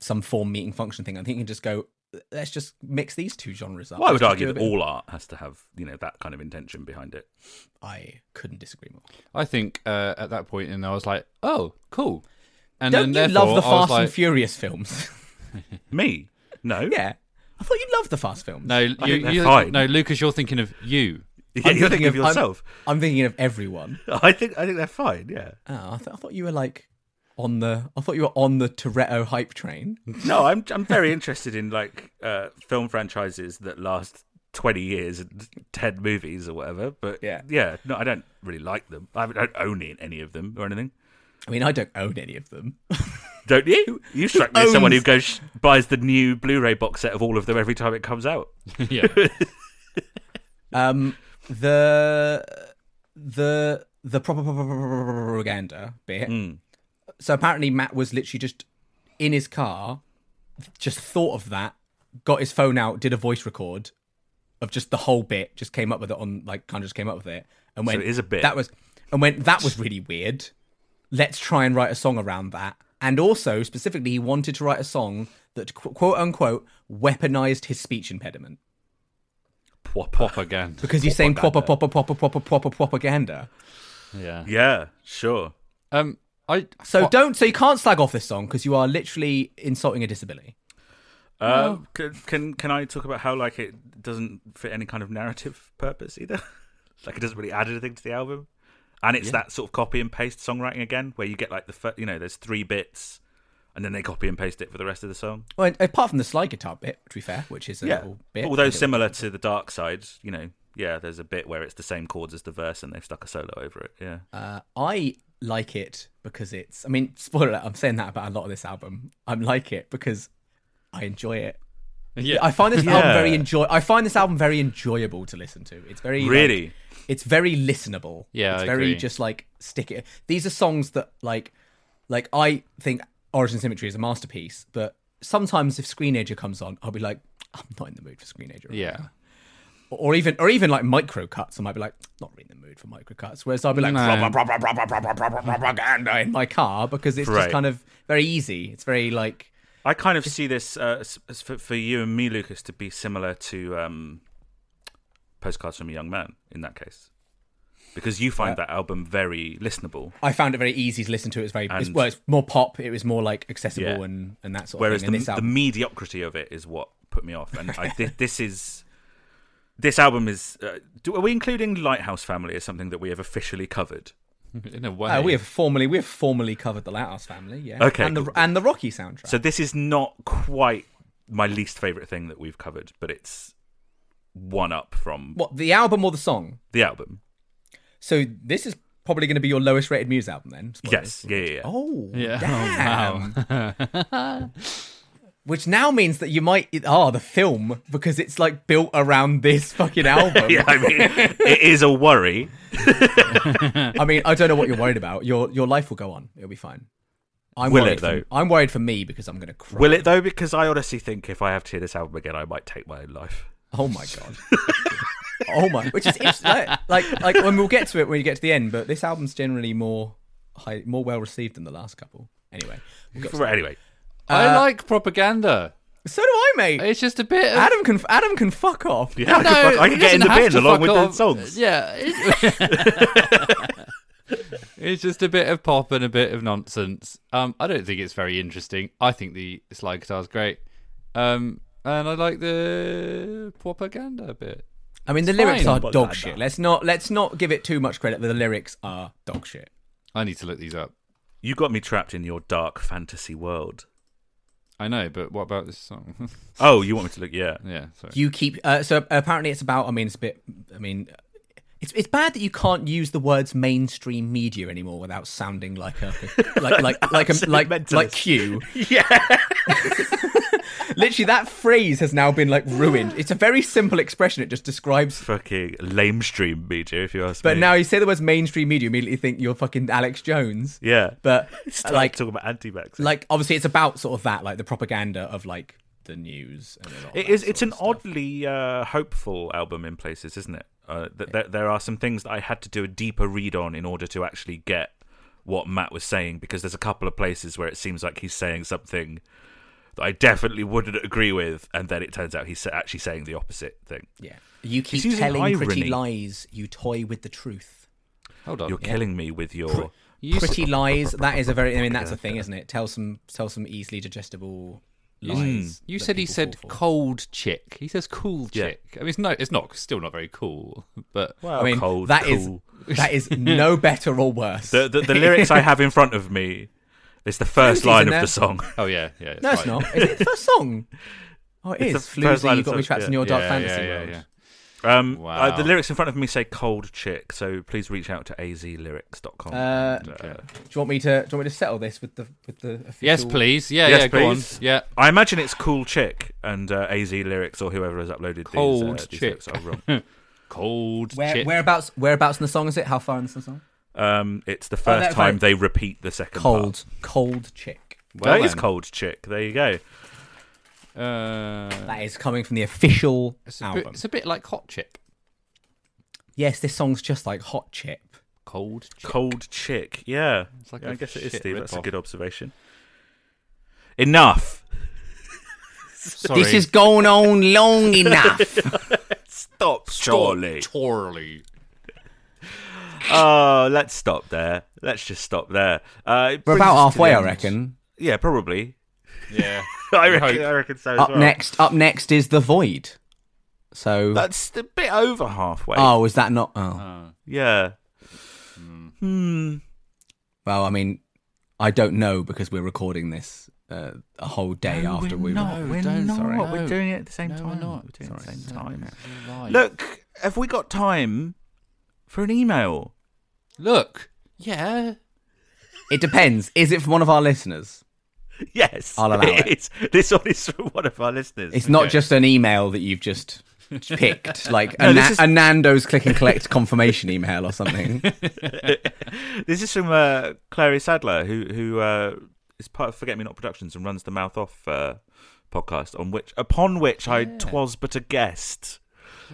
B: some form meeting function thing. I think you can just go. Let's just mix these two genres up.
A: Well, I would
B: Let's just
A: argue
B: do a
A: that
B: bit of-
A: all art has to have you know that kind of intention behind it.
B: I couldn't disagree more.
C: I think uh, at that point, and I was like, "Oh, cool." And
B: Don't
C: then
B: you love
C: therefore,
B: the
C: I was
B: Fast and
C: like-
B: Furious films? <laughs>
A: Me, no, <laughs>
B: yeah, I thought you loved the Fast films.
C: No, you,
A: think they're
C: you-
A: fine.
C: no, Lucas, you're thinking of you. <laughs>
A: Yeah, you're thinking of
B: I'm-
A: yourself.
B: I'm, thinking of everyone.
A: <laughs> i think I think they're fine. Yeah,
B: Oh, I, th- I thought you were like on the. I thought you were on the Toretto hype train.
A: no, I'm I'm very interested in like uh, film franchises that last. 20 years and 10 movies or whatever but
B: Yeah.
A: yeah no i don't really like them i don't own any of them or anything
B: I mean, I don't own any of them.
A: Don't <laughs> you? You strike me as
B: owns-
A: someone who goes buys the new Blu-ray box set of all of them every time it comes out.
C: yeah,
B: Um, the the the propaganda bit.
A: Hmm.
B: So apparently Matt was literally just in his car, just thought of that, got his phone out, did a voice record of just the whole bit, just came up with it on like kind of just came up with it and went.
A: it is a bit.
B: that was and went that was really weird. Let's try and write a song around that. And also specifically, he wanted to write a song that qu- quote unquote weaponized his speech impediment
C: propaganda.
B: because he's saying proper, proper, proper, proper, proper propaganda.
C: Yeah.
A: Yeah, sure.
C: Um. I
B: So
C: I-
B: don't. So you can't slag off this song because you are literally insulting a disability.
A: Uh, can, can can I talk about how like it doesn't fit any kind of narrative purpose either? <laughs> like it doesn't really add anything to the album, and it's that sort of copy and paste songwriting again, where you get like the fir- you know there's three bits, and then they copy and paste it for the rest of the song.
B: Well, and apart from the slide guitar bit, to be fair, which is a little bit.
A: although similar to the Dark Side, you know, yeah, there's a bit where it's the same chords as the verse, and they've stuck a solo over it. Yeah,
B: Uh, I like it because it's. I mean, spoiler. alert, I'm saying that about a lot of this album. I like it because I enjoy it.
C: yeah.
A: <laughs>
B: I find this album
A: Yeah.
B: very enjoy. I find this album very enjoyable to listen to. It's very like,
A: really.
B: it's very listenable.
C: Yeah,
B: it's
C: I
B: very
C: agree.
B: just like stick it. These are songs that like, like I think Origin Symmetry is a masterpiece, but sometimes if Screenager comes on, I'll be like, I'm not in the mood for Screenager. right
C: yeah.
B: now. Or even, or even like micro cuts, I might be like, not really in the mood for micro cuts. Whereas I'll be like,
C: No.
B: propaganda in my car because it's just
A: Right.
B: kind of very easy. It's very like,
A: I kind of see this uh, s- s- for, for you and me, Lucas, to be similar to um, Postcards from a Young Man in that case. Because you
B: Uh,
A: find that album very listenable,
B: I found it very easy to listen to. It was very, it's,
A: And-
B: well, it's more pop. It was more like accessible
A: Yeah.
B: and and that sort
A: whereas the,
B: of thing. And this
A: the
B: album-
A: mediocrity of it is what put me off. And
B: <laughs>
A: I, thi- this is this album is. Uh, do, are we including Lighthouse Family as something that we have officially covered?
C: In a way.
B: Uh, we have formally we have formally covered the Lighthouse Family, yeah.
A: Okay,
B: and the
A: cool.
B: and the Rocky soundtrack.
A: So this is not quite my least favorite thing that we've covered, but it's one up from
B: what the album or the song?
A: the album.
B: So this is probably going to be your lowest rated Muse album then. spoilers.
A: Yes, yeah, yeah, yeah.
B: Oh,
C: Yeah. <laughs> Oh,
B: damn.
C: wow.
B: Which now means that you might ah the film because it's like built around this fucking album.
A: <laughs> <laughs> yeah, I mean, it is a worry.
B: I mean, I don't know what you're worried about. Your your life will go on. It'll be fine. I'm
A: Will it,
B: worried
A: though?
B: For, I'm worried for me because I'm going to cry.
A: Will it though? Because I honestly think if I have to hear this album again, I might take my own life.
B: Oh my god. oh my. Which is it's like like like when we'll get to it when you get to the end, but this album's generally more high, more well received than the last couple. Anyway, we'll get to
A: Right, anyway,
C: I
B: Uh,
C: like propaganda.
B: that. so do I, mate.
C: It's just a bit. Of,
B: Adam can Adam can fuck off.
A: yeah, I,
C: No,
A: could, fuck- I
C: he
A: could get in
C: doesn't
A: the
C: have
A: bin
C: to
A: along
C: fuck
A: with
C: off.
A: the songs.
C: Yeah. it- <laughs> it's just a bit of pop and a bit of nonsense. Um, I don't think it's very interesting. I think the slide guitar's great. Um, and I like the propaganda bit.
B: I mean, the
C: It's
B: lyrics
C: fine,
B: are
C: but
B: dog shit. Let's not let's not give it too much credit. But the lyrics are dog shit.
C: I need to look these up.
A: You got me trapped in your dark fantasy world.
C: I know, but what about this song? <laughs>
A: Oh, you want me to look? Yeah,
C: yeah, sorry.
B: You keep uh, so apparently it's about. I mean, it's a bit. I mean. It's, it's bad that you can't use the words mainstream media anymore without sounding
A: <laughs>
B: like a like like like a, like
A: Absolute
B: like
A: mentalist. <laughs>
B: Q. <laughs> Literally, that phrase has now been like ruined. It's a very simple expression. It just describes
A: fucking lamestream media, if you ask
B: But
A: me.
B: now you say the words mainstream media, you immediately think you're fucking Alex Jones.
A: yeah, <laughs>
B: But
A: Start
B: like,
A: talking about anti-vax.
B: like obviously, it's about sort of that, like the propaganda of like the news. And all
A: It
B: that
A: is.
B: sort
A: It's an
B: of stuff.
A: oddly uh, hopeful album in places, isn't it? Uh, th- th- there are some things that I had to do a deeper read on in order to actually get what Matt was saying, because there's a couple of places where it seems like he's saying something that I definitely wouldn't agree with, and then it turns out he's sa- actually saying the opposite thing.
B: Yeah, you keep
A: using
B: telling pretty
A: irony.
B: lies. You toy with the truth.
C: Hold
B: Oh,
C: on.
A: You're killing me with your.
C: You s- <laughs>
B: Pretty lies. That is a very. I mean, that's a thing, isn't it? Tell some, tell some easily digestible lies.
C: Mm. You
B: that
C: said he
B: people
C: said
B: fall for.
C: cold chick. He says cool chick. I mean, it's no, it's not still not very cool, but
A: Well,
B: I mean,
A: cold,
B: that is
A: cool.
B: that
C: <laughs>
B: is no better or worse.
A: The, the the lyrics
B: <laughs>
A: I have in front of me. It's the first
B: Floozy's
A: line
B: in
A: of
B: there.
A: the song.
C: oh yeah, yeah. It's
B: no, it's
C: right. <laughs>
B: not. Is it the first
A: <laughs>
B: song? Oh, it
A: It's
B: is.
A: the first
B: Floozy,
A: line
B: you
A: of the
B: got me
A: song,
B: trapped
A: yeah.
B: in your dark
C: Yeah, yeah,
B: fantasy
C: yeah,
B: world.
C: yeah.
A: Um,
C: Wow.
A: uh, the lyrics in front of me say "cold chick," so please reach out to azlyrics.com.
B: Uh,
A: and,
C: okay.
B: Do you want me to? Do you want me to settle this with the with the? Official...
C: Yes, please. Yeah,
A: Yes,
C: yeah. Go on.
A: please.
C: Yeah.
A: I imagine it's cool chick and uh, AZ lyrics or whoever has uploaded
C: Cold
A: these, uh, these
C: chick.
A: lyrics are wrong. <laughs>
C: Cold
B: Where,
C: chip.
B: whereabouts? Whereabouts in the song is it? How far in the song?
A: Um, it's the first
B: that's
A: time
B: right.
A: they repeat the second
B: Cold, cold chick.
A: Part. That is
C: then.
A: cold chick. There you go.
C: Uh,
B: That is coming from the official
C: it's, a bit,
B: album.
C: it's a bit like hot chip.
B: Yes, this song's just like Hot Chip.
C: Cold chip.
A: Cold chick. Yeah.
C: It's like
A: Yeah, I
C: a
A: guess it is,
C: shit
A: Steve. That's a
C: rip-off.
A: good observation. Enough.
C: Sorry.
B: This is going
A: <laughs>
B: on long enough.
A: Stop, surely.
C: Torley.
A: Oh, let's stop there. Let's just stop there. Uh, it
B: We're
A: brings
B: about
A: us to the
B: halfway, I
A: end.
B: reckon.
A: Yeah, probably.
C: Yeah.
A: I
C: We
A: reckon,
C: hope.
A: I reckon so as
B: Up
A: well.
B: next, up next is The Void. So,
A: That's a bit over halfway.
B: oh, is that not? Oh,
A: Yeah. Hmm.
B: well, I mean, I don't know because we're recording this uh, a whole day after we.
A: we're
C: don't,
A: not.
C: sorry.
A: We're
C: No.
A: doing it at the same time.
C: we're not.
A: We're doing it at the
B: Sorry.
A: same time.
C: You're right.
A: Look, have we got time for an email?
C: <laughs> Look. Yeah.
B: It depends. Is it from one of our listeners?
A: <laughs> Yes,
B: I'll allow it.
A: is. This one is from one of our listeners.
B: It's not just an email that you've just
A: <laughs>
B: picked, like a,
A: No,
B: Na-
A: this is-
B: a Nando's click and collect confirmation email or
A: <laughs>
B: something.
A: this is from uh, Clary Sadler, who who uh, is part of Forget Me Not Productions and runs the Mouth Off uh, podcast, on which upon which I twas but a guest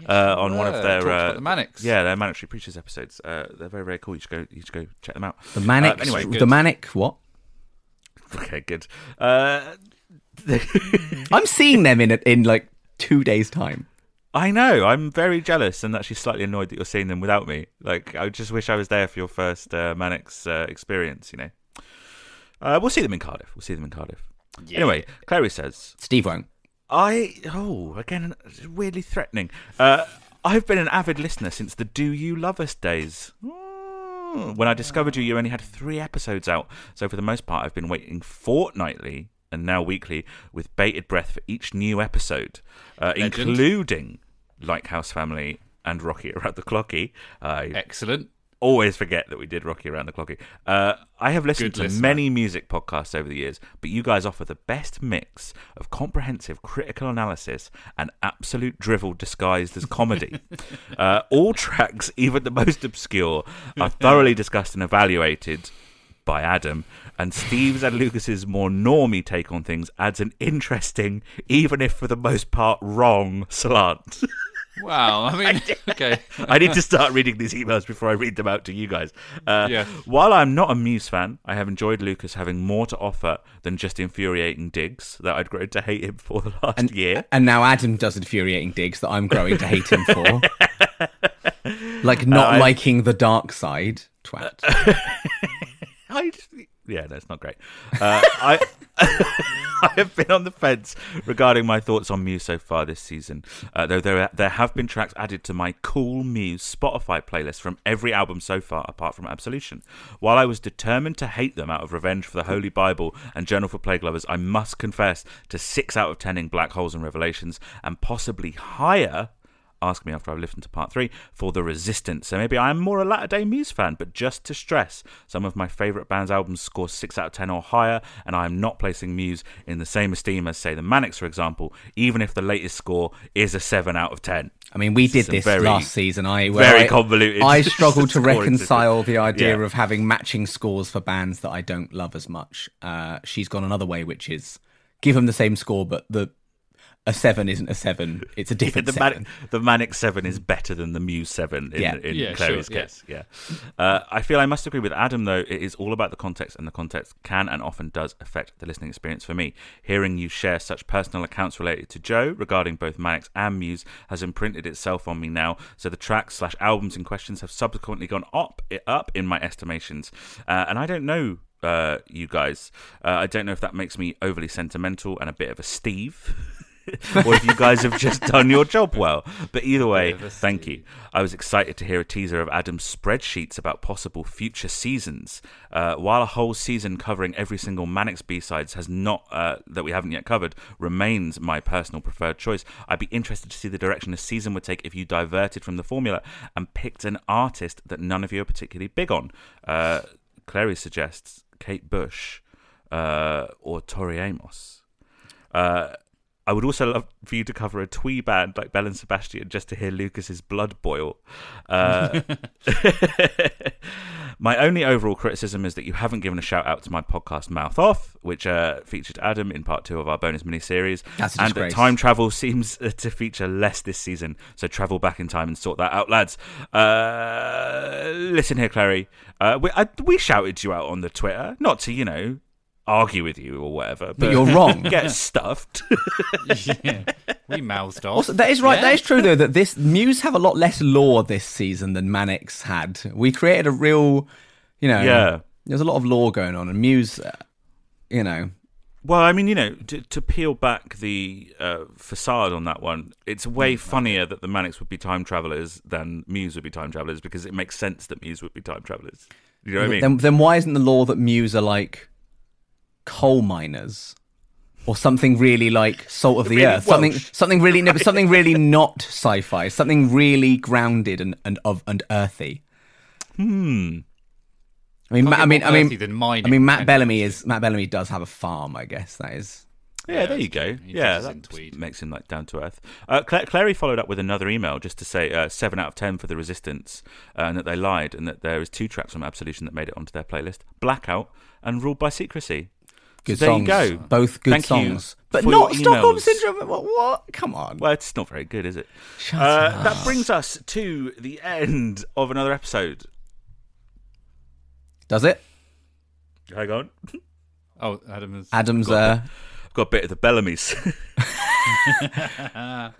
A: uh, on one of
C: were.
A: their
C: Talked
A: uh,
C: about the Manics.
A: yeah, their Manitary Preachers episodes. Uh, they're very very cool. You should go you should go check them out. <laughs>
B: The manic,
A: Uh, anyway,
B: the manic. What?
A: okay, good. Uh,
B: I'm seeing them in in like two days' time.
A: I know. I'm very jealous and actually slightly annoyed that you're seeing them without me. Like, I just wish I was there for your first uh, Mannix uh, experience. You know, uh, we'll see them in Cardiff. We'll see them in Cardiff. Anyway, Clary says,
B: Steve won't.
A: "I oh again weirdly threatening. Uh, I've been an avid listener since the Do You Love Us days." Mm. When I discovered you, you only had three episodes out. So, for the most part, I've been waiting fortnightly and now weekly with bated breath for each new episode, uh,
C: Legend.
A: including Like House Family and Rocky Around the Clocky. I
C: Excellent.
A: always forget that we did Rocky Around the Clocky. Uh, I have listened to
C: Good listener.
A: many music podcasts over the years, but you guys offer the best mix of comprehensive critical analysis and absolute drivel disguised as
C: <laughs>
A: comedy. uh, all tracks, even the most obscure, are
C: <laughs>
A: thoroughly discussed and evaluated by Adam, and Steve's and Lucas's more normy take on things adds an interesting, even if for the most part wrong, slant.
B: <laughs>
C: Wow. I mean, <laughs> okay.
A: I need to start reading these emails before I read them out to you guys. Uh,
C: Yeah.
A: While I'm not a Muse fan, I have enjoyed Lucas having more to offer than just infuriating digs that I'd grown to hate him for the last year.
B: And now Adam does infuriating digs that I'm growing to hate him <laughs> for. like not liking the dark side. Twat.
A: <laughs> I just, yeah, that's not great. Uh, I <laughs> I have been on the fence regarding my thoughts on Muse so far this season, uh, though there there have been tracks added to my Cool Muse Spotify playlist from every album so far, apart from Absolution. While I was determined to hate them out of revenge for the Holy Bible and Journal for Plague Lovers, I must confess to six out of ten in Black Holes and Revelations, and possibly higher ask me after I've listened to part three for the resistance. So maybe I'm more a latter day Muse fan, but just to stress, some of my favourite bands' albums score six out of ten or higher, and I am not placing Muse in the same esteem as say the Manics, for example, even if the latest score is a seven out of ten.
B: I mean, we did
A: Some
B: this
A: very-
B: last season. I where
A: very
B: I-
A: convoluted
B: <laughs> I struggled to
A: scoring
B: reconcile
A: system.
B: the idea
A: Yeah.
B: of having matching scores for bands that I don't love as much. Uh, she's gone another way, which is give them the same score, but the a seven isn't a seven; it's a different
A: The
B: seven. <laughs>
A: Manic, the Manic Seven is better than the Muse Seven in,
B: Yeah.
A: in
C: Yeah,
A: Clary's
C: sure, yeah.
A: case. Yeah, uh, I feel I must agree with Adam though. It is all about the context, and the context can and often does affect the listening experience for me. Hearing you share such personal accounts related to Joe regarding both Manics and Muse has imprinted itself on me now. So the tracks slash albums in questions have subsequently gone up up in my estimations, uh, and I don't know uh, you guys. Uh, I don't know if that makes me overly sentimental and a bit of a Steve. <laughs> or if you guys have just done your job well. But either way, thank you. I was excited to hear a teaser of Adam's spreadsheets about possible future seasons. Uh, while a whole season covering every single Mannix B sides has not uh, that we haven't yet covered remains my personal preferred choice, I'd be interested to see the direction a season would take if you diverted from the formula and picked an artist that none of you are particularly big on. Uh, Clary suggests Kate Bush uh, or Tori Amos. Uh, I would also love for you to cover a twee band like Bell and Sebastian just to hear Lucas's blood boil. Uh, <laughs> my only overall criticism is that you haven't given a shout out to my podcast Mouth Off, which uh, featured Adam in part two of our bonus miniseries.
B: That's a
A: and
B: disgrace.
A: that time travel seems uh, to feature less this season. So travel back in time and sort that out, lads. Uh, listen here, Clary. Uh, we, I, we shouted you out on the Twitter, not to, you know, argue with you or whatever, but, <laughs>
B: But you're wrong.
A: get stuffed.
B: <laughs>
C: yeah. We mouthed off.
B: Also, that is right.
C: Yeah.
B: That is true, though, that this Muse have a lot less lore this season than Manix had. We created a real, you know,
A: Yeah.
B: There's a lot of lore going on, and Muse, uh, you know,
A: Well, I mean, you know, to, to peel back the uh, facade on that one, it's
B: Mm.
A: way funnier that the Manics would be time travelers than Muse would be time travelers because it makes sense that Muse would be time travelers. You know what I mean?
B: then then why isn't the law that Muse are like coal miners or something really like salt of the
A: Really
B: earth, something
A: Welsh.
B: something
A: <laughs>
B: really no, but something really not sci-fi, something really grounded and and of and earthy. Hmm. I mean, Ma- I
C: get
B: mean,
C: more
B: I mean,
C: earthy than mining,
B: I mean,
C: can
B: Matt
C: it?
B: Bellamy is Matt Bellamy does have a farm. I guess that is.
A: Yeah, there you go.
C: he
A: yeah,
C: does his own
A: that
C: tweed.
A: makes him like down to earth. Uh, Cla- Clary followed up with another email just to say uh, seven out of ten for the Resistance, uh, and that they lied, and that there is two tracks from Absolution that made it onto their playlist: Blackout and Ruled by Secrecy.
B: Good
A: so
B: songs.
A: there you go.
B: Both good
A: Thank you
B: songs, but
A: for
B: not
A: your
B: Stockholm
A: emails.
B: syndrome. What? what? Come on.
A: Well, it's not very good, is it?
B: Shut
A: Uh, that brings us to the end of another episode.
B: Does it?
A: Hang on,
C: Oh, Adam is.
B: Adam's. Uh,
A: I've got a bit of the Bellamy's. <laughs>
B: uh,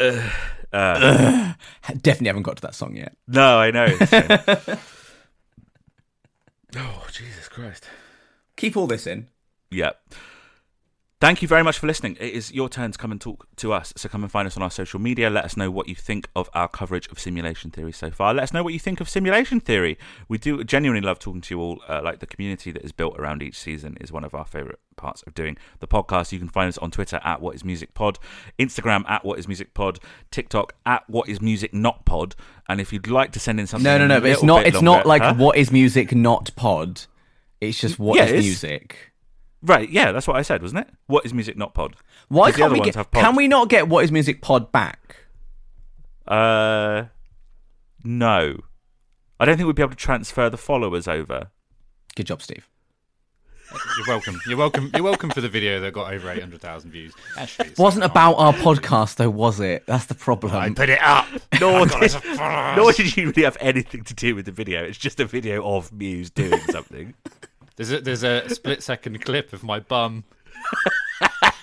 B: definitely haven't got to that song yet.
A: no, I know. it's a shame. <laughs> oh Jesus Christ!
B: Keep all this in.
A: Yeah. Thank you very much for listening. It is your turn to come and talk to us. So come and find us on our social media. Let us know what you think of our coverage of simulation theory so far. Let us know what you think of simulation theory. We do genuinely love talking to you all. Uh, like the community that is built around each season is one of our favorite parts of doing the podcast. You can find us on Twitter at What Is Music Pod, Instagram at What Is Music Pod, TikTok at What Is Music Not Pod. And if you'd like to send in something,
B: No, no,
A: a
B: no. But it's
A: little
B: not.
A: bit
B: It's not
A: longer-
B: like
A: Huh?
B: what is music, not pod. It's just what
A: Yeah,
B: is
A: it is.
B: music.
A: right? Yeah, that's what I said, wasn't it? What is music not pod?
B: Why
A: 'Cause the
B: can't
A: other
B: we
A: ones
B: get?
A: have pod.
B: Can we not get what is music pod back?
A: Uh, no. I don't think we'd be able to transfer the followers over.
B: Good job, Steve.
C: You're welcome. You're welcome. You're welcome for the video that got over 800,000 views. Actually, it's
B: Wasn't
C: not.
B: about our podcast though, was it? That's the problem.
F: I put it up.
A: <laughs> Nor did,
F: followers.
A: nor did you really have anything to do with the video. It's just a video of
F: <laughs>
A: Muse doing something.
C: There's a, there's a split second clip of my
B: <laughs>
C: bum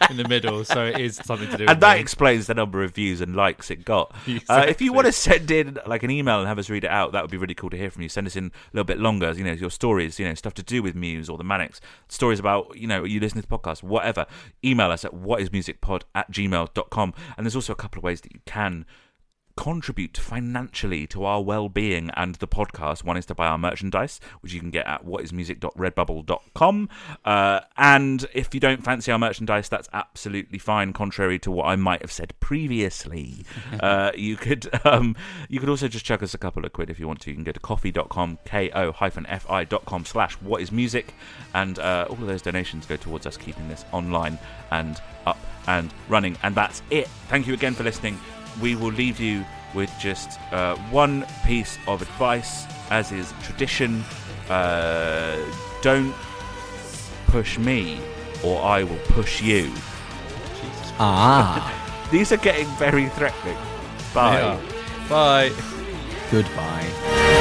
C: in the middle, so it is something to do. with
A: and that
C: me.
A: explains the number of views and likes it
F: <laughs>
A: got. Uh, if
C: Exactly.
A: you want to send in like an email and have us read it out, that would be really cool to hear from you. Send us in a little bit longer, you know, your stories, you know, stuff to do with Muse or the Manics, stories about, you know, you listening to the podcast, whatever. Email us at whatismusicpod at gmail.com. And there's also a couple of ways that you can contribute financially to our well-being and the podcast one is to buy our merchandise which you can get at whatismusic.redbubble.com uh, and if you don't fancy our merchandise that's absolutely fine contrary to what i might have said previously uh, you could um, you could also just chuck us a couple of quid if you want to you can go to coffee.com ko hyphen fi.com slash whatismusic and uh, all of those donations go towards us keeping this online and up and running and that's it thank you again for listening we will leave you with just uh, one piece of advice, as is tradition. Uh, don't push me, or I will push you.
B: ah,
A: These are getting very threatening. Bye.
C: Yeah. Bye.
B: goodbye.